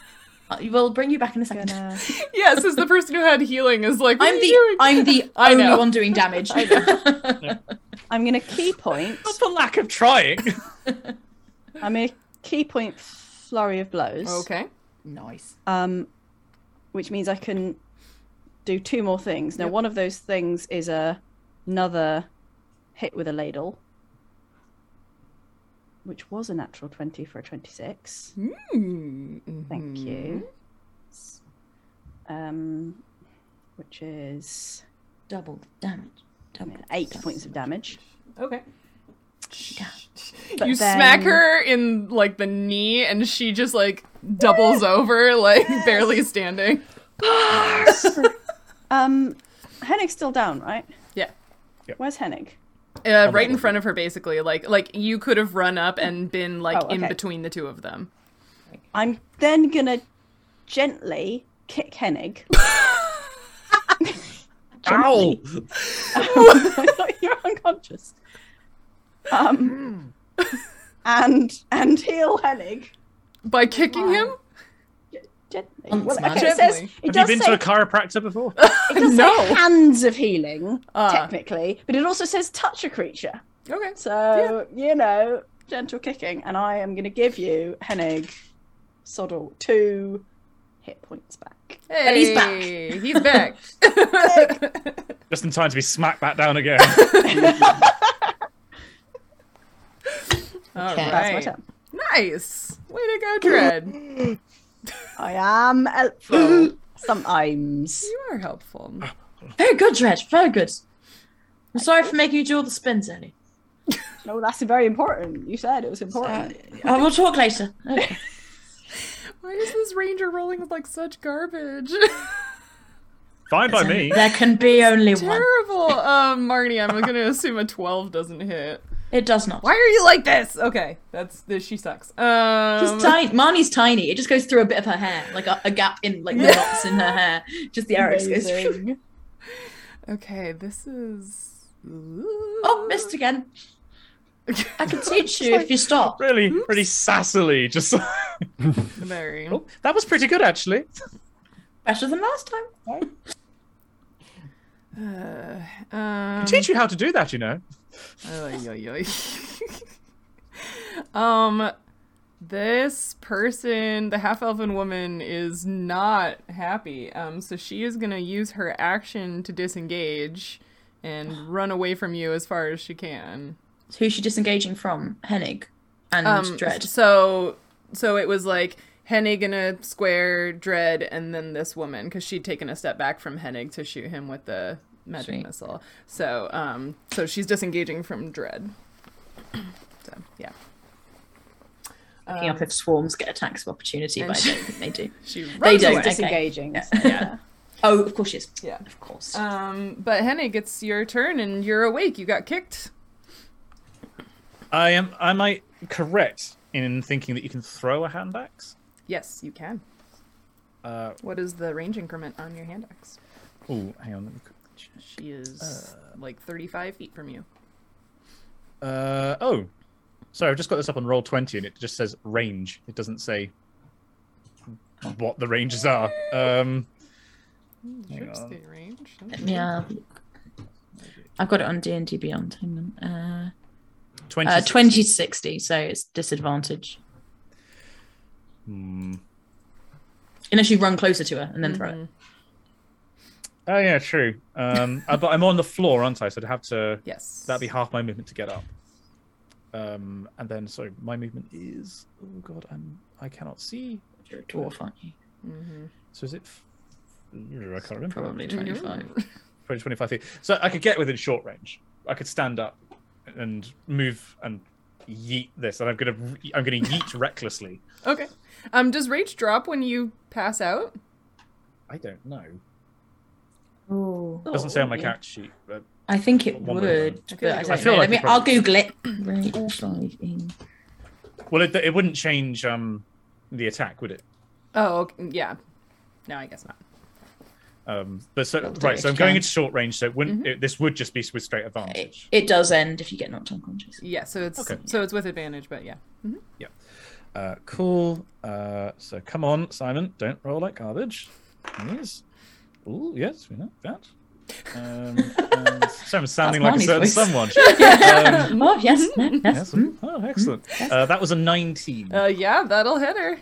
C: Uh, We'll bring you back in a second.
D: gonna
A: Yes, as the person who had healing is like, what
C: I'm
A: are
C: the
A: you doing?
C: I'm the
A: [laughs] I
C: only
A: know.
C: one
A: [laughs]
C: doing damage.
D: I'm gonna key point.
B: That's the lack of trying. [laughs]
D: I'm gonna key point flurry of blows.
A: Okay.
C: nice.
D: um, which means I can do two more things. Now,
A: Yep.
D: one of those things is a, another hit with a ladle, which was a natural 20 for a 26. Thank
A: Thank
D: you. Um, which is
C: [laughs] Double the damage. Double
D: eight
C: the damage.
D: points of damage.
A: Okay.
D: But
A: you smack
D: then-
A: her in like the knee, and she just like
D: [laughs]
A: doubles over, like barely standing.
D: Um, Hennig's still down, right?
A: Yeah.
B: Yep.
D: Where's Hennig?
A: Uh, right in front of her, basically. Like like you could have run up and been like
D: Oh, okay.
A: in between the two of them.
D: I'm then gonna gently kick Hennig.
F: Ow!
D: [laughs] I thought you were unconscious. Um, and and heal Hennig
A: By kicking him?
D: gently.
C: Um,
D: Well,
C: smart.
D: okay, it says
A: Gently.
D: it
B: Have
D: does
B: you
D: say,
B: been to a chiropractor [laughs] before?
D: it does
A: No.
D: say hands of healing
A: Ah.
D: technically, but it also says touch a creature.
A: Okay.
D: So you know, gentle kicking, and I am going to give you Hennig Soddle two hit points back.
A: Hey,
C: he's back.
A: He's
D: [laughs]
A: back.
B: Just in time to be smacked back down [laughs] again.
A: All
C: Okay.
D: That's my
A: right.
D: turn.
A: Nice. Way to go,
D: [laughs]
A: Dread.
D: I am
B: [laughs]
D: helpful sometimes.
A: you are helpful.
C: Very good, Dredge. Very good. I'm sorry for making you do all the
A: [laughs]
C: spins, Ellie.
D: No, that's very important. You said it was important.
C: Uh, we'll talk later. Okay.
A: Why is this ranger rolling with like such garbage?
B: Fine by me.
C: There can be only
A: [laughs]
C: one.
A: Terrible. Um, Marnie, I'm gonna assume a twelve doesn't hit.
C: It does not.
A: Why are you like this? Okay, that's this. She sucks. Um,
C: She's tiny. Marnie's tiny. It just goes through a bit of her hair, like a, a gap in like the
A: Yeah.
C: knots in her hair. Just the arrows goes through.
D: Amazing.
A: okay, this is.
C: [laughs] Oh,
A: Oh,
C: missed again. I
A: [laughs]
C: can teach you if you stop.
B: Really, really sassily. Just [laughs]
A: Mary.
B: Oh, that was pretty good actually.
C: Better than last time.
A: Uh,
C: Oh.
A: um,
B: Teach you how to do that, you know.
A: Oy, oy, oy. [laughs] um, this person, the half elven woman, is not happy. Um, so she is gonna use her action to disengage and run away from you as far as she can.
C: Who's she disengaging from? Hennig and
A: Um,
C: Dread.
A: So, so it was like Hennig in a square, Dread, and then this woman because she'd taken a step back from Hennig to shoot him with the magic
C: Sweet.
A: missile. So, um, so she's disengaging from Dread. so, yeah.
C: Looking up if swarms get attacks of opportunity,
A: and
C: but I
A: she-
C: don't
A: [laughs]
C: think they do.
A: She runs
C: don't.
A: away.
C: Okay.
D: Disengaging.
C: Yeah.
D: so,
A: [laughs]
D: yeah.
C: Oh, of course she is.
A: Yeah.
C: of course.
A: Um, but Hennig, it's your turn, and you're awake. You got kicked.
B: I am am I correct in thinking that you can throw a hand axe?
A: Yes, you can.
B: Uh
A: What is the range increment on your hand axe?
B: oh, hang on. let me quickly check.
A: She is like 35 feet from you.
B: Uh oh. Sorry, I've just got this up on roll twenty and it just says range. It doesn't say what the ranges are. Um hang
A: Sure,
B: on.
A: stay range.
C: yeah, I've got it on D and D Beyond. Hang on. Uh,
B: 20,
C: uh, twenty sixty, so it's disadvantage
B: Hmm.
C: unless you run closer to her and then
A: Mm-hmm.
C: throw it.
B: Oh yeah, true. Um, [laughs] uh, but I'm on the floor, aren't I? So I'd have to.
A: Yes.
B: That'd be half my movement to get up. Um, and then sorry, my movement is. Oh god, I'm. I cannot see.
C: You're a dwarf, aren't you?
A: Mm-hmm.
B: So is it? f- I can't remember.
C: Probably 25.
B: 20, 25 feet. So I could get within short range. I could stand up and move and yeet this, and I'm gonna I'm gonna
C: [laughs]
B: yeet recklessly.
A: Okay. Um, does rage drop when you pass out?
B: I don't know.
C: Oh.
B: Doesn't say on my character sheet, but
C: I think it
B: One way or
C: would,
A: another.
C: but I don't
A: I
B: feel
C: know.
B: like
C: Let me,
B: it
C: I'll
B: probably-
C: Google it. Rage driving.
B: well, it, it wouldn't change um the attack, would it?
A: Oh, okay, yeah. No, I guess not.
B: Um, but so
C: That'll do
B: right, so I'm
C: extra. Mm-hmm.
B: going into short range, so it wouldn't it, this would just be with straight
C: It,
B: advantage.
C: it does end if you get knocked unconscious.
A: Yeah, so it's
B: Okay.
A: so it's with advantage, but yeah.
B: Uh, cool. Uh, so come on, Simon, don't roll like garbage. Yes. Ooh, yes, we know that. Um,
C: [laughs]
B: and Simon's sounding like a
C: Marnie's
B: certain
C: voice. Hmm?
B: someone.
C: [laughs]
B: Um,
C: Oh, yes. [laughs] Yes.
B: yes. Oh, excellent. Uh, that was a 19.
A: Uh, yeah, that'll hit her.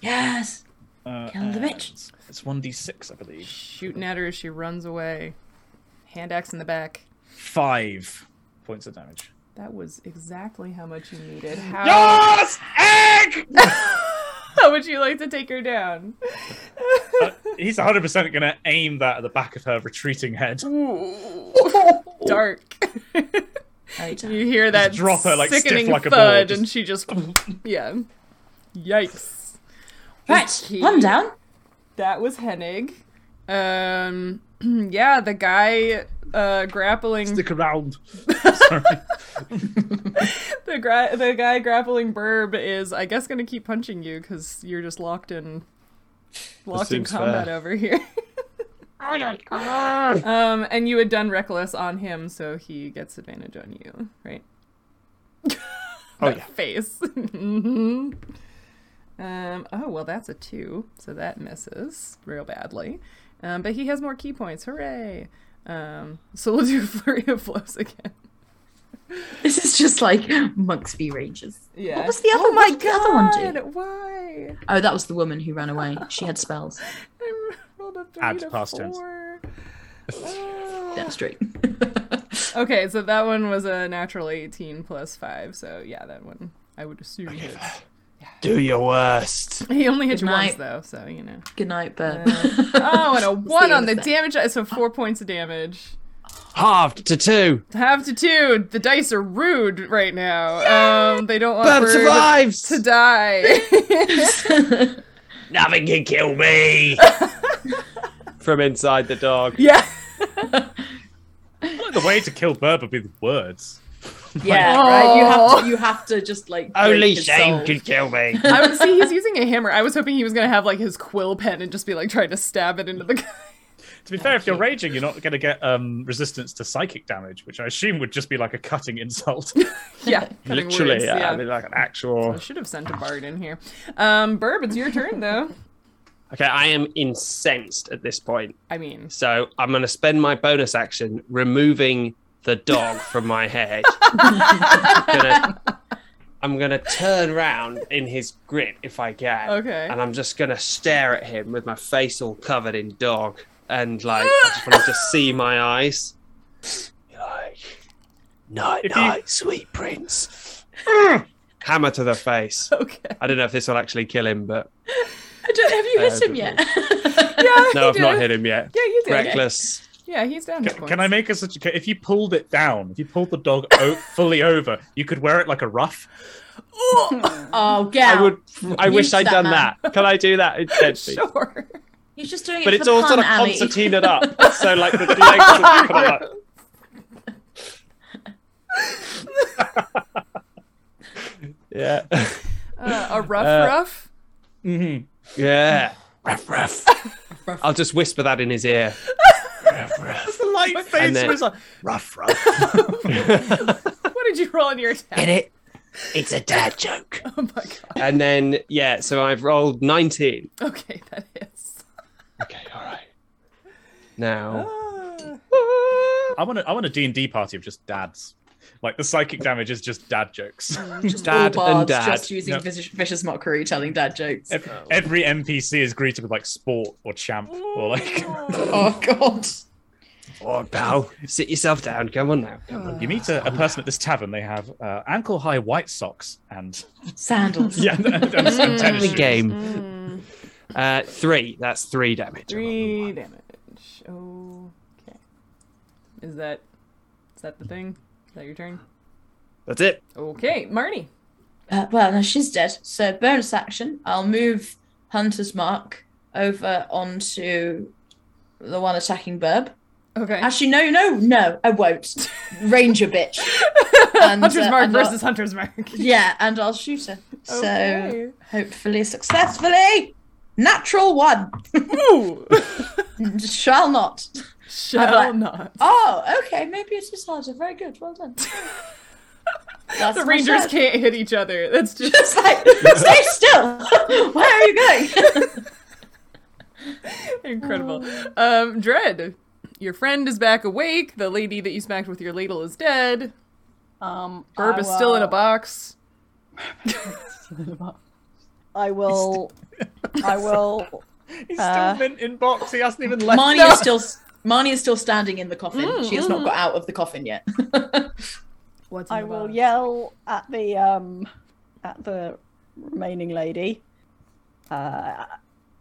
C: yes.
B: Uh,
C: Kill the
B: and
C: bitch.
B: It's, it's 1d6, I believe.
A: Shooting at her as she runs away. Hand axe in the back.
B: Five points of damage.
A: That was exactly how much you needed. How,
B: Yes! Egg!
A: [laughs]
B: [laughs]
A: how would you like to take her down?
B: Uh, he's 100% going to aim that at the back of her retreating head.
C: Hmm.
A: Dark. [laughs]
C: Oh, damn.
A: you hear that
B: drop her, like, stiff
A: sickening
B: like a board,
A: thud,
B: just-
A: and she
B: [laughs]
A: just yeah. Yikes.
C: Right,
A: Key.
C: one down.
A: That was Hennig. Um, [clears throat] yeah, the guy uh, grappling
F: Stick
C: [laughs]
F: around.
B: [laughs]
A: the gra- the guy grappling Burb is, I guess, gonna keep punching you because you're just locked in, locked in
E: seems
A: combat
E: fair.
A: over here. um, and you had done reckless on him, so he gets advantage on you, right?
B: Oh,
A: That
B: yeah.
A: face. [laughs] Mhm. um. Oh well, that's a two, so that misses real badly. Um, but he has more key points. Hooray! Um, so we'll do [laughs] flurry of blows again.
C: This is just like Monksby Rangers.
A: Yeah.
C: What was the other? Oh my god! The other one do?
A: God, why?
C: Oh, that was the woman who ran away. She had [gasps] spells.
A: I rolled a three
B: Add
A: to
B: past tense.
E: [laughs]
A: four.
C: That's straight.
A: Okay, so that one was a natural 18 plus 5, so yeah, that one I would assume hit.
E: Do your worst.
A: He only hit
C: Good
A: you once,
C: night.
A: though, so you know.
C: [laughs] Good night, Bert.
A: Oh,
C: [laughs]
A: and a 1 on the
C: damn.
A: damage, uh, so 4 points of damage.
E: Halved to two.
A: Have to two. The dice are rude right now. Um, they don't want
E: Burb
A: Bird [laughs]
E: survives.
A: to die. [laughs]
C: [laughs]
E: Nothing can kill me. From inside the dog.
A: yeah.
B: I feel like the way to kill Burb would be with words.
C: Yeah, right. You have
A: Oh.
C: to. You have to just like
E: Only
C: break his
E: shame
C: soul.
E: can kill me.
A: I would see he's using a hammer. I was hoping he was going to have like his quill pen and just be like trying to stab it into the [laughs] guy.
B: To be fair, if you're raging, you're not going to get um, resistance to psychic damage, which I assume would just be like a cutting [laughs] insult.
A: yeah. cutting
E: Literally,
A: words,
E: yeah. I mean, like an actual.
A: I should have sent a bard in here. Um, Burb, it's your turn though.
E: Okay, I am incensed at this point.
A: I
E: [laughs]
A: mean,
E: So I'm going to spend my bonus action removing the
A: [laughs]
E: dog from my head. I'm, gonna, I'm gonna turn round in his grip if I can.
A: Okay.
E: And I'm just gonna stare at him with my face all covered in dog, and like I just want him to see my eyes. Be Like, night,
B: If you-
E: night, sweet prince. Mm. Hammer to the face.
A: okay.
E: I don't know if this will actually kill
A: [laughs]
E: him, but
C: I don't, have
E: [laughs]
C: you hit
E: Uh,
C: him yet? [laughs]
A: Yeah,
E: no,
A: you
E: I've not
A: did.
E: hit him yet.
A: Yeah, you did.
E: Reckless.
A: Yeah, he's down. hit
B: Can, can I
A: points.
B: make a such if you pulled it down, if you pulled the dog o- fully over, you could wear it like a ruff.
C: oh, get
E: I
C: out.
E: would. I wish I'd
C: that
E: done
C: man.
E: that. Can I do that instead? please?
A: [laughs] [laughs] Sure.
C: He's just doing it.
E: But
C: for
E: it's
C: the
E: all
C: pun,
E: sort of
C: Abby.
E: concertinaed up, so like the legs are kind of like. yeah.
A: Uh,
E: [laughs]
A: a rough,
E: Uh,
A: rough.
E: Yeah. [laughs] Ruff, ruff. I'll just whisper that in his ear. Ruff, ruff.
B: Light face
E: then-
B: was like ruff ruff.
A: What did you roll in your attack?
E: it? It's a dad joke.
A: Oh my god.
E: And then yeah, so I've rolled nineteen.
A: Okay, that is.
E: Okay, all right. Now
A: Oh.
B: I want a, I want a D and D party of just dads. Like the psychic damage is just dad jokes.
C: Just
E: Dad
C: all
E: and
C: bards
E: dad.
C: Just using
B: No.
C: vicious, vicious mockery, telling dad jokes.
B: Ev- Every NPC is greeted with like sport or champ or like [laughs]
C: oh God.
E: Oh pal, sit yourself down. Come on now. Come on.
B: you meet a, a person at this tavern. They have uh, ankle high white socks and [laughs]
A: [laughs]
C: Sandals.
B: yeah and, and- and tennis
E: Only
B: shoes.
E: game. Uh, three. That's three damage.
A: Three damage. Okay. Is that is that the thing? Is that your turn?
E: That's it.
A: Okay, Marty.
C: Uh, well, no, she's dead. So bonus action, I'll move Hunter's Mark over onto the one attacking Burb.
A: Okay.
C: Actually, no, no, no, I won't.
A: [laughs]
C: Ranger bitch. And,
A: Hunter's
C: uh,
A: Mark
C: and I'll-
A: versus Hunter's Mark.
C: Yeah, and I'll shoot her.
A: Okay.
C: So hopefully successfully. Natural one.
A: Ooh. [laughs]
C: Shall not.
A: Shall
C: like-
A: not.
C: Oh, okay. Maybe it is harder. Very good.
A: [laughs]
C: Well done. That's
A: The
C: my
A: Rangers
C: shot.
A: can't hit each other. That's just
C: Just like [laughs] stay still. [laughs] Where are you going?
A: [laughs]
C: [laughs]
A: Incredible. Um, Dread, your friend is back awake. The lady that you smacked with your ladle is dead.
D: Um,
A: Burb
D: I
A: is still in a
D: will-
A: box. [laughs]
D: I will. [laughs] I will.
B: He's
D: Uh,
B: still mint in box. He hasn't even left.
C: Marnie is still Marnie is still standing in the coffin. she has not got out of the coffin [laughs] yet.
A: What's in
D: I
A: the
D: will
A: box?
D: yell at the um, at the remaining lady. Uh,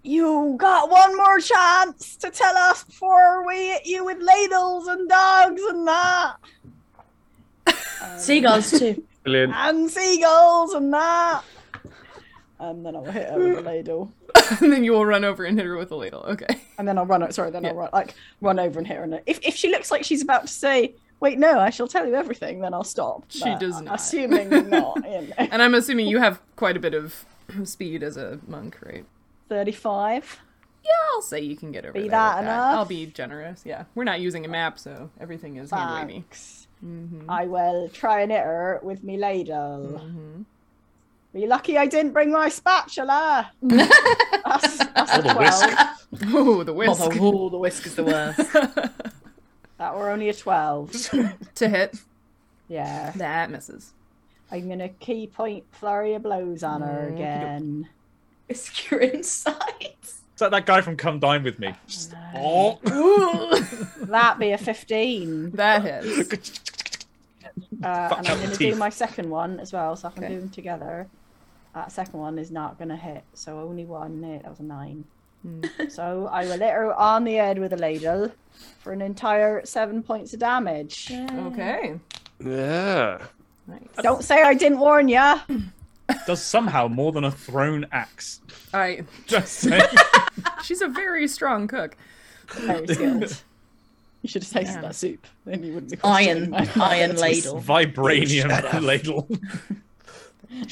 D: you got one more chance to tell us before we hit you with ladles and dogs and that,
C: Seagulls [laughs] too.
E: Brilliant.
D: and seagulls and that. And then I'll hit
A: [laughs]
D: her with a ladle.
A: [laughs] and then you will run over and hit her with a ladle. Okay.
D: and then I'll run. o- Sorry, then I'll run like run over and hit her. And if if she looks like she's about to say, "Wait, no, I shall tell you everything," then I'll stop.
A: She does
D: I'm
A: not.
D: Assuming
A: [laughs]
D: not. You know.
A: And I'm assuming you have quite a bit of [clears throat] speed as a monk, right?
D: [laughs] Thirty-five.
A: Yeah, I'll say you can get over
D: Be
A: there
D: that
A: with
D: enough?
A: I'll be generous. Yeah, we're not using a map, so everything is hand wavy. [laughs]
D: Thanks.
A: Mm-hmm.
D: I will try and hit her with me ladle.
A: hmm
D: Be lucky I didn't bring
A: [laughs]
D: my spatula. that's, that's
B: Or
D: a
B: the
D: twelve.
A: Oh, the
C: Oh,
A: whisk.
C: the, oh, the whisk is the worst.
D: That were only a twelve.
A: [laughs] to hit
D: Yeah.
A: that misses. [laughs]
D: I'm gonna key point flurry of blows on her
A: Okey-doke.
D: again.
C: whisk your insides.
B: It's like that guy from Come Dine with Me. Just, oh.
A: Ooh,
D: That be a fifteen.
A: that hits.
D: Uh,
B: Fuck
D: and I'm
B: up
D: going
B: the
D: to do
B: teeth.
D: my second one as well, so I can
A: Okay.
D: do them together. That second one is not going to hit, so only one hit. That was a nine. [laughs] so I will hit her on the head with a ladle for an entire seven points of damage.
A: Okay.
E: Yeah.
A: Nice.
D: Don't say I didn't warn ya.
B: Does somehow more than a thrown axe. [laughs]
A: All right.
B: Just saying.
A: She's a very strong cook.
D: Very skilled. You should have tasted
A: Yeah.
D: that soup, then you wouldn't be questioning
C: [laughs] Iron,
D: my-
C: iron ladle.
B: Vibranium ladle.
A: Round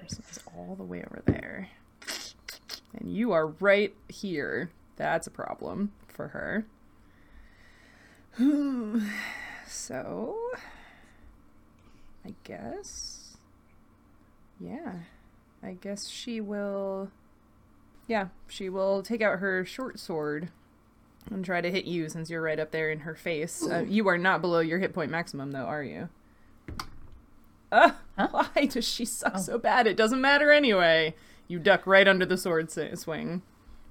A: person is all the way over there. And you are right here. That's a problem for her. [sighs] Hmm. so, I guess. Yeah. I guess she will. Yeah, she will take out her short sword and try to hit you since you're right up there in her face. Uh, you are not below your hit point maximum, though, are you? Uh, [laughs] Why does she suck so bad? It doesn't matter anyway. You duck right under the sword s- swing.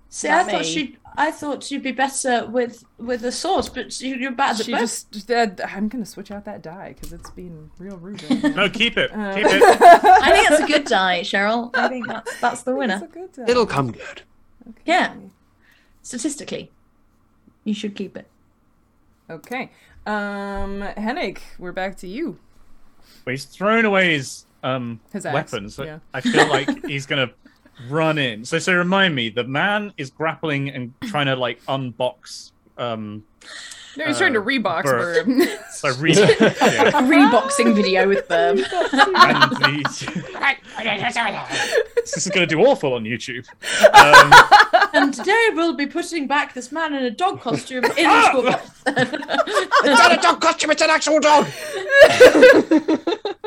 C: See,
D: Not
C: I thought
D: me.
C: she, I thought she'd be better with with a sword, but you- you're bad at
A: She
C: both.
A: just, just, uh, I'm gonna switch out that die because it's being real rude. Right [laughs] now.
B: [laughs] No, keep it.
A: Uh.
B: Keep it.
C: I think that's a [laughs] good die, Cheryl. I think [laughs] that's that's the
A: It's a
C: winner.
A: good die.
E: It'll come good.
C: Yeah, statistically, you should keep it.
A: Okay. Um, Hennig, we're back to you.
B: But he's thrown away his um
A: His axe,
B: weapons. so
A: yeah.
B: I feel like he's gonna run in. So so remind me, the man is grappling and trying to like unbox um
A: No, he's trying to
B: Uh,
A: rebox [laughs]
B: Bert.
A: Burb.
B: so re- [laughs] yeah.
C: A reboxing video with
A: [laughs]
C: Burb.
B: and [laughs] he's- this is gonna do awful on YouTube. Um,
C: and today we'll be putting back this man in a dog costume in the [laughs] school box.
E: not a dog costume, it's an actual dog!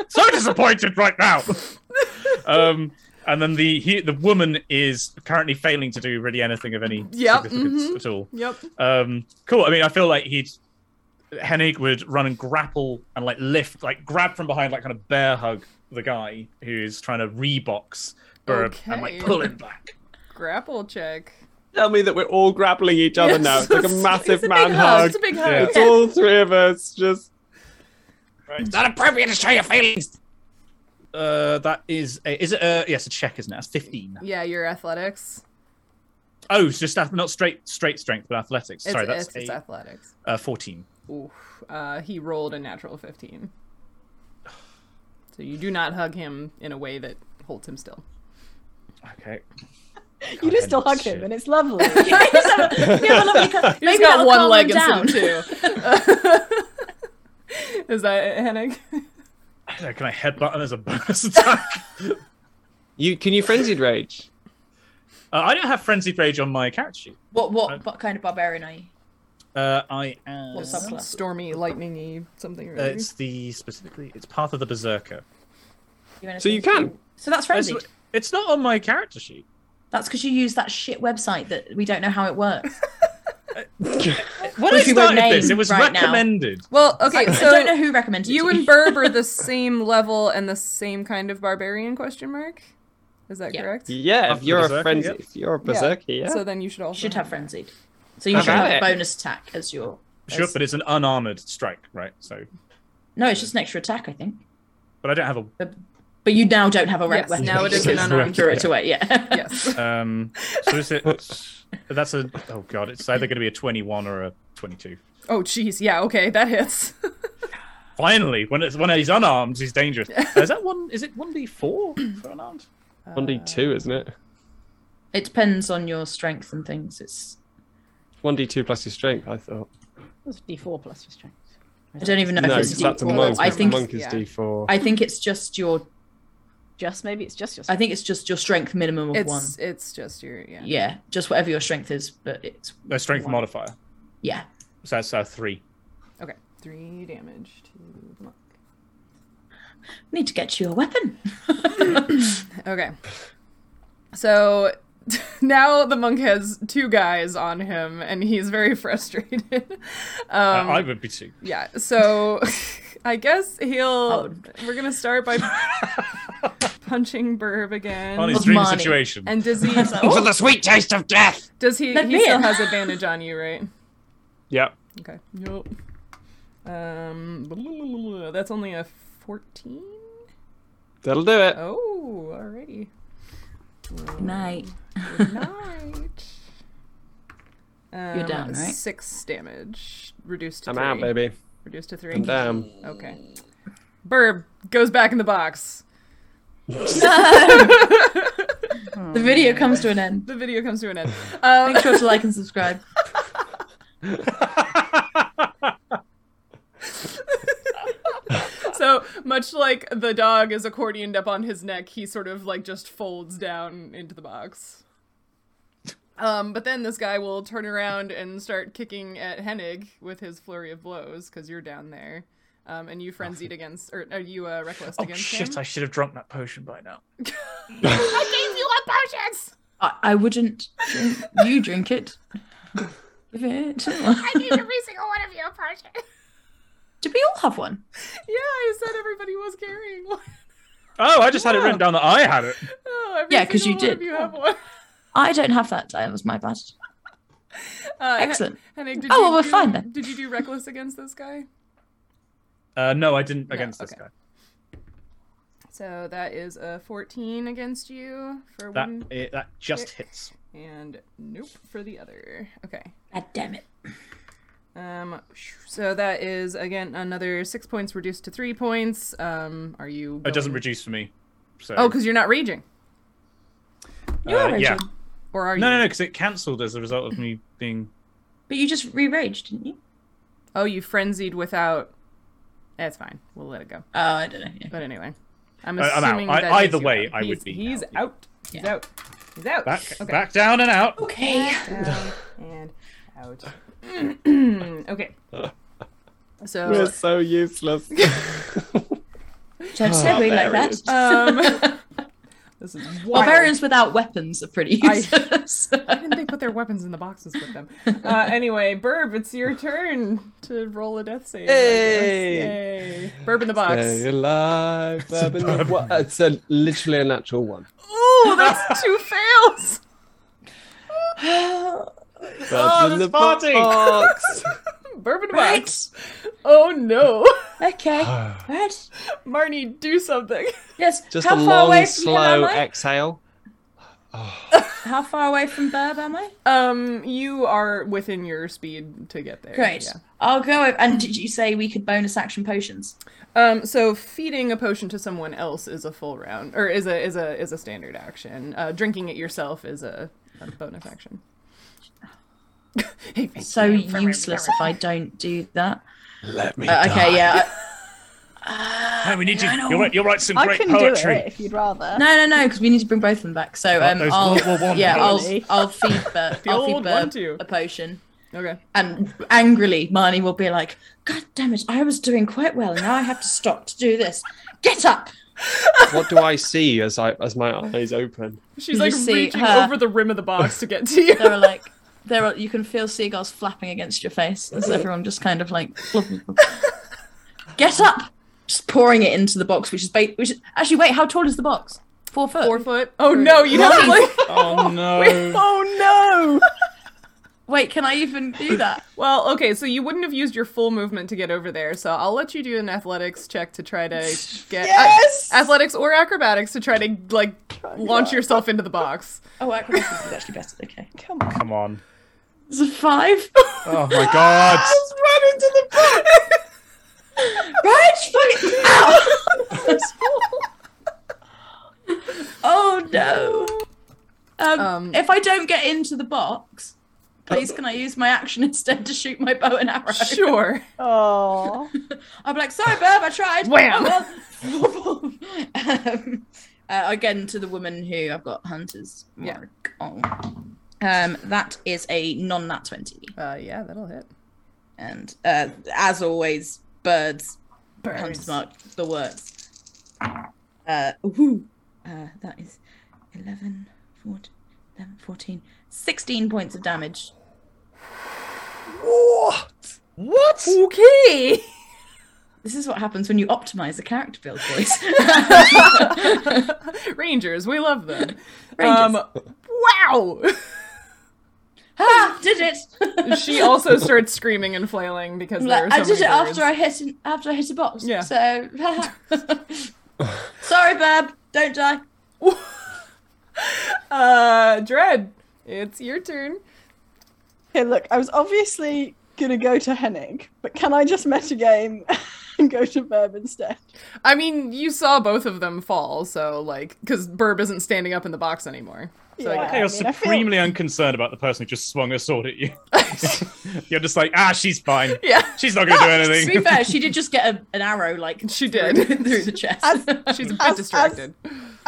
B: so disappointed right now. um, and then the he, the woman is currently failing to do really anything of any
A: Yep,
B: significance
A: mhm.
B: at all.
A: yep.
B: Um, cool. I mean, I feel like he'd Hennig would run and grapple and like lift, like grab from behind, like kind of bear hug the guy who's trying to rebox Burb and like
A: Okay.
B: pull him back.
A: Grapple check.
E: Tell me that we're all grappling each other
A: Yes.
E: now. Oh, It's
A: [laughs]
E: like a massive man
A: big
E: hug.
A: It's a big
B: Yeah.
A: hug.
E: It's all three of us just.
B: Right.
E: not appropriate to show your feelings.
B: Uh, that is a is it? Uh, yes, a check, isn't it? That's fifteen.
A: Yeah, your athletics.
B: Oh, it's just ath- not straight straight strength, but athletics.
A: It's,
B: Sorry, that's
A: it's, it's
B: a,
A: athletics.
B: uh, fourteen.
A: Oof. Uh, he rolled a natural 15. So you do not hug him in a way that holds him
C: [laughs]
A: still.
B: Okay.
H: You do still hug him, and it's lovely. yeah,
A: He's
C: Maybe
A: got
C: that'll
A: one
C: calm
A: leg
C: him [laughs]
A: instead of
C: down.
A: two. [laughs] Is that it, Hennig?
B: I don't know, can I headbutt him as a bonus attack?
E: You can you frenzied rage?
B: uh, I don't have frenzied rage on my character sheet.
C: What what what kind of barbarian are you?
B: Uh, I am.
C: What subclass?
A: Stormy, lightningy, something. Or
B: Uh,
A: other.
B: it's the specifically it's Path of the Berserker.
C: You're in a
E: So you
C: sneak
E: can.
C: attack. So that's
B: It's,
C: frenzied.
B: it's not on my character sheet.
C: That's because you use that shit website that we don't know how
A: [laughs]
C: it works.
B: When I
C: Which we won't
B: started this,
C: name
B: it was
C: right now.
B: recommended.
A: well, okay,
C: I
A: so
C: don't know who recommended
A: you
C: it. to
A: and Burb [laughs]
C: [laughs]
A: are the same level and the same kind of barbarian? Question mark. Is that
C: Yeah.
A: correct?
E: Yeah,
B: After
E: if you're
B: Berserker,
E: a frenzy,
B: yeah.
E: if you're a berserker, yeah.
A: So then you should also
C: should have frenzied. So you
E: How
C: should
E: about
C: have a
E: it?
C: bonus attack as your.
B: Sure,
C: as-
B: but it's an unarmored strike, right? So,
C: no, it's just an extra attack, I think.
B: but I don't have a.
C: But you now don't have a
A: Yes,
C: rep weapon.
A: now it is
C: so
A: an
C: you
A: unarmed
C: threw it
B: attack.
C: away. Yeah. [laughs]
A: Yes.
B: Um, so is it? That's a. Oh god, it's either going to be a twenty-one or a twenty-two.
A: [laughs] Oh, jeez. Yeah. Okay, that hits.
B: Finally, when it's when he's unarmed, he's dangerous. Uh, is that one? Is it one d four for unarmed?
E: One d two, isn't it?
C: It depends on your strength and things. It's
E: One d two plus your strength. I thought.
D: It's D4 plus your strength.
C: I don't even know
E: No,
C: if it's
E: 'cause that's a
C: D4.
E: monk.
C: I
E: and
C: think
E: monk is
A: yeah.
E: d four.
C: I think it's just your
D: Just maybe it's just your
C: I
D: strength.
C: think it's just your strength minimum of
A: it's
C: one.
A: it's just your yeah.
C: Yeah, just whatever your strength is, but it's
B: No strength
C: One.
B: modifier.
C: yeah.
B: So that's uh, three.
A: Okay, three damage to the monk.
C: Need to get you a weapon.
A: Okay. So [laughs] now the monk has two guys on him and he's very [laughs] frustrated.
B: Uh,
A: Um,
B: I would be two.
A: yeah, so [laughs] I guess he'll.
C: Oh.
A: We're going to start [laughs] by punching Burb again.
B: On his
C: Of
B: dream
C: Marnie.
B: situation.
A: and does he,
E: For the sweet taste of death.
A: does he,
C: Let
A: he
C: me
A: still
C: in.
A: has advantage on you, right?
E: Yep.
A: Okay. Nope. Um, that's only a 14?
E: That'll do it.
A: Oh, alrighty.
C: Night.
A: Night. Um,
C: down, right?
A: Six damage. Reduced to
E: I'm
A: three.
E: out, baby.
A: Reduced to 3
E: I'm down.
A: Okay. Burb goes back in the box.
C: The video comes to an end.
A: The video comes to an
E: [laughs]
A: end. Um,
C: Make sure to like and subscribe.
A: so much like the dog is accordioned up on his neck, he sort of like just folds down into the box. Um, but then this guy will turn around and start kicking at Hennig with his flurry of blows because you're down there, um, and you
E: Oh.
A: frenzied against, or are you uh, reckless
B: Oh
A: against
B: shit!
A: him?
B: I should have drunk that potion by now.
C: I, I wouldn't. drink- You drink it. Give it. I need every single one of your potion. Do we all have one?
A: yeah, I said everybody was carrying one. [laughs]
B: Oh, I just had it written down that I had it.
A: Oh, every
C: Yeah, 'cause
A: single
C: you
A: one of
C: did.
A: You have one. [laughs]
C: I don't have that. That was my bad.
A: Uh, Hen-
C: Excellent.
A: Hennig, did
C: Oh,
A: you
C: well, we're
A: do-
C: fine then.
A: Did you do reckless against this guy?
B: Uh, no, I didn't against this
A: okay.
B: guy.
A: So that is a 14 against you for
B: That
A: one
B: eh, that just
A: Sick.
B: hits.
A: and nope for the other. Okay.
C: God damn it.
A: Um so that is again another 6 points reduced to 3 points. Um are you
B: It doesn't
A: going-
B: reduce for me. So
A: Oh, cuz you're not raging.
B: you are yeah.
A: Or are you?
B: No, no, no, because it cancelled as a result of me being.
C: But you just re-raged, didn't you?
A: Oh, you frenzied without That's fine. We'll let it go.
C: Oh, I don't know. yeah.
A: But anyway. I'm
B: Uh, I'm out.
A: assuming
B: I-
A: that
B: either
A: hits you
B: way,
A: out.
B: I would
A: He's-
B: be
A: He's
B: out,
A: out.
B: yeah.
A: He's
C: Yeah.
A: out. He's out.
B: Back,
A: Okay.
B: back down and out.
C: Okay.
A: down [clears throat] and out. [clears throat] okay. So
E: We're so useless. [laughs]
C: Should I just
E: Oh,
C: say really like that? Uh,
A: Um, this is wild.
C: Barbarians without weapons are pretty
A: I-
C: useless.
A: Why didn't they put their weapons in the boxes with them? [laughs] Uh, anyway, Burb, it's your turn to roll a death save. I guess.
E: Hey!
A: Yay. Burb in the box.
E: Stay alive, Urban. What- It's a, literally a natural one.
A: Ooh, that's two fails. [laughs]
E: Urban in the
B: party!
E: box.
A: Burb in the box.
C: [laughs] right.
A: Oh no, [laughs]
E: [sighs]
C: Okay. right.
A: Marnie, do something.
C: Yes.
E: Just
C: How
E: a
C: far away
E: long,
C: from him am
E: slow
C: I?
E: exhale.
C: How far away from Burb am I?
A: Um, you are within your speed to get there.
C: Great.
A: yeah.
C: I'll go. Over. And did you say we could bonus action potions?
A: Um, so feeding a potion to someone else is a full round, or is a is a is a standard action. Uh, drinking it yourself is a, a bonus action.
C: So useless if I don't do that.
F: Let me.
C: Uh, okay, yeah.
B: Hey, we need you.
C: I know.
B: You'll write, you'll write some
D: I
B: great
D: can
B: poetry.
D: do it if you'd rather.
C: No, [laughs] no, no, because we need to bring both of them back. So
B: Not
C: um,
B: those
C: I'll,
B: World War One
C: yeah, I'll,
D: poets.
C: I'll feed Bert.
A: The
C: I'll
A: old
C: feed
A: one
C: Bert
A: too.
C: a potion.
A: Okay.
C: And angrily, Marnie will be like, "God damn it! I was doing quite well, and now I have to stop to do this. Get up!"
E: What do I see as I as my eyes open?
A: She's
C: You
A: like
C: see
A: reaching
C: her-
A: over the rim of the box to get to you.
C: There are like, there are. You can feel seagulls flapping against your face as everyone just kind of like, [laughs] "Get up!" Just pouring it into the box, which is ba- which. Is, actually, wait, how tall is the box? Four
A: [laughs]
C: foot.
A: Four foot. Oh no, you have to like. [laughs]
E: Oh no!
D: Oh
C: Wait, can I even do that?
A: Well, okay, so you wouldn't have used your full movement to get over there, so I'll let you do an athletics check to try [laughs] to get
D: Yes!
A: a- athletics or acrobatics to try to like launch yourself into the box.
C: Oh, acrobatics is actually better. Okay,
A: [laughs]
B: Come on.
C: it's a five.
B: Oh my god.
C: run into the box. right? Fucking ow!
A: [laughs]
C: oh no. Um,
A: Um,
C: if I don't get into the box, please can I use my action instead to shoot my bow and arrow?
A: Sure.
D: no! Oh,
C: I'll be like, sorry, Burb, I tried.
A: Wham!
C: Oh, well. [laughs] um, uh, again, to the woman who I've got Hunter's
A: Yeah.
C: Mark on. Um, that is a non nat 20.
A: [laughs] Uh, yeah, that'll hit.
C: And uh, as always, birds, Hunter's Mark, the works. Uh, ooh, uh, that is 11, 14, 11, 14, 16 points of damage.
B: What?
A: [laughs] Okay.
C: This is what happens when you optimize a character build,
A: [laughs]
C: boys.
A: Rangers, we love them. Um,
C: Rangers.
A: wow.
C: ah, did it! [laughs]
A: she also starts screaming and flailing because there are
C: Like,
A: so
C: I did
A: many
C: it after
A: birds.
C: I hit an, after I hit a box.
A: Yeah.
C: So [laughs] sorry, Bab. Don't die.
A: [laughs] Uh, Dread, it's your turn.
D: Here, look, I was obviously gonna go to Hennig, but can I just metagame [laughs] and go to Verb instead?
A: I mean, you saw both of them fall, so like, because Burb isn't standing up in the box anymore. So,
D: Yeah.
B: They
D: I mean,
B: are
D: I feel-
B: supremely unconcerned about the person who just swung a sword at you. [laughs] You're just like, ah, she's fine.
A: Yeah.
B: She's not going to
A: [laughs]
B: do
C: To be
B: anything.
C: fair, she did just get a, an arrow like
A: She did.
C: [laughs] through the chest.
A: She's a bit
D: As- as-
A: distracted.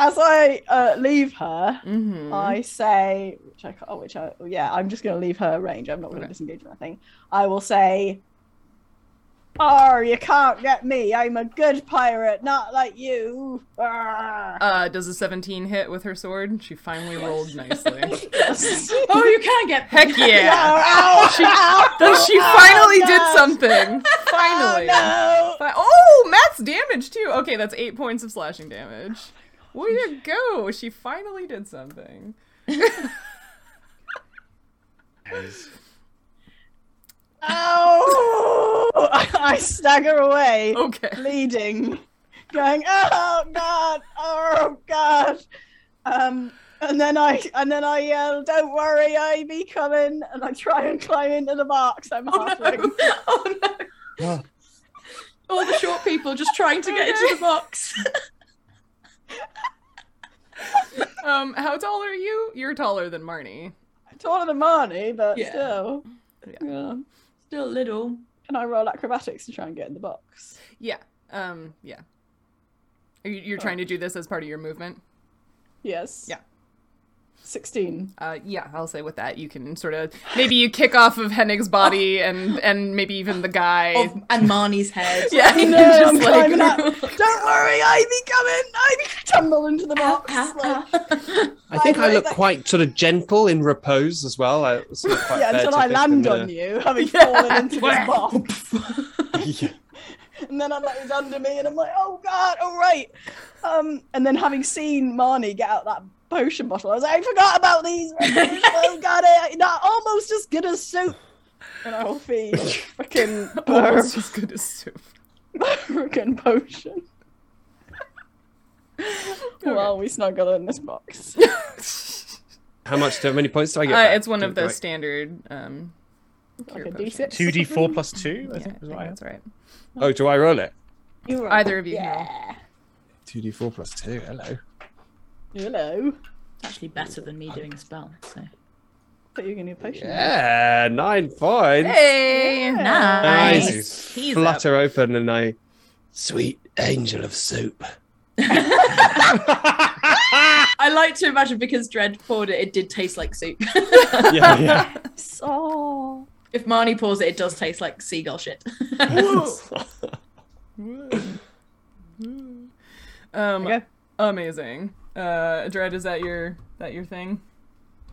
D: As I uh, leave her,
A: hmm
D: I say, which I ca- oh, which I yeah, I'm just gonna leave her range. I'm not gonna
A: Okay.
D: disengage from that thing. I will say, "Oh, you can't get me. I'm a good pirate, not like you."
A: Oh,
D: [laughs] Arr."
A: Uh, does a 17 hit with her sword? She finally rolled nicely.
C: [laughs] oh, you can get.
D: [laughs]
A: Heck
D: Oh,
A: yeah!
D: Ow,
A: She,
D: ow,
A: she
D: ow,
A: finally
D: no.
A: did
D: [laughs]
A: something. Finally.
D: Oh,
A: Fi- oh, Matt's damage too. Okay, that's eight points of slashing damage.
D: Oh,
A: Way to go! She finally did something.
D: no. Ow. [laughs] I stagger
A: Oh,
D: away,
A: Okay.
D: bleeding, going, "Oh god, oh god." Um, and then I and then I yell, "Don't worry, I be coming!" And I try and climb into the box. I'm
C: [laughs] Oh
D: halfling.
C: no! [laughs] Oh no! All the short people just trying to get into the box.
A: Um, how tall are you? You're taller than Marnie.
D: [laughs] taller than Marnie, but
C: Yeah.
D: still. Yeah.
C: Still little.
D: Can I roll acrobatics to try and get in the box?
A: Yeah. Um. Yeah. Are you, you're trying to do this as part of your movement?
D: Yes.
A: Yeah.
D: Sixteen.
A: Uh, yeah, I'll say with that you can sort of maybe you kick off of Hennig's
D: [laughs]
A: body and and maybe even the guy.
C: Of, and Marnie's head.
A: [laughs] yeah,
D: Oh,
C: [laughs]
D: No,
A: just
D: I'm
A: like-
D: climbing up.
A: [laughs]
D: Don't worry, I be coming. I be tumble into the
C: Ow,
D: box.
C: ow,
D: like-
C: ow.
E: I think
D: I
E: I look
D: like-
E: quite sort of gentle in repose as well. I, it's not quite
D: yeah,
E: fair
D: until
E: to
D: I
E: think
D: land
E: I'm
D: on
E: gonna-
D: you, having
A: Yeah.
D: fallen into
B: [laughs]
D: this box,
E: Yeah.
D: [laughs] and then I'm like, it's under me, and I'm like, oh god, all right. Um, and then having seen Marnie get out that potion bottle, I was like, I forgot about
B: [laughs]
D: these. oh god, I, not almost as good as soup. And I will feed freaking
B: [laughs]
D: burp.
A: Almost as good as soup.
D: [laughs] Freaking potion. [laughs] While we snuggle in this box.
E: How much? How many points do I get?
A: Uh,
E: back?
A: it's one of
E: Didn't
A: those
E: quite-
A: standard. Um, cure
D: Like a
A: potions.
D: D6.
B: Two D four plus
A: Yeah, I
B: two. I think is
A: think
B: what I
A: that's right.
E: Oh, do I roll it?
H: You roll.
A: Either of you. can roll.
D: Yeah.
E: Two D four plus two. Hello.
D: Hello.
C: It's actually better than me doing a spell. So
H: But you're gonna potion.
E: Yeah, nine points.
A: Hey.
C: nice.
E: Nice.
C: He's up.
E: Flutter open and I, sweet angel of soup.
C: I like to imagine because Dread poured it, it did taste like soup.
E: Yeah, yeah.
A: Oh.
H: So
C: if Marnie pours it, it does taste like seagull shit. [laughs]
A: Um,
H: Okay.
A: Amazing. Uh, Dread, is that your that your thing?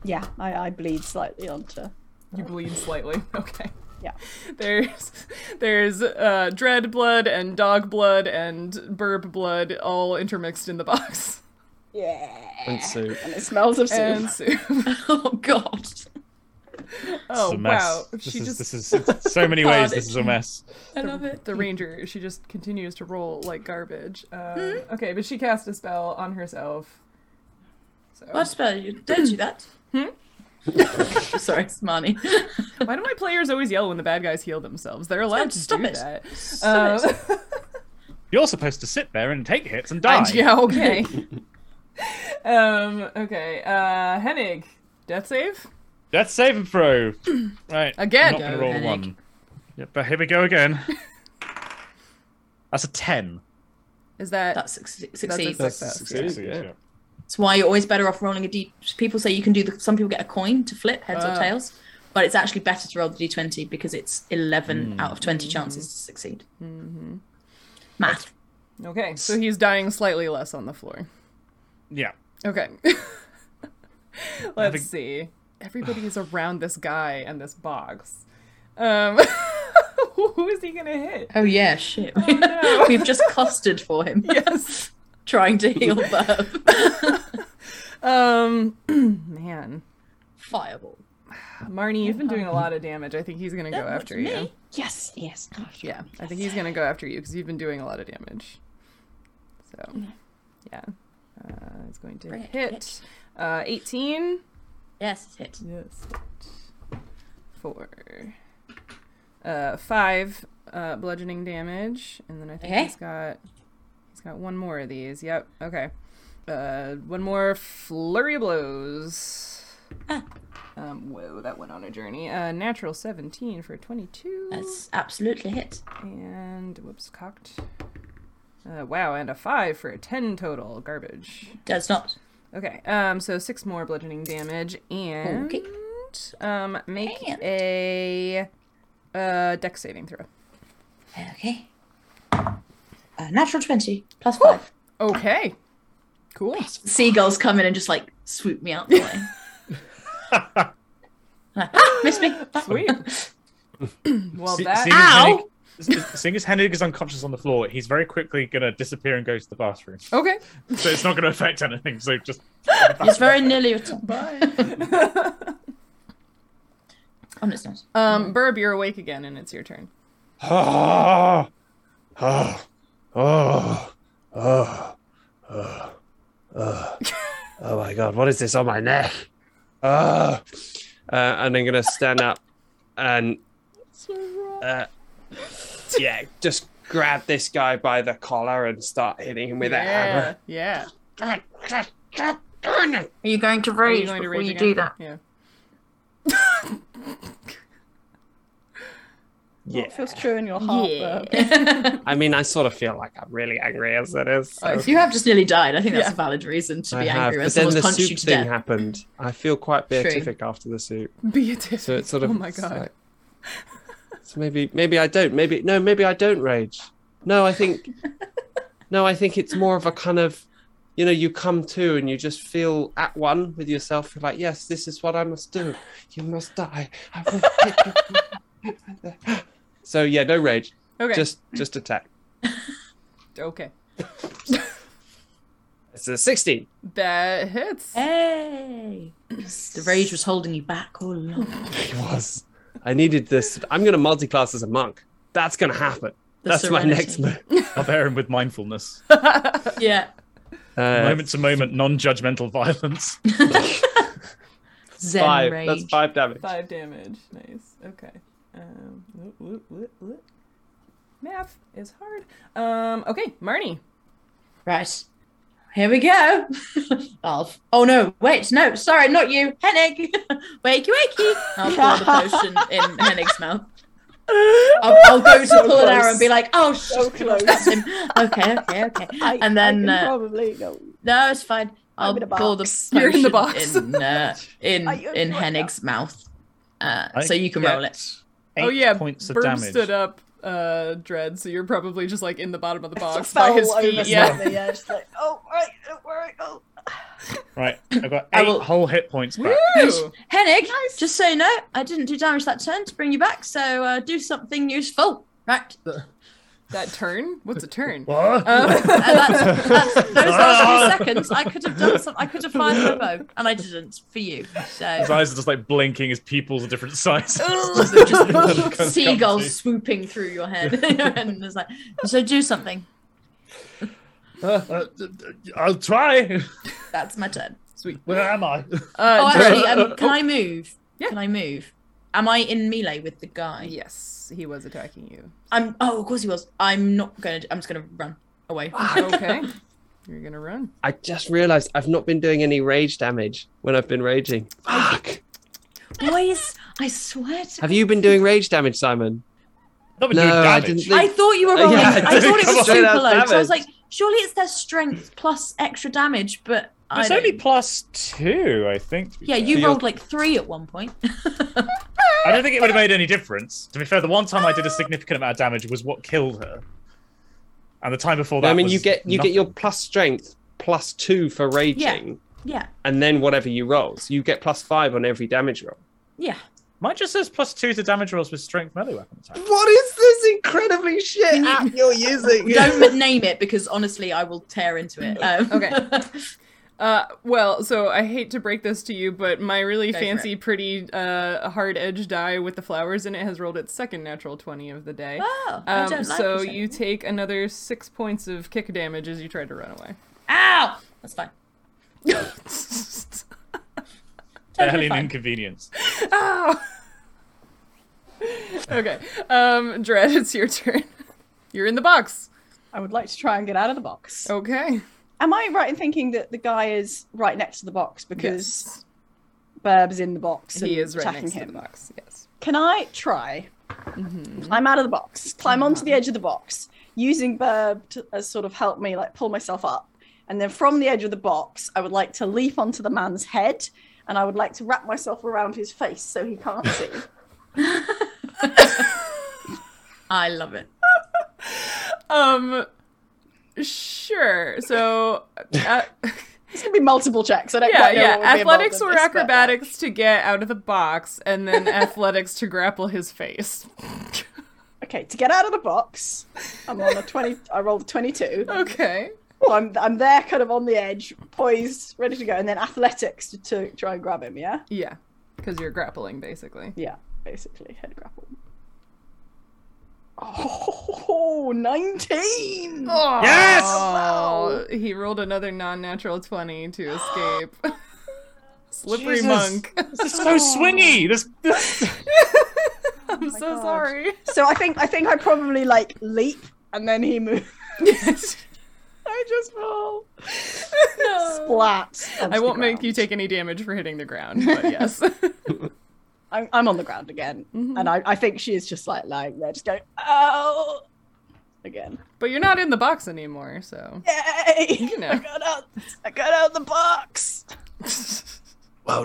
H: yeah, I, I bleed slightly onto.
A: You bleed slightly. [laughs] Okay.
H: Yeah.
A: There's there's uh, dread blood and dog blood and burb blood all intermixed in the box [laughs]
H: Yeah.
E: and soup.
H: And it smells of soup.
A: and soup.
C: oh god.
A: Oh
B: It's a mess.
A: wow!
B: This
A: she
B: is,
A: just
B: this is it's
A: [laughs]
B: so many ways. This is a mess.
C: I love it.
A: the ranger. She just continues to roll like garbage. Um, Okay, but she cast a spell on herself. So
C: What spell? You don't do that. [laughs] Sorry, it's Marnie. [laughs]
A: why do my players always yell when the bad guys heal themselves? They're allowed to
C: Stop
A: do
C: it.
A: that.
C: Stop
A: Um,
C: it.
B: You're supposed to sit there and take hits and die.
A: I- [laughs] yeah. Okay. um. Okay. Uh. Hennig, death save
B: That's save
A: [clears throat]
B: and throw. Right.
A: Again.
B: I'm not gonna
A: Go,
B: roll
C: Hennig.
B: one. Yeah, but here we go again. That's a ten.
A: is that
C: That suc- succeeds.
A: That's a
E: success,
A: success.
E: yeah.
C: That's why you're always better off rolling a d. People say you can do the. Some people get a coin to flip heads
A: Ah.
C: or tails, but it's actually better to roll the d20 because it's 11
A: Hmm.
C: out of 20 chances to succeed.
A: Mm-hmm.
C: Math.
A: Okay. So he's dying slightly less on the floor.
B: Yeah.
A: Okay. [laughs] Let's
B: think-
A: see. Everybody [sighs] is around this guy and this box. Um, [laughs] who is he gonna hit?
C: Oh yeah, shit.
A: no.
C: [laughs] We've just clustered for him,
A: [laughs] Yes.
C: trying to heal Burb.
A: Um, man,
C: Fireball.
A: Marnie, you've been doing a lot of damage. I think he's gonna [laughs] go
C: That's
A: after you.
C: me.
D: Yes, yes. Gosh.
A: Yeah, I think he's gonna go after you because you've been doing a lot of damage. So, yeah, uh, it's going to
C: Bring it,
A: hit.
C: hit.
A: Uh, 18.
C: Yes, hit.
A: Yes. Four. Uh, five uh, bludgeoning damage, and then I think
C: Okay.
A: he's got he's got one more of these. Yep. Okay. Uh, one more flurry of blows.
C: Ah.
A: Um, whoa, that went on a journey. Uh, natural 17 for 22.
C: That's absolutely hit.
A: And whoops, cocked. Uh, wow, and a five for a 10 total. Garbage.
C: Does not.
A: Okay, um, so six more bludgeoning damage and
C: Okay.
A: um, make
C: And-
A: a uh, deck saving throw.
C: Okay. Uh, natural 20 plus 5.
A: Okay, cool.
C: Seagulls come in and just like swoop me out the way.
A: [laughs]
C: ah, miss
A: [laughs]
C: me. [laughs]
A: Sweet. well,
B: Se-
A: that
B: seeing as
C: Ow!
B: Hennig- s- Seeing as Hennig is unconscious on the floor, he's very quickly gonna disappear and go to the bathroom.
A: okay.
B: So it's not gonna affect anything. So just
C: It's very nearly your time. [laughs] oh, no, it's not.
A: Um, Burb, you're awake again, and it's your turn.
B: Ah!
E: Oh, oh, oh, oh, oh, oh, oh my god, what is this on my neck? Oh. Uh, and I'm gonna stand up and uh, yeah, just grab this guy by the collar and start hitting him with a
A: yeah,
E: hammer.
A: yeah.
C: Are you going to
A: Are
C: rage
A: going to
C: before
A: rage
C: you
A: again?
C: do that?
A: Yeah. [laughs]
E: Yeah.
H: It feels true in your heart.
A: Yeah.
H: though.
E: I mean, I sort of feel like I'm really angry as it is. So.
C: Oh, You have just nearly died. I think that's
A: Yeah.
C: a valid reason to
E: I
C: be
E: have,
C: angry when
E: but then
C: someone's
E: the
C: punched you
E: soup
C: to
E: thing
C: death.
E: happened. I feel quite
C: True.
E: beatific after the soup.
A: Be a dick.
E: So it's sort of
A: Oh my
E: it's
A: god.
E: like- so maybe maybe I don't. Maybe no, maybe I don't rage. No,
A: [laughs]
E: I think No, I think it's more of a kind of you know, you come to and you just feel at one with yourself. You're like, yes, this is what I must do. You must die. I will hit you." [laughs] so yeah, no rage.
A: Okay.
E: Just just attack.
A: okay.
E: It's a sixteen.
A: That hits.
C: Hey! The rage was holding you back all along.
E: It was. I needed this. I'm going to multi-class as a monk. That's going to happen.
C: The
E: That's my
C: serenity.
E: next move.
B: barbarian with mindfulness,
C: [laughs] Yeah.
E: Uh,
B: moment to moment, non-judgmental violence.
C: Zen
E: five.
C: rage.
E: That's five damage.
A: Five damage. Nice. Okay. Um, whoop, whoop, whoop, whoop. Math is hard. Um, okay, Marnie.
C: Right. Here we go. [laughs] I'll, oh no, wait, no, sorry, not you. Hennig. [laughs] wakey, wakey. I'll pour the potion [laughs] in Hennig's mouth. I'll, I'll go to
D: So
C: pull an arrow
D: close.
C: and be like, oh, sh- [laughs]
D: So close.
C: that's him. Okay, okay, okay.
D: I,
C: and then,
D: I can
C: uh,
D: probably no.
C: no, it's fine.
D: I'm
C: I'll
D: in a
C: pour the
D: box.
C: potion
A: You're in the box.
C: in, uh,
B: [laughs]
C: in,
D: I- I'm right
C: in
D: now.
C: Hennig's mouth. Uh,
B: I
C: so you can
B: get
C: roll it.
B: Eight
A: oh yeah,
B: points of
A: Berm
B: damage.
A: stood up, uh, Dread. So you're probably just like in the bottom of the box by
D: Fell
A: his
D: over
A: feet. Yeah.
D: slightly, yeah, just like, oh right, oh, right, oh.
B: Right, I've got
C: I
B: eight
C: will-
B: whole hit points back.
A: Woo!
C: Hennig, just so you know, I didn't do damage that turn to bring you back, so uh, do something useful. Right. Uh,
A: That turn? What's a turn?
J: What?
A: [laughs]
B: [laughs]
A: Um,
C: And that's, that's, those last few seconds, I could have done some. I could have fired my bow, and I didn't for you.
B: His
C: So
B: eyes are just like blinking as people's are different
A: [laughs]
B: sizes. [laughs]
A: uh,
C: just seagulls swooping through your head, [laughs] and it's like, so do something.
J: Uh, d- d- I'll try.
C: That's my turn.
A: Sweet.
J: Where am
B: [laughs]
J: I?
A: Uh,
C: Oh,
A: Dread-
C: actually,
E: [laughs]
C: um, can I move?
A: Yeah.
C: Can I move? Am I in melee with the guy?
A: [laughs] yes, he was attacking you.
C: I'm. Oh, of course he was. I'm not gonna. I'm just gonna run away.
A: Ah, [laughs] Okay. You're gonna run.
E: I just realized I've not been doing any rage damage when I've been raging. Fuck!
C: [laughs] Boys, I swear to
E: Have you been doing rage damage, Simon?
B: Not been
E: No,
B: doing
E: I
B: damage.
E: didn't
C: I
E: think.
C: thought you were
E: Uh,
C: rolling.
E: yeah, I
C: I
E: did.
C: thought it was
E: Come on.
C: super
E: Straight
C: low.
E: out
C: So I was like,
E: damage.
C: surely it's their strength plus extra damage, but I
B: It's
C: don't-
B: only plus two, I think. to be
C: Yeah,
B: fair.
C: you
E: So you're-
C: rolled like three at one point. [laughs]
B: I don't think it would have made any difference. To be fair, the one time I did a significant amount of damage was what killed her, and the time before that.
E: I mean,
B: was
E: you get you
B: nothing.
E: get your plus strength plus two for raging,
C: yeah,
E: and then whatever you roll, so you get plus five on every damage roll. [laughs]
C: yeah.
B: Mine just says plus two to damage rolls with strength melee weapon attack.
E: What is this incredibly shit app you're using?
C: Don't m- name it because honestly, I will tear into it. Um,
A: Okay. Uh, well, so I hate to break this to you, but my really
C: Go for
A: fancy, pretty, uh, hard edge die with the flowers in it has rolled its second natural 20 of the day.
C: [laughs] oh, I
A: Um,
C: don't like
A: so
C: this
A: you
C: anymore.
A: take another six points of kick damage as you try to run away.
D: [laughs]
C: Ow! That's fine.
B: Barely
C: Totally
B: an
C: fine.
B: inconvenience.
A: Ow! okay, um, Dread, it's your turn. [laughs] You're in the box.
D: I would like to try and get out of the box.
A: Okay.
D: Am I right in thinking that the guy is right next to the box because Burb's in the box and
A: he is right
D: attacking
A: next to
D: him?
A: the box. Yes.
D: Can I try?
A: Mm-hmm.
D: Climb out of the box, climb onto the edge of the box, using Burb to as sort of help me, like pull myself up. And then from the edge of the box, I would like to leap onto the man's head and I would like to wrap myself around his face so he
A: [laughs]
D: can't see.
C: I love it.
A: Um, sure. So,
D: [laughs]
A: uh,
D: It's going to be multiple checks. I don't
A: yeah,
D: quite know
A: yeah.
D: what would be involved
A: Athletics
D: in
A: or
D: this, but, uh,
A: acrobatics to get out of the box, and then [laughs] athletics to grapple his face.
D: Okay, to get out of the box, I'm on a 20. I rolled a 22.
A: Okay.
D: Well, I'm, I'm there, kind of on the edge, poised, ready to go. And then athletics to, to try and grab him, yeah?
A: Yeah, because you're grappling basically.
D: Yeah, basically, head grapple.
A: [laughs]
D: Oh, 19!
B: Yes!
C: Ah.
A: Oh, he rolled another non-natural twenty to escape. Slippery
B: Jesus.
A: monk.
B: This is
C: Oh.
B: so swingy. This,
C: [laughs]
B: this...
A: I'm so
D: God.
A: sorry.
D: [laughs] So I think I think I probably like leap and then he
C: [laughs]
D: moves.
A: [laughs]
D: I just roll.
C: Oh.
D: Splat.
A: I won't make you take any damage for hitting the ground, but yes.
D: I'm, I'm on the ground again,
C: Mm-hmm.
D: and I, I think she is just like lying there, just going, oh, again.
A: but you're not in the box anymore, so.
D: Yay!
A: You know.
D: [laughs] I got out. I got out the box.
E: Well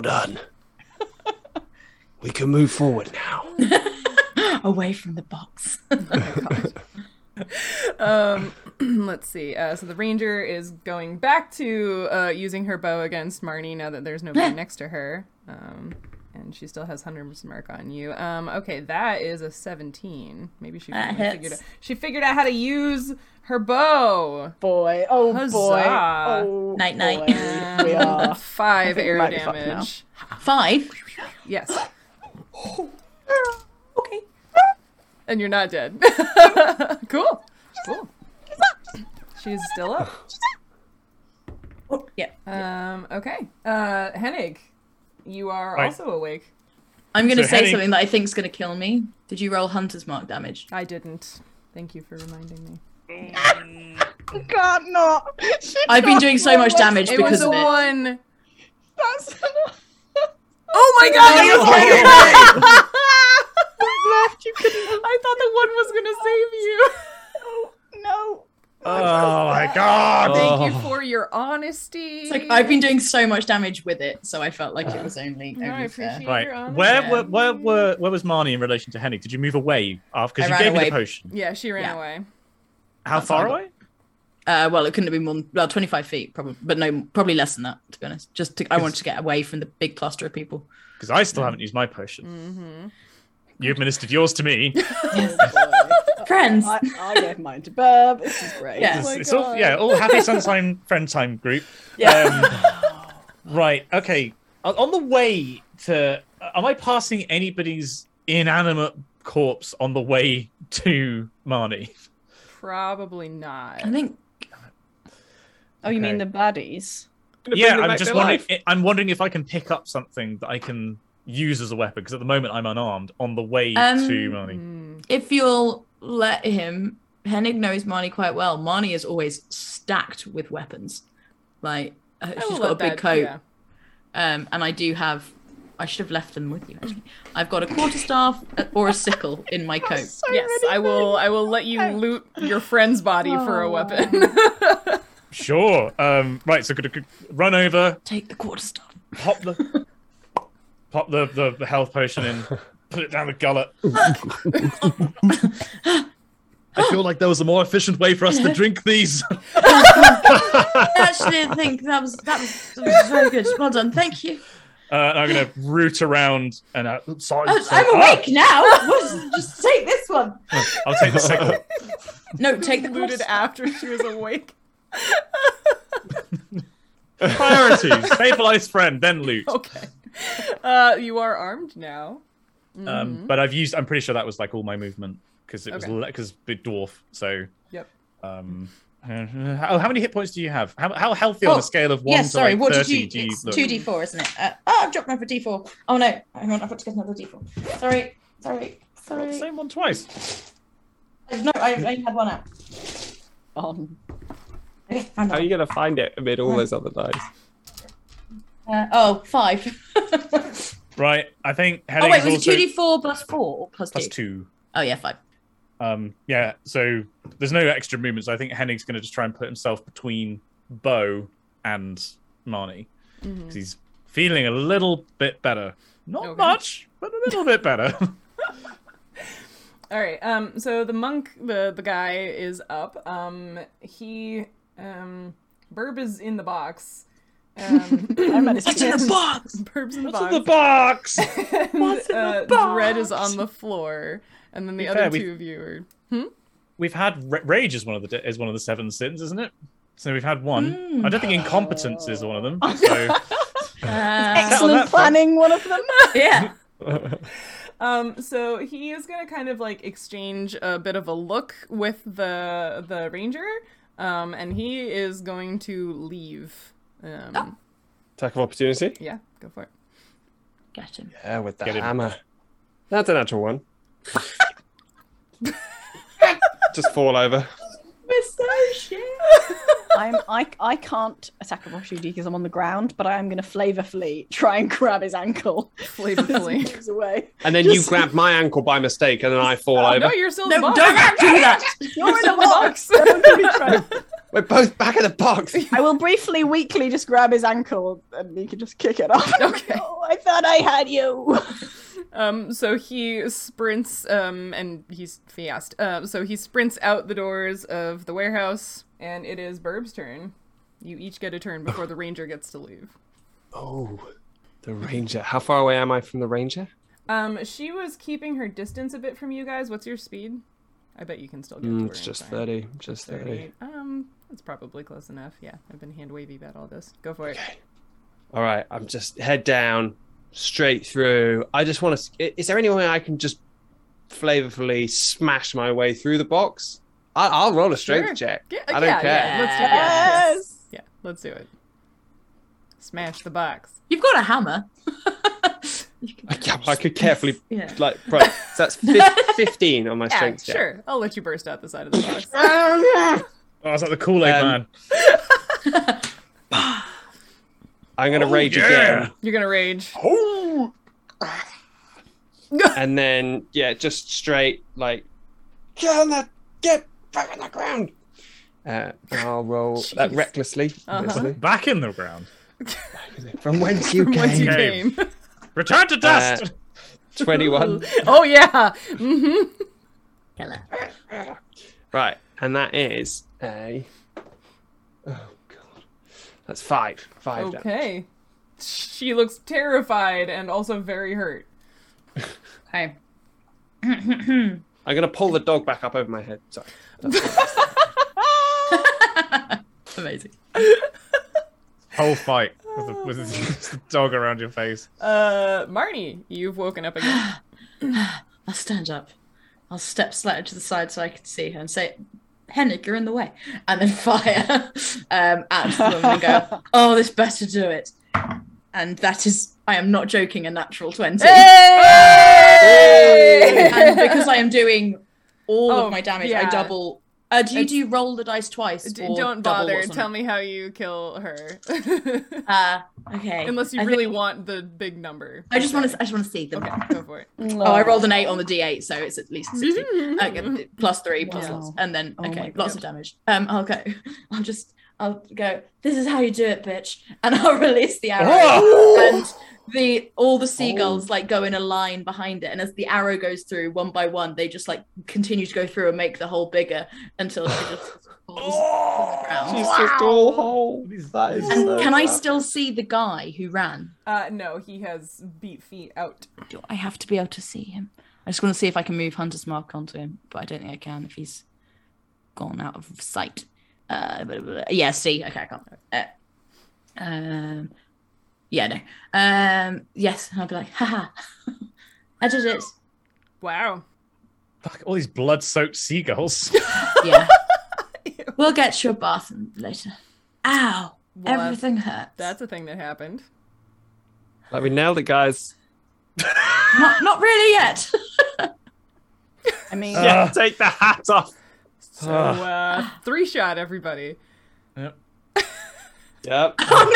C: [laughs]
E: done. we can move forward now.
C: Away from the box. [laughs]
A: um, [clears throat] let's see. Uh, so the ranger is going back to uh, using her bow against Marnie now that there's
C: [laughs]
A: nobody next to her. Um, and she still has hunter's mark on you. Um, okay, that is a seventeen. Maybe she
C: That
A: finally figured out,
C: hits.
A: she figured out how to use her bow.
D: Boy, oh boy,
A: Huzzah.
D: oh
C: Night, night.
D: boy, we are.
A: Um, [laughs] Five
D: think we
A: arrow
D: might be fucked now.
A: damage.
C: Fine.
A: Yes,
C: [gasps] Okay.
A: and you're not dead. [laughs] cool. Cool. She's still up.
C: Oh, yeah.
A: Um, okay. Uh, Hennig, You are
B: Right.
A: also awake.
C: I'm going to
B: So
C: say
B: heading-
C: something that I think's going to kill me. Did you roll Hunter's Mark damage?
A: I didn't. Thank you for reminding me.
I: God, not. She
C: I've been
I: can't
C: doing so
I: roll
C: much
I: like-
C: damage
A: It was
C: because
A: a
C: of it.
A: one.
I: That's
D: [laughs]
I: enough.
A: Oh my god! that was
B: Oh,
A: great.
B: right.
A: [laughs]
I: Left, you couldn't.
A: I thought the one was gonna save you.
I: No.
B: Oh my god!
A: Thank you
E: Oh.
A: for your honesty.
C: It's like I've been doing so much damage with it, so I felt like it was only,
A: No, I
C: only fair.
A: appreciate your
B: Right,
A: honesty.
B: where
C: Yeah.
B: were where were where was Marnie in relation to Henning? Did you move away after?
C: I
B: Because you gave
C: ran
B: me
C: away.
B: the potion.
A: Yeah, she ran
C: Yeah.
A: away.
B: How
C: That's
B: far
C: all I
B: away?
C: Uh, well, it couldn't have been more than well, 25 feet, probably, but no, probably less than that, to be honest. Just to, I wanted to get away from the big cluster of people.
B: Because I
C: Mm.
B: still haven't used my potion.
A: Mm-hmm.
B: You administered yours to me.
H: [laughs]
C: Friends.
H: I, I gave mine to Burb. This is great.
D: Oh
H: Oh
C: Yeah.
B: It's-
A: my
B: it's all,
A: God.
B: yeah, all happy sunshine friend time group. Yeah. Um, right. Okay. On- On the way to, uh, am I passing anybody's inanimate corpse on the way to
E: [laughs]
B: Marnie?
A: Probably not.
C: I think
H: Oh, you mean
B: Okay.
H: the baddies?
B: Yeah,
E: them
B: I'm
E: back
B: just
E: to
B: wondering.
E: life.
B: I- I'm wondering if I can pick up something that I can use as a weapon because at the moment I'm unarmed. On the way
C: Um,
B: to Marnie,
A: Mm.
C: if you'll let him, Hennig knows Marnie quite well. Marnie is always stacked with weapons. Like, uh,
A: I
C: she's
A: will
C: got a
A: let
C: big
A: that-
C: coat.
A: yeah.
C: Um, and I do have. I should have left them with you. Actually, I've got a quarterstaff or a sickle in my [laughs] coat.
A: Yes, I will. I will let you loot your friend's body for a weapon. [laughs]
B: sure. Um, right, so could, could run over,
C: Take the quarterstaff.
B: pop the, pop the, the the health potion in, put it down the gullet.
F: I feel like there was a more efficient way for us to drink these.
B: Uh,
C: I actually didn't think that was that was, that was very good. Well done. Thank you.
B: Uh, and I'm gonna root around and uh, oops, sorry,
C: I,
B: sorry.
C: I'm awake now. What? Just take this one.
B: Ah, I'll take the second.
C: No, take the
A: Looted
C: quarterstaff.
A: after she was [laughs] awake.
B: Priorities: stabilize friend, then loot.
A: [laughs] Okay. Uh, you are armed now.
C: Mm-hmm.
A: Mm-hmm.
B: Um, but I've used. I'm pretty sure that was like all my movement because it was
A: Okay.
B: because big dwarf. So.
A: Yep.
B: Um. oh, How, how many hit points do you have? How, how healthy on
C: Oh,
B: a scale of one
C: Yes,
B: to
C: sorry.
B: like
C: what did
B: thirty
C: you?
B: do you
C: It's
B: look?
C: two D four, isn't it? Uh, oh, I've dropped my D four. Oh no! Hang on, I've got to get another D four. Sorry, sorry, sorry.
B: Same one twice.
C: No, I only had one out.
H: Um,
D: On.
C: Okay, found
E: How are
C: it.
E: you going to find it amid all those other dice?
C: Uh, oh, [laughs] five.
B: Right. I think
C: Oh
B: heading
C: wait,
B: is
C: was it
B: also
C: two D four plus four or plus,
B: plus
C: two?
B: two.
C: Oh yeah, five.
B: Um, yeah, so there's no extra movement, so I think Henning's going to just try and put himself between Bo and Marnie
C: Mm-hmm.
A: Mhm.
B: 'cause he's feeling a little bit better. Not
A: Okay.
B: much, but a little bit
C: [laughs]
B: better. [laughs]
A: All right. Um. So the monk, the the guy, is up. Um. He, um, Burb is in the box. Um,
H: I'm at his feet.
A: [laughs]
C: box.
A: Burb's in the
B: What's in
A: box.
B: the
C: [laughs]
B: box?
A: and,
C: What's in the
A: uh, Dread is
C: box?
A: on the floor, and then the
B: Be
A: other
B: fair, we-
A: two of you are.
B: We've had ra- rage is one of the de- is one of the seven sins, isn't it? So we've had one.
C: Mm.
B: I don't think incompetence is one of them.
C: [laughs]
B: So oh,
C: Uh,
B: Settle that
H: Excellent
B: front.
H: planning, one of them.
C: yeah.
A: [laughs] Um, so he is gonna kind of like exchange a bit of a look with the the ranger, um, and he is going to leave. Um,
E: Attack of opportunity?
A: yeah, go for it.
C: Got him.
E: Yeah, with the
B: Get him.
E: hammer. That's a natural one. [laughs] Just fall over.
H: [laughs] I'm, I, I can't attack a opportunity because I'm on the ground, but I am going to flavorfully try and grab his ankle.
A: [laughs]
H: [laughs]
A: Flavorfully.
H: Moves away.
E: And then you
H: Just-
E: grab my ankle by mistake, and then I fall over.
A: Oh, no, you're still in the box.
C: do that.
H: You're
A: Still
H: in a
A: in the
H: [laughs] box.
A: box.
H: Don't give me credit.
E: We're both back at the box.
H: I will briefly, weakly just grab his ankle and you can just kick it [laughs] off.
A: Okay.
H: Oh, I thought I had you.
A: Um, so he sprints, um, and he's fast. Uh, so he sprints out the doors of the warehouse, and it is Burb's turn. You each get a turn before the ranger gets to leave.
E: Oh, the ranger. How far away am I from the ranger?
A: Um, she was keeping her distance a bit from you guys. What's your speed? I bet you can still get to
E: Mm,
A: her
E: it's
A: in
E: just
A: time.
E: 30. Just 30.
A: 38. Um, that's probably close enough. Yeah, I've been hand wavy about all this. Go for it.
E: All right, I'm just head down, straight through. I just want to. Is there any way I can just flavorfully smash my way through the box? I, I'll roll a strength
A: Sure.
E: check.
A: Get-
E: I don't
A: yeah,
E: care.
A: Yeah, let's do, yeah,
H: Yes.
A: yeah, let's do it. Smash the box.
C: You've got a hammer.
E: I, yeah, I could carefully
C: [laughs] Yeah.
E: like [laughs] right. So that's
A: [laughs]
E: fif- fifteen on my
A: Yeah,
E: strength check.
A: sure. I'll let you burst out the side of the box.
B: Oh, it's like the Kool Aid Man.
E: Um, I'm gonna rage
B: yeah.
E: again,
A: You're gonna rage.
E: and then yeah, just straight like get on the get back on the ground. Uh, and I'll roll that
A: Jeez.
E: recklessly,
A: Uh-huh.
E: obviously.
B: Back in the ground.
E: From
C: [laughs]
E: whence you
A: From whence you
E: came,
A: came. [laughs]
B: Return to [laughs]
E: Uh,
B: dust.
E: twenty-one.
A: oh yeah. hmm
C: Killer.
E: Right, and that is a. Oh god, that's five. Five. down.
A: Okay. She looks terrified and also very hurt. [laughs]
C: Okay.
E: I'm gonna pull the dog back up over my head. Sorry.
C: [laughs] Amazing.
B: Whole fight with
C: Oh,
B: the, [laughs] with the dog around your face.
A: Uh, Marnie, you've woken up again.
C: I'll stand up. I'll step slightly to the side so I can see her and say, Hennig, you're in the way. And then [laughs] fire um, at the woman and [laughs] go, oh, this better do it. And that is, I am not joking, a natural 20.
A: Hey!
C: And [laughs] because I am doing all
A: Oh,
C: of my damage,
A: yeah.
C: I double. Uh, do you
A: It's-
C: do you roll the dice twice?
A: D-
C: or
A: don't
C: double
A: bother.
C: what's on
A: Tell
C: it?
A: me how you kill
C: [laughs]
A: her.
C: Uh, okay.
A: Unless you
C: I think-
A: really want the big number.
C: I just want to. I just want to see them.
A: Okay, go for it.
C: Oh, Mm-hmm. I rolled an eight on the d8, so it's at least 16. [laughs] okay, plus three, plus
K: Wow.
C: lots, and then
K: Oh my
C: okay, lots of damage. Um, I'll go. [laughs] I'll just. I'll go. This is how you do it, bitch. And [laughs] I'll release the arrow, and the all the seagulls like go in a line behind it, and as the arrow goes through one by one, they just like continue to go through and make the hole bigger until she just falls to the ground.
E: [laughs] She's just all whole. That is
C: And
E: so
C: can I
E: bad.
C: still see the guy who ran?
A: [laughs] Uh, no, he has beat feet out.
C: Do I have to be able to see him? I just want to see if I can move Hunter's Mark onto him, but I don't think I can if he's gone out of sight. Uh, blah, blah, blah. Yeah, see, okay, I can't. Uh, um, yeah, no. Um, yes, I'll be like, haha, [laughs] I did it.
A: Wow.
B: Fuck, all these blood soaked seagulls.
C: [laughs] Yeah, we'll get you a bath later. Ow,
A: Well, that's-
C: everything hurts.
A: That's a thing that happened.
E: Like we nailed it, guys.
C: not, not really yet.
D: I mean,
B: Yeah,
E: take the hat off.
A: So, uh, [laughs] three shot, everybody.
E: [laughs] Yep.
C: [laughs] we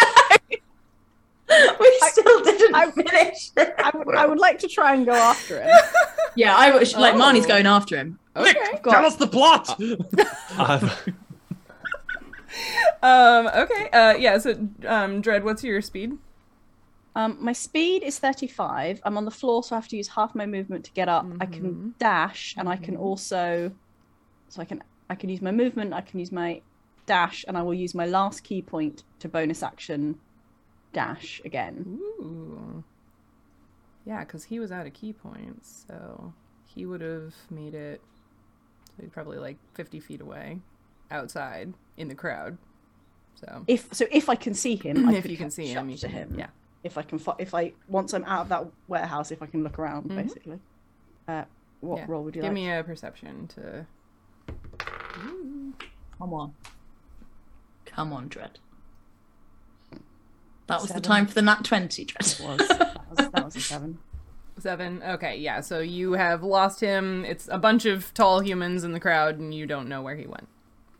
C: still didn't
D: I-
C: finish.
D: I would, I would like to try and go after him.
C: yeah, I was like,
A: Oh.
C: Marnie's going after him.
A: Okay.
B: Tell us the plot.
F: Uh,
E: I've-
A: Um, okay. Uh, yeah, so, um, Dread, what's your speed?
D: Um, my speed is 35. I'm on the floor, so I have to use half my movement to get up. I
A: Mm-hmm.
D: can dash, and I can also, so I can I can use my movement. I can use my dash, and I will use my last key point to bonus action dash again.
A: Ooh. Yeah, because he was out of key points, so he would have made it. So he's probably like 50 feet away, outside in the crowd. So
D: If so, if I can
A: [clears throat]
D: see him, I
A: if
D: could
A: you can
D: catch
A: see
D: up
A: him, you
D: to
A: can-
D: him.
A: Yeah.
D: If I can, fi- if I once I'm out of that warehouse, if I can look around,
A: Mhm.
D: basically. Uh, what
A: Yeah.
D: role would you
A: Give
D: like?
A: me a perception to. Ooh.
C: Come on. Come on, Dread. That was
D: Seven.
C: the time for the Nat 20,
D: It
C: Dread.
D: was, that was that was a seven.
A: Seven. Okay, yeah. So you have lost him. It's a bunch of tall humans in the crowd, and you don't know where he went.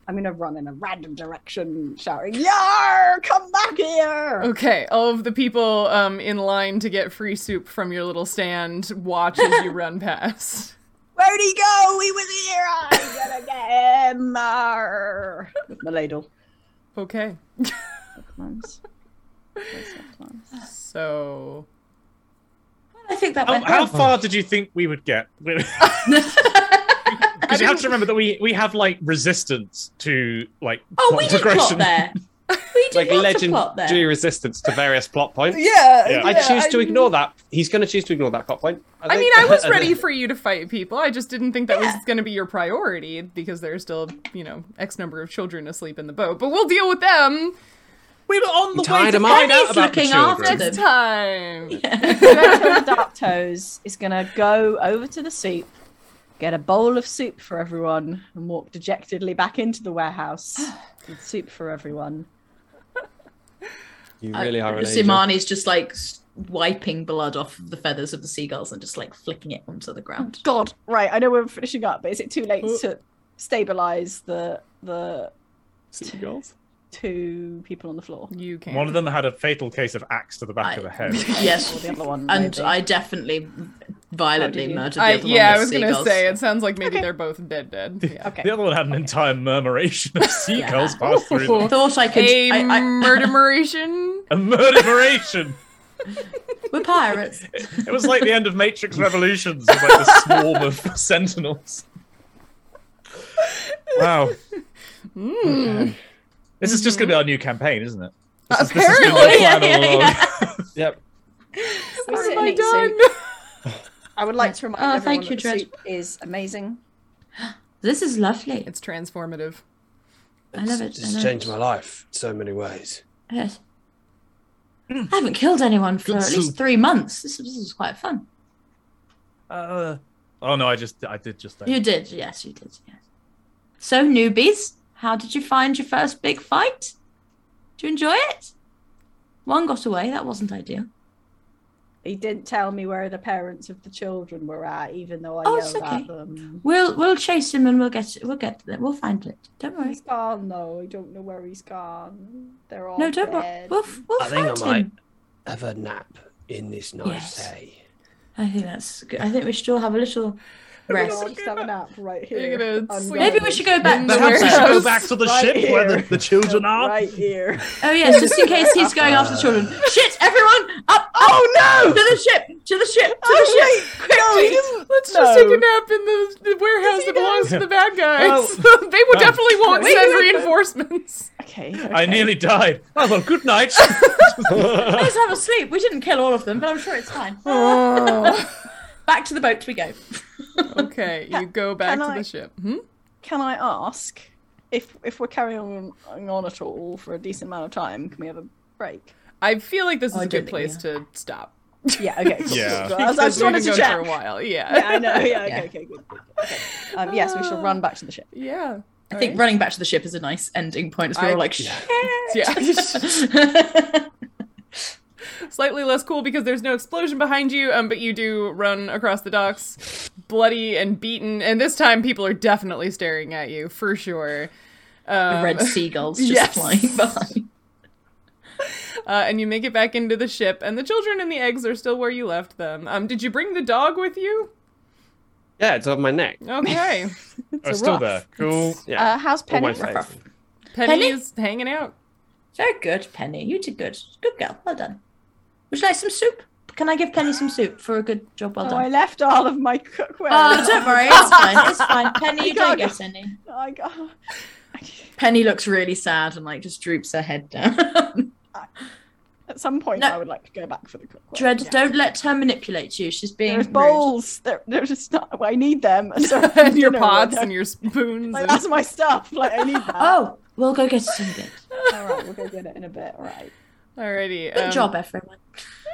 D: I'm gonna run in a random direction, shouting, "Yar! Come back here!"
A: Okay, all of the people um, in line to get free soup from your little stand watch as
D: [laughs]
A: you run past.
D: Where'd he go? He was here. I'm gonna get him. Arr. With my ladle.
A: Okay,
D: Nice. Nice, nice, nice.
A: so
C: [laughs] I think that
B: How,
C: went.
B: Oh, how far did you think we would
C: [laughs]
B: get? [laughs] Because you have to remember that we we have like resistance to like
C: oh,
B: plot
C: we did plot
B: progression. [laughs]
C: there. We did
E: like
C: lots of plot
E: legendary
C: there.
E: resistance to various plot points.
A: yeah,
B: Yeah.
E: I choose to ignore that. He's going to choose to ignore that plot point.
A: I
E: think.
A: mean, I was
E: [laughs] And
A: ready
E: then-
A: for you to fight people. I just didn't think that was going to be your priority because there's still, you know, X number of children asleep in the boat. But we'll deal with them
B: We were on the way
E: Tied
B: to
E: him up.
B: find out
C: Penny's
B: about the
C: looking
B: children.
C: after them.
A: next time.
D: Roberto the Dark Toes is gonna go over to the soup, get a [laughs] bowl of soup for everyone, and walk [sighs] dejectedly back into the warehouse with soup for everyone.
F: You
B: Uh,
F: really are an agent.
C: Simani's just like s- wiping blood off the feathers of the seagulls and just like flicking it onto
D: [laughs]
C: the ground.
D: God, right. I know we're finishing up, but is it too late to stabilize the the
F: Seagulls.
D: two people on the floor?
A: You can.
B: One of them had a fatal case of axe to the back
C: I-
B: of the head.
C: [laughs]
D: Or
C: yes,
D: the other one?
C: and
D: maybe?
C: I definitely
D: Oh,
C: violently
D: did you?
C: murdered the
A: I,
C: other
A: yeah, I
C: one
A: was
C: with
A: going to
C: seagulls.
A: say, it sounds like maybe they're both dead, dead. Yeah.
D: okay.
B: The other one had an entire
C: [laughs]
B: murmuration of seagulls pass through.
C: I
B: them.
C: thought I could.
A: A
C: I, I,
A: murderation.
B: A murderation.
C: [laughs] we're pirates.
B: It was like the end of Matrix Revolutions, with like the swarm of [laughs] sentinels. Wow. This is just going to be our new campaign, isn't it? [laughs] This is- this has been
A: Apparently.
B: the [laughs] plan all along.
F: Yep.
D: What
A: What
D: have
A: have I
D: I
A: done?
D: I would like to remind
C: Oh,
D: everyone
C: thank you,
D: that
C: Dredge.
D: soup is amazing.
C: This is lovely.
A: It's transformative.
C: I love it, I
F: It's
C: love
F: changed
C: it.
F: my life in so many ways.
C: Yes.
F: Hmm.
C: I haven't killed anyone for
L: Good
C: at least
L: soup.
C: three months. This, this is quite fun.
B: Uh, oh no, I just I did just.
C: You did, yes, you did. Yes. So, newbies, how did you find your first big fight? Did you enjoy it? One got away. That wasn't ideal.
D: He didn't tell me where the parents of the children were at, even though I
C: Oh, it's
D: yelled
C: okay.
D: at them.
C: We'll we'll chase him and we'll get we'll get them. We'll find it. Don't worry.
D: He's gone though. I don't know where he's gone. They're all
C: No, don't worry.
D: dead.
C: We'll, we'll
F: I think
C: find
F: I might
C: him.
F: have a nap in this nice
C: Yes.
F: day.
C: I think that's good. I think we should all have a little rest.
D: I'll just have a nap right here.
A: You're gonna
D: I'm
A: sleep.
C: Maybe we should go back
A: In
C: to
A: the
L: Perhaps we should
A: warehouse.
C: where.
L: go back to the
D: Right
L: ship where
D: here.
L: the, the children are.
D: right
C: [laughs]
D: here.
C: Oh yes, just in case he's going after children. Shit! Everyone, up! Oh no! Oh, To the ship! To the ship! To the ship! Quickly!
A: Let's
D: No.
A: just take a nap in the, the warehouse that belongs
B: [laughs]
A: to the bad guys. [laughs] they will
B: um,
A: definitely want
D: we
A: send
D: do it.
A: reinforcements.
D: [laughs] Okay.
B: I nearly died. Oh well, good night. Oh,
C: Let's have a sleep. We didn't kill all of them, but I'm sure it's fine. Back to the boat we go. [laughs]
A: okay, you go back
D: can
A: to
D: I-
A: the ship. Hmm?
D: Can I ask if if we're carrying on, on at all for a decent amount of time? Can we have a break?
A: I feel like this
C: Oh,
A: is
C: I
A: a
C: don't
A: good
C: think
A: place
C: we
A: to stop. [laughs]
D: Yeah. Okay. Cool,
B: Yeah.
D: cool, cool. [laughs] I, was- I just
A: Because
D: wanted
A: we've
D: to
A: been going
D: check.
A: for a while.
D: Yeah,
A: Yeah.
D: [laughs] I know. Yeah.
C: Yeah.
D: Okay. Okay. Good. good, good. Okay. Um, yes, we shall run back to the ship.
A: Yeah.
C: I think running back to the ship is a nice ending point. As we're
A: I-
C: all like, shit.
A: Yeah. [laughs] Slightly less cool because there's no explosion behind you, um, but you do run across the docks, bloody and beaten. And this time, people are definitely staring at you for sure. Um,
C: [laughs] Red seagulls just
A: yes.
C: flying by.
A: uh, and you make it back into the ship, and the children and the eggs are still where you left them. Um, did you bring the dog with you?
F: Yeah, it's on my neck.
A: Okay,
B: I'm still there. Cool.
F: Yeah.
D: Uh, how's
F: on
D: Penny?
F: my face.
A: Penny,
C: Penny?
A: is hanging out.
C: [laughs] Very good, Penny. You did good. Good girl. Well done. Would you like some soup? Can I give Penny some soup for a good job? Well
D: Oh, I
C: done.
D: left all of my cookware.
C: Oh,
D: [laughs]
C: don't worry. [laughs] It's fine. It's fine. Penny, you don't
D: God.
C: get any.
D: I got.
C: Penny looks really sad and like just droops her head [laughs] down.
D: At some point,
C: No.
D: I would like to go back for the cookware.
C: Dread, don't let her manipulate you. She's being
D: There's
C: rude.
D: bowls. There, there's just not. I need [laughs] them.
A: and [laughs] your
D: Dinner
A: pots
D: order.
A: and your spoons.
D: [laughs] Like,
A: and-
D: that's my stuff. Like I need that. [laughs]
C: Oh, we'll go get some good.
D: All right, we'll go get it in a bit. All right.
A: Alrighty.
C: Good
A: um,
C: job, everyone.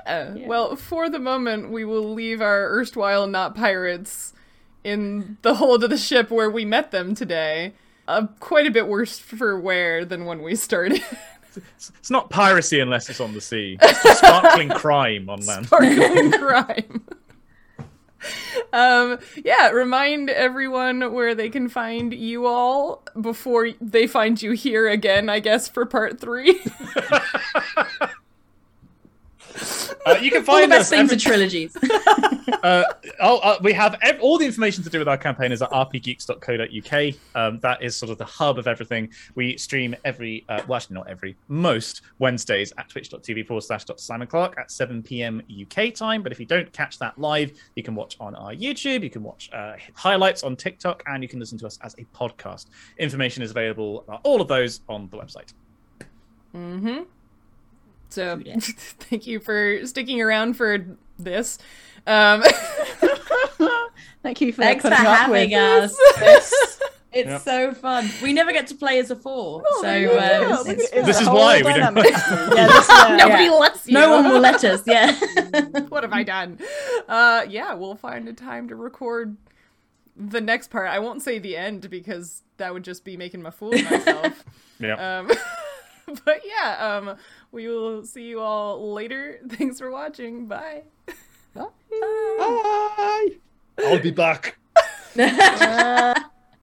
A: Uh, Well, for the moment, we will leave our erstwhile not pirates in the hold of the ship where we met them today. Uh, quite a bit worse for wear than when we started. [laughs]
B: It's not piracy unless it's on the sea. It's just sparkling crime on land.
A: Sparkling crime. um, yeah, remind everyone where they can find you all before they find you here again, I guess, for part three. [laughs]
B: Uh, you can
C: All the
B: find
C: best
B: us.
C: things
B: Every,
C: are trilogies.
B: uh, oh, uh, we have ev- all the information to do with our campaign is at rpgeeks.co.uk. Um, that is sort of the hub of everything. We stream every, uh, well, actually not every, most Wednesdays at twitch.tv forward slash dot Simon Clark at 7 p.m. UK time. But if you don't catch that live, you can watch on our YouTube, you can watch uh, highlights on TikTok, and you can listen to us as a podcast. Information is available about all of those on the website.
A: Mm-hmm. So
C: Shoot it.
A: [laughs] thank you for sticking around for this. Um, [laughs]
D: Thank you for
C: Thanks for
D: putting up
C: having
D: with
C: us. It's, it's
B: Yep.
C: so fun. We never get to play as a four, so
A: there you go.
C: uh,
A: Look
C: it's-
D: It's
B: This
D: a
B: is
D: whole
B: why
D: [laughs]
B: we don't. [laughs]
D: dynamic. yeah,
A: [laughs]
D: this, uh,
C: Nobody
A: lets
C: no one will let us. [laughs] Yeah.
A: [laughs] what have I done? Uh, yeah, we'll find a time to record the next part.
C: [laughs]
A: I won't say the end because that would just be making my fool of myself.
B: Yeah.
A: um, [laughs] but yeah, um, we will see you all later. [laughs] Thanks for watching. Bye.
F: I'll be back.
A: Bye.